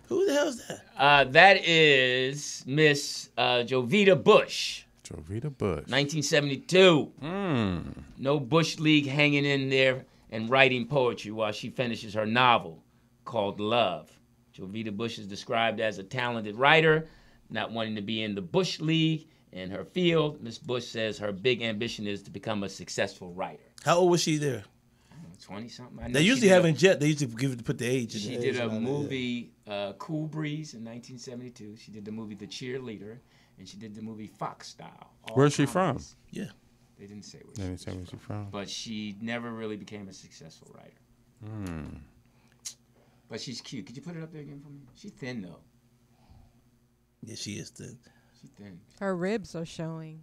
Who the hell's that? Uh, that is Miss uh, Jovita Bush, Jovita Bush. 1972. No Bush League hanging in there and writing poetry while she finishes her novel called Love. Jovita Bush is described as a talented writer, not wanting to be in the Bush League in her field. Miss Bush says her big ambition is to become a successful writer. How old was she there? 20 something. They usually haven't jet. They usually give put the age. in She there. did a movie, uh, Cool Breeze, in 1972. She did the movie The Cheerleader, and she did the movie Fox Style. all Where's she from? comedies. Yeah. They didn't say where Let me she tell was where she from. But she never really became a successful writer. Hmm. But she's cute. Could you put it up there again for me? She's thin, though. Yeah, she is the. She's thin. Her ribs are showing.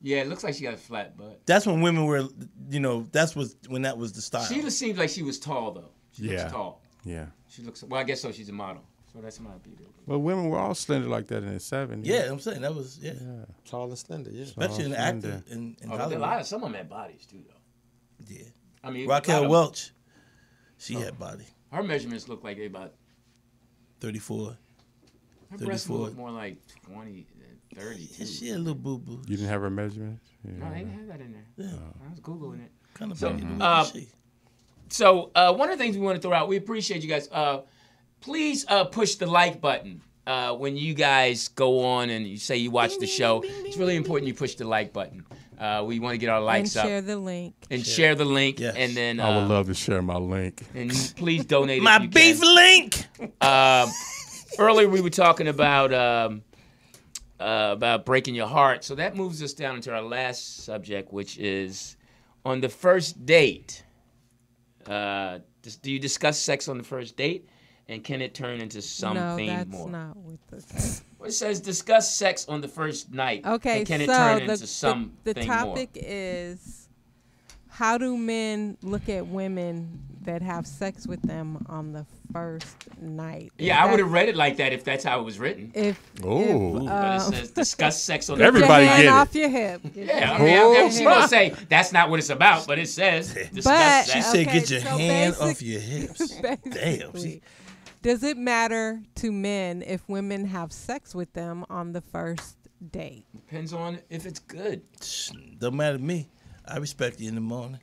Yeah, it looks like she got a flat butt. That's when women were, you know, that's was when that was the style. She just seems like she was tall, though. She Yeah. looks tall. Yeah. She looks, well, I guess so. She's a model. So that's my beauty. Well, women were all slender like that in the 70s. yeah, I'm saying that was yeah. Tall and slender, yeah. Especially an Oh, actor Linda. in, in Oh, but a Hollywood. lot of some of them had bodies, too, though. Yeah. I mean, a lot Raquel of- Welch. Oh. She had body. Her measurements look like they about Thirty four. Her breasts 34. look more like 20, uh, 30 too. Yeah, she had a little boo boo. You didn't have her measurements? No, I Yeah. didn't have that in there. I was Googling it. Kind of So, booty, but uh, she- So, uh, one of the things we want to throw out, we appreciate you guys. Uh, please uh, push the like button. Uh, when you guys go on and you say you watch the show, it's really important you push the like button. Uh, we want to get our likes and up share the link. and share the link, Yes. and then uh, I would love to share my link. and please donate. if My you beef Can. link. Um, earlier we were talking about um, uh, about breaking your heart, so that moves us down into our last subject, which is on the first date. Uh, dis- do you discuss sex on the first date, and can it turn into something no, that's more? not what this. Well, it says discuss sex on the first night. Okay, and can so it turn the, into something the, the topic more? is how do men look at women that have sex with them on the first night? Yeah, I would have That- read it like that if that's how it was written. If, Oh. if, But it uh, says discuss sex on the your first Everybody hand get it. off your hip. Yeah, I mean, I- I- she gonna say that's not what it's about, but it says discuss But- She that. said, Okay, "Get your so hand basic- off your hips." Damn. Basically. She, Does it matter to men if women have sex with them on the first date? Depends on if it's good. don't matter to me. I respect you in the morning.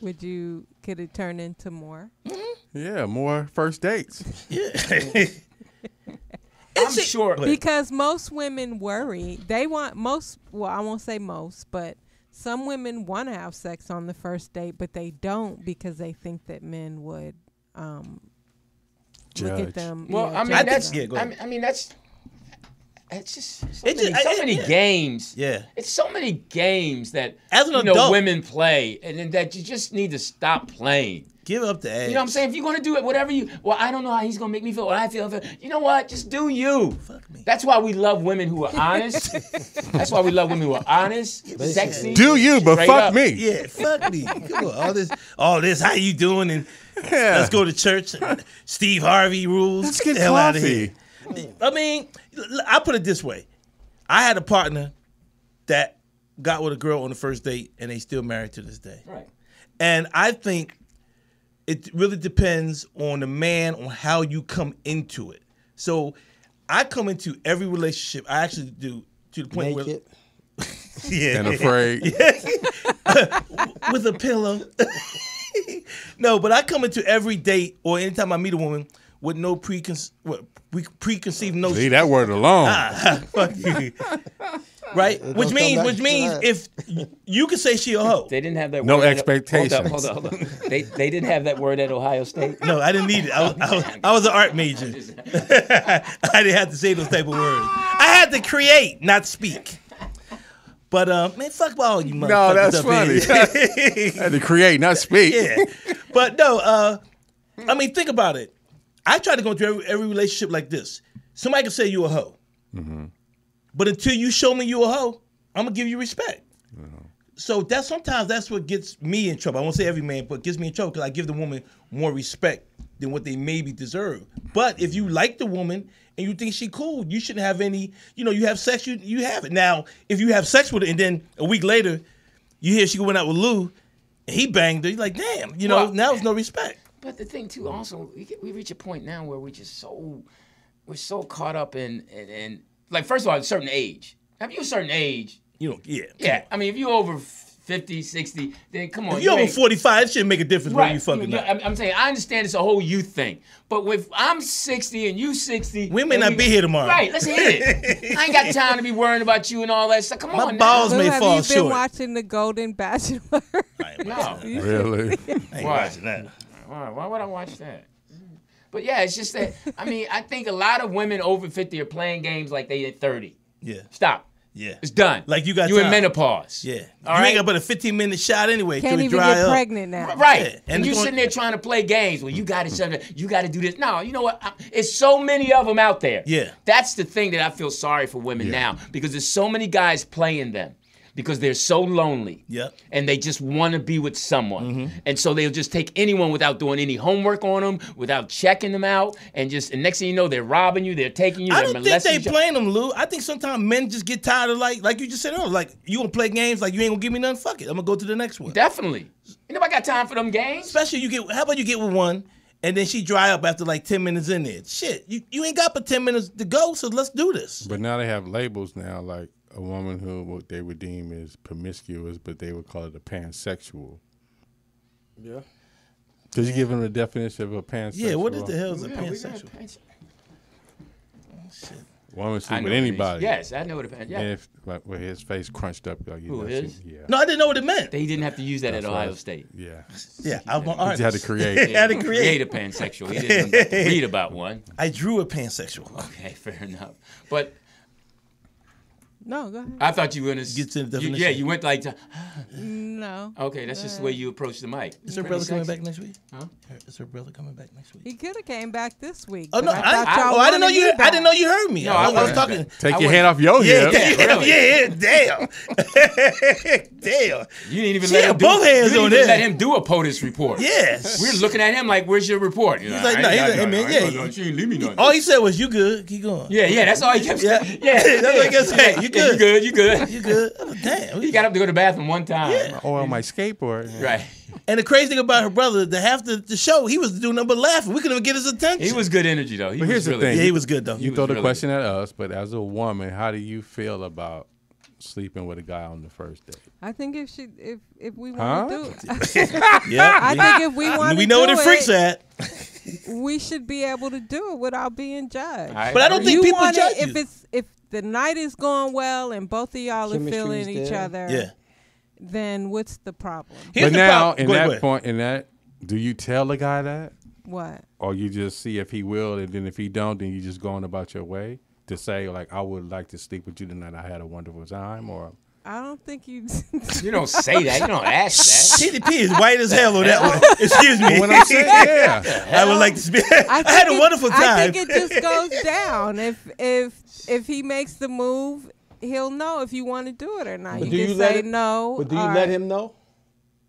Would you could it turn into more? Yeah, more first dates. Yeah. I'm sure. Because most women worry. They want most well, I won't say most, but some women want to have sex on the first date, but they don't because they think that men would um look Judge. at them. well, yeah, I mean judge that's. yeah, go I, ahead. mean, I mean that's. It's just so It many, just- so I- I- many yeah. games. Yeah. It's so many games that As an you know, adult- women play, and then that you just need to stop playing. Give up the ass. You know what I'm saying? If you're gonna do it, whatever you, well, I don't know how he's gonna make me feel. What I feel, feel- you know what? Just do you. Fuck me. That's why we love women who are honest. that's why we love women who are honest, sexy. Do you, but Straight fuck up. me. Yeah, fuck me. Come on, all this, all this. How you doing? And Yeah. let's go to church. Steve Harvey rules. Let's the get hell out of coffee. here. I mean, l- I put it this way: I had a partner that got with a girl on the first date, and they still married to this day. Right. And I think it really depends on the man on how you come into it. So I come into every relationship. I actually do to the point Naked. where yeah, And afraid. yeah. with a pillow. no, but I come into every date or anytime I meet a woman with no preconce- what, pre- preconceived Leave notion. that word alone. Fuck you. right? Which come means back which to means that. if you can say she a hoe. They didn't have that. No word at- expectations. Hold up, hold up, hold up. They they didn't have that word at Ohio State. No, I didn't need it. I was, I was, I was an art major. I didn't have to say those type of words. I had to create, not speak. But uh, man, fuck all you motherfuckers. No, that's up here. funny. Had to create, not speak. Yeah. but no, uh, I mean, think about it. I try to go into every, every relationship like this. Somebody can say you a hoe, but until you show me you a hoe, I'm gonna give you respect. So that sometimes that's what gets me in trouble. I won't say every man, but gets me in trouble because I give the woman more respect than what they maybe deserve. But if you like the woman and you think she cool, you shouldn't have any. You know, you have sex, you you have it. Now, if you have sex with her and then a week later, you hear she went out with Lou, and he banged her. You're like, damn, you know, Well, now it's no respect. But the thing too, also, we, get, we reach a point now where we're just so we're so caught up in in, in like first of all, a certain age. If you a certain age, You don't, yeah. yeah. I mean, if you over 50, 60, then come on. If you're over ain't- 45, it shouldn't make a difference whether Right. you fucking You- not. I'm, I'm saying I understand it's a whole youth thing, but with I'm 60 and you 60, we may not be here tomorrow. Right? Let's hit it. I ain't got time to be worrying about you and all that stuff. Come My on, balls now. may have fall you been short. watching The Golden Bachelor? No. Really? I ain't Why? watching that. Why? Why would I watch that? Mm-hmm. But yeah, it's just that. I mean, I think a lot of women over 50 are playing games like they at 30. Yeah. Stop. Yeah. It's done. Like you got You in time. menopause. Yeah. All you right? ain't got but a 15 minute shot anyway. Can't till it even dry get up. pregnant now. Right. Yeah, and And you it's going- sitting there trying to play games. Well, you got to shut it. You got to do this. No, you know what? I- It's so many of them out there. Yeah. That's the thing that I feel sorry for women now because there's so many guys playing them because they're so lonely. Yep. And they just want to be with someone. Mm-hmm. And so they'll just take anyone without doing any homework on them, without checking them out, and just and next thing you know, they're robbing you, they're taking you, I don't they're think molesting they you. playing them, Lou. I think sometimes men just get tired of like, like you just said earlier, like you gonna play games like you ain't gonna give me nothing. Fuck it, I'm gonna go to the next one. Definitely. Ain't nobody got time for them games. Especially you get, how about you get with one, and then she dry up after like ten minutes in there. Shit, you, you ain't got but ten minutes to go, so let's do this. But now they have labels now, like a woman who what they would deem as promiscuous, but they would call it a pansexual. Yeah. Did you give them the definition of a pansexual? Yeah, what is the hell is a Yeah, we got pansexual? pants- Woman sleep I know with what it means. anybody. Yes, I know what a pan- yeah. And if like, with his face crunched up, like you Who, know, his? she- yeah. No, I didn't know what it meant. They didn't have to use that That's at why Ohio it's- State. Yeah. Yeah, I'm an You had to artist. create. had to Yeah, create. a pansexual. He didn't have to read about one. I drew a pansexual. Okay, fair enough. But no, go ahead. I thought you were gonna Get to the you- yeah, definition. you went like, No. okay, that's just the way you approach the mic. Is her Pretty brother coming sexy. back next week? Huh? Her- Is her brother coming back next week? He could have came back this week. Oh no! but I, thought I- y'all oh, I didn't know wanted you. me I back. didn't know you heard me. No, I, I was wasn't. talking. Take I your would- hand off your Yeah, hip. damn, Really? yeah, damn, damn. You didn't even She let had him do, both you hands didn't on even there. let him do a POTUS report. Yes. We're looking at him like, where's your report? He's like, no, he's like, hey, man, yeah. She didn't leave me nothing. All he said was, "You good? Keep going. yeah, yeah, that's all he kept Yeah. saying. That's what he kept saying. Yeah, You yeah, good. you good, you You good. good? I was, Damn. He got up to go to the bathroom one time. Oh, on my skateboard. Right. And the crazy thing about her brother, the half the, the show, he was doing number laughing. We couldn't even get his attention. He was good energy though. He But was here's the really thing. yeah, he was good though. You was throw the really question at us, but as a woman, how do you feel about sleeping with a guy on the first date? I think if she, if if we want Huh? to do, it, yeah, I think if we want to, we know do where the freaks it, at. We should be able to do it without being judged. I But I don't agree. think you people want judge it if you. it's if the night is going well and both of y'all are Chemistry feeling is each there. other. Yeah. Then what's the problem? Here's but the now, problem. in Go ahead, that go ahead. point, in that, do you tell the guy that, What? or you just see if he will, and then if he don't, then you just going about your way to say like, I would like to sleep with you tonight. I had a wonderful time, or I don't think you. You don't say that. You don't ask that. TDP is white as hell on that one. Excuse me. what I'm saying, yeah. I would like to speak. I, think had a it- wonderful time. I think it just goes down. If if if he makes the move, he'll know if you want to do it or not. But you do can you let say him- no. But do you or let him know?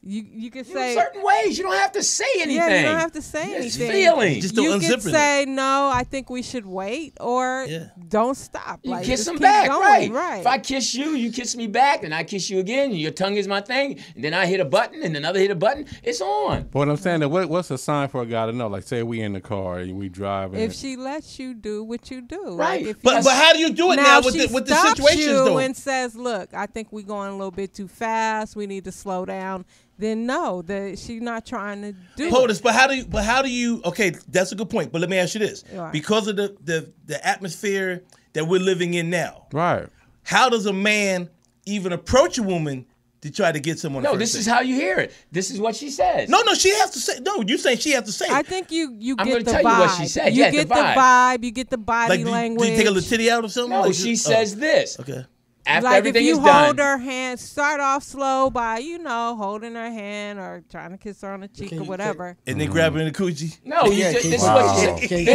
You you can You know, say certain ways. You don't have to say anything. yeah. You don't have to say It's anything. feelings. Just you don't can unzip it. say no. I think we should wait, or Yeah. don't stop. You like, kiss just them keep back, going, right? Right. If I kiss you, you kiss me back, and I kiss you again. And your tongue is my thing, and then I hit a button, and another hit a button. It's on. But what I'm saying, that what, what's a sign for a guy to know? Like, say we in the car and we driving. if she lets you do what you do, Right. Like if But you- but how do you do it now, now with she the with the stops situations you though? and says, "Look, I think we're going a little bit too fast. We need to slow down." Then no, that she's not trying to do. Hold it. this, but how do you? But how do you? Okay, that's a good point. But let me ask you this: Right. because of the, the the atmosphere that we're living in now, right. how does a man even approach a woman to try to get someone? No, this is how you hear it. This is what she says. No, no, she has to say. No, you saying she has to say. I it. think you you I'm get the vibe. gonna tell you what she said. You Yeah, the get vibe. You get the body like, do you, do language. you take a little titty out or something? no. Like, She oh, says this. Okay. after like everything if you is hold done, her hand, start off slow by you know holding her hand or trying to kiss her on the cheek or whatever. And they Mm-hmm. grab her in the coochie. No, you Yeah, just, can this you- is what you Wow. Can said. you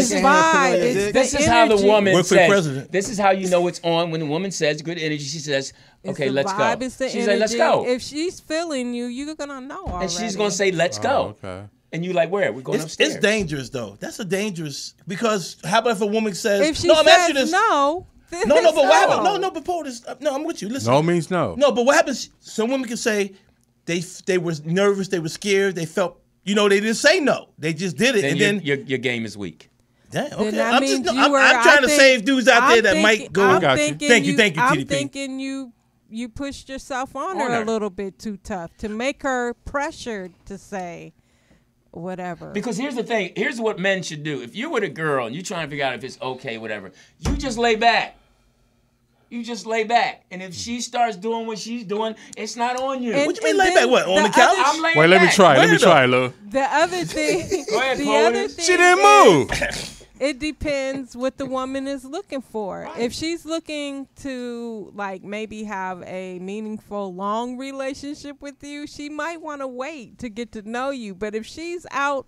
This take is your hand and put it on your dick? The why. This, this is how the energy. woman Work for the says. president. This is how you know it's on when the woman says good energy. She says, It's "Okay, the let's vibe, go." it's the She's like, "Let's energy. go," If she's feeling you, you're gonna know already. and she's gonna say, "Let's Oh, go." okay. And you like, where? We're going It's, upstairs. it's dangerous though. That's a dangerous because how about if a woman says If she no? I'm asking says this. no, then No, no, but what happened? no. No, no, but Paul, this, uh, no, I'm with you. Listen, No means no. No, but what happens? Some women can say they they were nervous, they were scared, they felt you know they didn't say no, they just did it, Then and your, then your, your game is weak. damn, okay. Then that I'm just means no, you I'm, were- I'm trying I to think- save dudes out there that I'm thinking- might go. I'm thinking Thank you, thank you, I'm TDP. thinking you you pushed yourself On on, her, her. a little bit too tough to make her pressured to say whatever. Because here's the thing. Here's what men should do. If you're with a girl and you're trying to figure out if it's okay, whatever, you just lay back. You just lay back, and if she starts doing what she's doing, it's not on you. And- What you mean and lay back? then What, on the the couch? other- I'm laying Wait, let me back. try. Let me try, Lou. the other thing, Go ahead, the Paul, it other is. thing, She didn't move. it depends what the woman is looking for. If she's looking to like maybe have a meaningful long relationship with you, she might want to wait to get to know you. But if she's out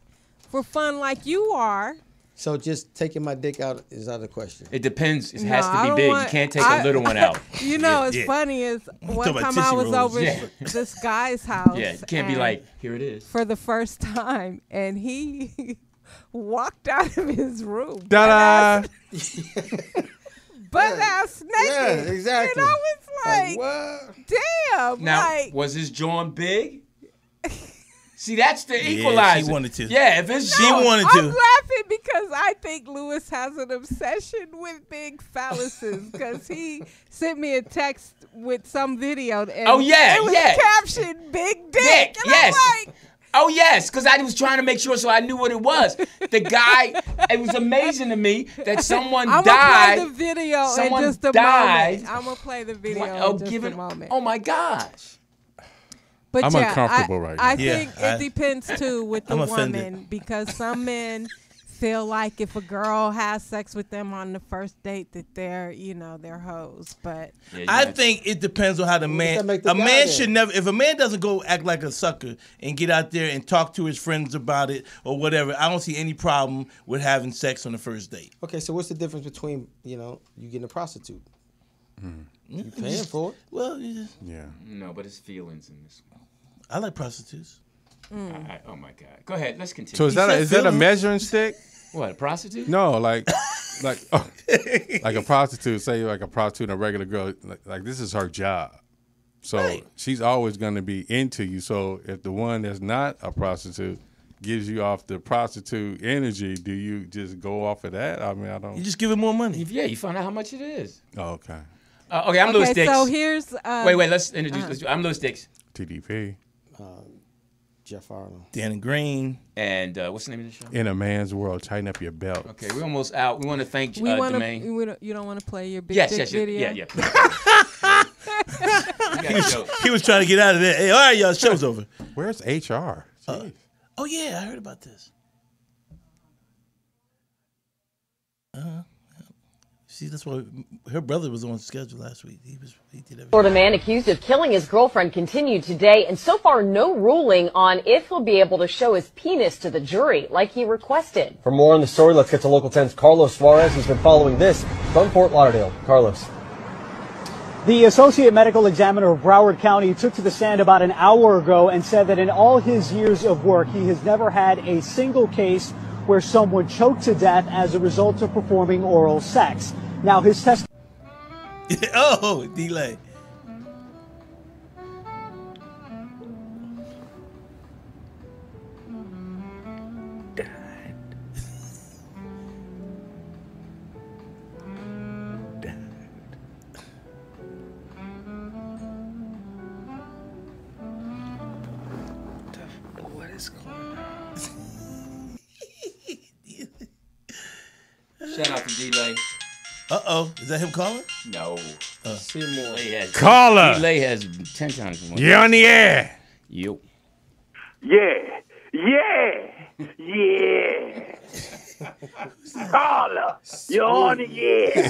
for fun like you are, So just taking my dick out is out of the question. It depends. It No, has to I be don't big. want- you can't take I- a little one out. You know, Yeah, it's yeah. funny is one talking about time I Tootsie was Rolls. over Yeah. this guy's house. Yeah, you can't be and like, here it is. for the first time, and he walked out of his room. Da da. But ass naked. yeah, exactly. And I was like, damn. Now, like, was his joint big? See, that's the she equalizer. wanted to. Yeah, if it's She wanted I'm to. laughing because I think Lewis has an obsession with big phalluses because he sent me a text with some video and Oh, yeah, it was yeah. captioned "big dick." And Dick, I'm yes. like, Oh yes, because I was trying to make sure, so I knew what it was. The guy, it was amazing to me that someone I'm died. gonna play the video Someone in just a died. moment. I'm gonna play the video What- in just a moment. Oh my gosh! But I'm yeah, uncomfortable I, right now. I Yeah, think I- it depends too with the I'm woman offended. because some men feel like if a girl has sex with them on the first date that they're you know they're hoes. But I think it depends on how the man. that make the A guy man then? should never. If a man doesn't go act like a sucker and get out there and talk to his friends about it or whatever, I don't see any problem with having sex on the first date. Okay, so what's the difference between you know you getting a prostitute? You paying for it? Well, you just- Yeah. No, but it's feelings in this one. I like prostitutes. Mm. I- I- oh my god! Go ahead, let's continue. So is that a, is that a measuring stick? What a prostitute? No, like like oh, like a prostitute. Say like a prostitute, and a regular girl. Like, like this is her job. So she's always going to be into you. So if the one that's not a prostitute gives you off the prostitute energy, do you just go off of that? I mean, I don't. You just give it more money. Yeah, you find out how much it is. Oh, okay. Uh, okay, I'm Louis Okay, Dix. so here's, uh, wait, wait. Let's introduce. uh-huh. let's do- I'm Louis Dix. TDP Uh, Jeff Arnold. Danny Green. And uh, what's the name of the show? in a man's world, tighten up your belt. Okay, we're almost out. We want to thank we uh, want Domain. to. You don't want to play your big Yes, dick yes, yes. video. Yeah, yeah. He was, he was trying to get out of there. Hey, all right, y'all, show's over. Where's HR? Jeez. Oh yeah, I heard about this. Uh, see, that's why her brother was on schedule last week. He was he did everything. Florida man accused of killing his girlfriend continued today, and so far no ruling on if he'll be able to show his penis to the jury like he requested. For more on the story, let's get to Local 10's Carlos Suarez. He's been following this from Fort Lauderdale. Carlos. The associate medical examiner of Broward County took to the stand about an hour ago and said that in all his years of work, he has never had a single case where someone choked to death as a result of performing oral sex. Now, his testimony. oh, delay. What is going Shout out to D-Lay. Uh oh, is that him calling? Uh. No. Seymour. Caller. Delay has ten times more. You're on the air. You. Yeah. Yeah. Yeah. Carla, you're on the air.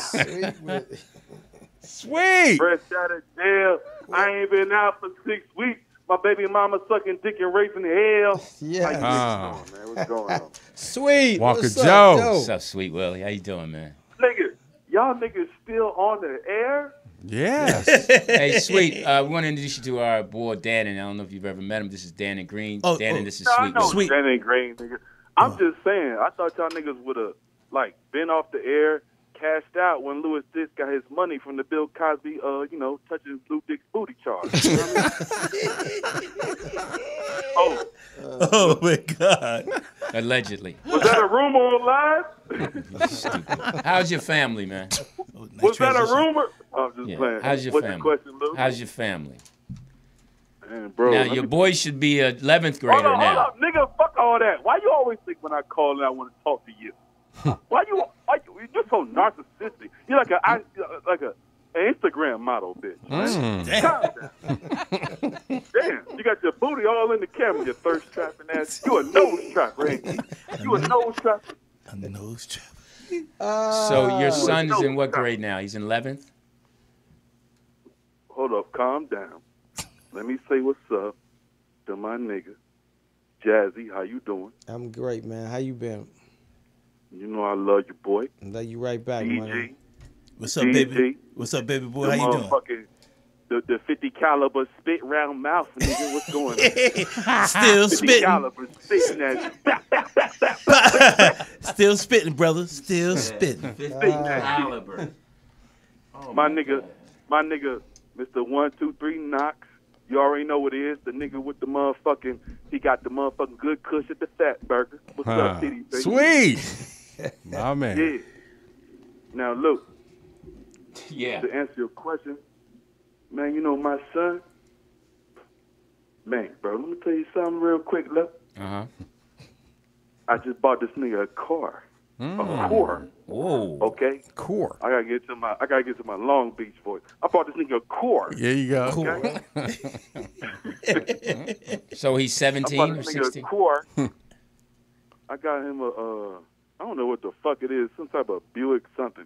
Sweet. Fresh out of jail. I ain't been out for six weeks. My baby mama sucking dick and raping hell. Yeah. Ah. What's going on, man? What's going on? Sweet. Walker What's What's up, Joe. Joe? What's up, Sweet Willie? How you doing, man? Nigga, y'all niggas still on the air? Yes. hey, Sweet. Uh, we want to introduce you to our boy Dan, and I don't know if you've ever met him. This is Dan and Green. Oh, Dan, oh. and this is No, I Sweet. know Willie. That ain't great, nigga. I'm just saying. I thought y'all niggas would have like been off the air, cashed out when Louis Dix got his money from the Bill Cosby, uh, you know, touching Lou Dick's booty charge. You know what I mean? oh, oh my God. Allegedly. was that a rumor on live? How's your family, man? Was that a rumor? I'm just playing. How's your What's family? the question, Lou? How's your family? Man, bro, now let your me- boy should be a 11th grader Hold on, now. hold on, nigga. Fuck all that. Why you always think when I call and I want to talk to you? why you? Why you? You're just so narcissistic. You're like a I, like a an Instagram model, bitch. Mm. Calm down. Damn, you got your booty all in the camera. Your thirst trapping ass. You a nose trapper. ain't you? You a nose trapper. So your Ah. son is in what grade now? He's in 11th. Hold up, calm down. Let me say what's up to my nigga, Jazzy. How you doing? I'm great, man. How you been? You know I love you, boy. Love you right back, DG. man. What's up, baby? What's up, baby boy? the How you doing? motherfucking- The, the 50 caliber spit round mouth, nigga. What's going on? Still 50 spitting. caliber spitting at you. Still spitting, brother. Still spitting. caliber. my nigga, my nigga, Mr. One Two Three Knox. You already know what it is. The nigga with the motherfucking, he got the motherfucking good cush at the Fat Burger. What's Huh. up, City? baby? Sweet. My man. Yeah. Now look. Yeah. To answer your question, man, you know my son. Man, bro, let me tell you something real quick. Look, Uh huh. I just bought this nigga a car, Mm. a core. Whoa. Okay. Hmm. Core. I gotta get to my. I gotta get to my Long Beach voice. I bought this nigga a core. There you go. Okay? So he's I 17 bought or Hmm. this nigga a 16. Core. I got him a. Uh, I don't know what the fuck it is. Some type of Buick something.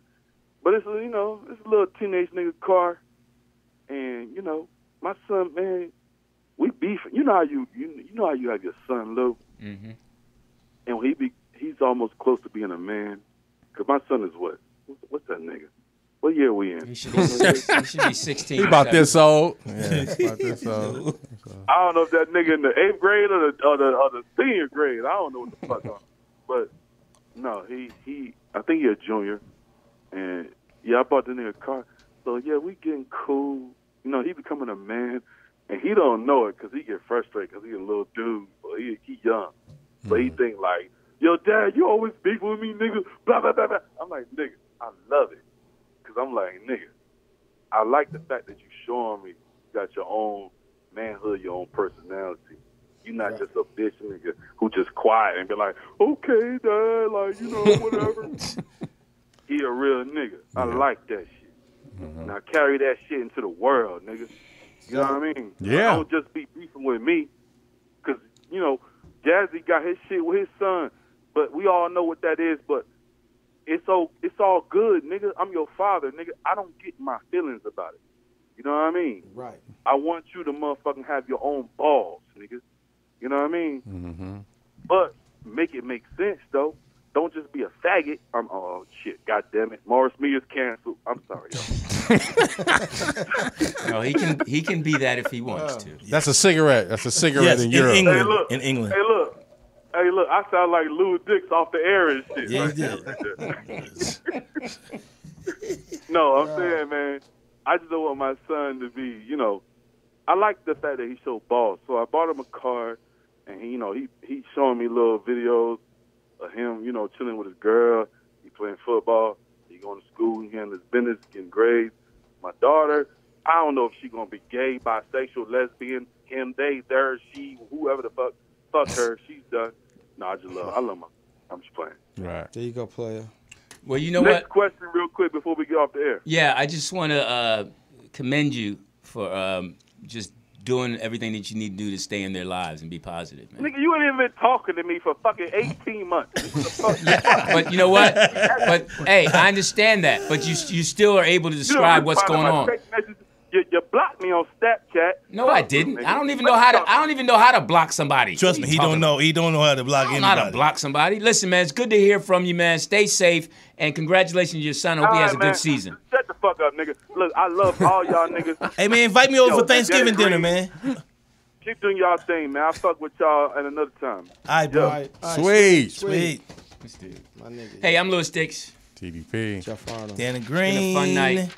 But it's a, you know it's a little teenage nigga car, and you know my son man, we beefing. You know how you you, you know how you have your son Lou, Mm-hmm. and when he be he's almost close to being a man. 'Cause my son is what? What's that nigga? What year we in? He should be, he should be 16. He about this old. Yeah, about this old. I don't know if that nigga in the eighth grade or the or the, or the senior grade. I don't know what the fuck. on. But no, he he. I think he's a junior, and yeah, I bought the nigga a car. So yeah, we getting cool. You know, he becoming a man, and he don't know it 'cause he get frustrated 'cause he a little dude, but he he young, but he think like, yo, dad, you always beef with me, nigga. Blah blah blah blah. I'm like, nigga, I love it. 'Cause I'm like, nigga, I like the fact that you showing me you got your own manhood, your own personality. You're not just a bitch nigga who just quiet and be like, okay, dad, like, you know, whatever. he a real nigga. I like that shit. Now carry that shit into the world, nigga. You know what I mean? Yeah. Don't just be beefing with me. Because, you know, Jazzy got his shit with his son, but we all know what that is, but it's all, it's all good, nigga. I'm your father, nigga. I don't get my feelings about it. You know what I mean? Right. I want you to motherfucking have your own balls, nigga. You know what I mean? Mm-hmm. But make it make sense, though. Don't just be a faggot. I'm oh shit, god damn it. Morris Mea's canceled. I'm sorry, y'all. No, he can he can be that if he Oh. wants to. That's a cigarette. That's a cigarette in Europe. Hey, look, Hey, look. Hey, look. I sound like Louis Dix off the air and shit. Yeah, right you did. no, I'm saying, man. I just don't want my son to be, you know. I like the fact that he's so bald. So I bought him a car, and he, you know, he he's showing me little videos of him, you know, chilling with his girl. He playing football. He going to school. He handling his business, getting grades. My daughter, I don't know if she gonna be gay, bisexual, lesbian, him, they, there, she, whoever the fuck, fuck her. She's done. No, I just love. I love my. I'm just playing. Right. There you go, player. Well, you know Next what? question, real quick, before we get off the air. Yeah, I just want to uh, commend you for um, just doing everything that you need to do to stay in their lives and be positive, man. Nigga, you ain't even been talking to me for fucking 18 months. But you know what? But hey, I understand that. But you you still are able to describe what's going on. You, you blocked me on Snapchat. No, I didn't. I don't even know how to. I don't even know how to block somebody. Trust me, he don't know. He don't know how to block I don't know how to anybody. block somebody. Listen, man, it's good to hear from you, man. Stay safe and congratulations to your son. Hope he has a Alright, man. good season. Shut the fuck up, nigga. Look, I love all y'all niggas. Hey man, invite me over Yo, for Thanksgiving Daddy dinner, Green, man. Keep doing y'all thing, man. I'll fuck with y'all at another time. All right, bro. Sweet. Sweet. Hey, I'm Lewis Dix. TDP. Jeff Danny Been Green. a fun night.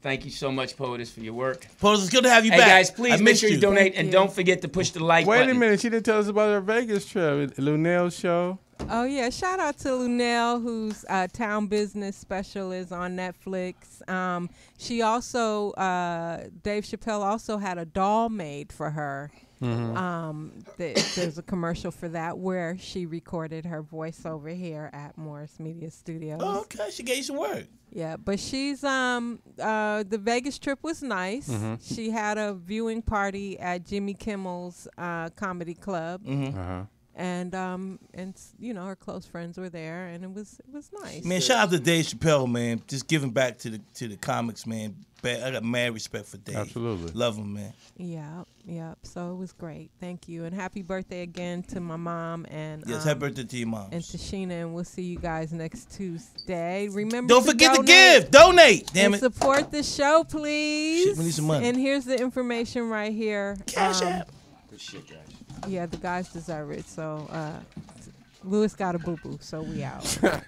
Thank you so much, POTUS, for your work. POTUS, it's good to have you hey back. guys, I please make missed sure you, you. donate Thank and you. don't forget to push the like Wait a button. minute, she didn't tell us about her Vegas trip. Lunel show. Oh yeah, shout out to Lunel, whose uh, town business special is on Netflix. Um, she also, uh, Dave Chappelle also had a doll made for her. Mhm. Um, th- there's a commercial for that where she recorded her voice over here at Morris Media Studios. Oh, Okay, she gave you some work. Yeah, but she's um uh the Vegas trip was nice. Mhm. She had a viewing party at Jimmy Kimmel's uh comedy club. Mhm. Uh-huh. And um and s- you know her close friends were there and it was it was nice. Man, shout out to Dave Chappelle, man. Just giving back to the to the comics, man. Ba- I got mad respect for Dave. Absolutely, love him, man. Yeah, yeah. So it was great. Thank you and happy birthday again to my mom and Yes, um, happy birthday to your mom. and to Sheena and we'll see you guys next Tuesday. Remember Don't to forget to donate. give, donate. Damn and it. Support the show, please. Shit, we need some money. And here's the information right here. Cash Um, App. Good shit, guys. Yeah, the guys deserve it. So uh, Lewis got a boo boo, so we out.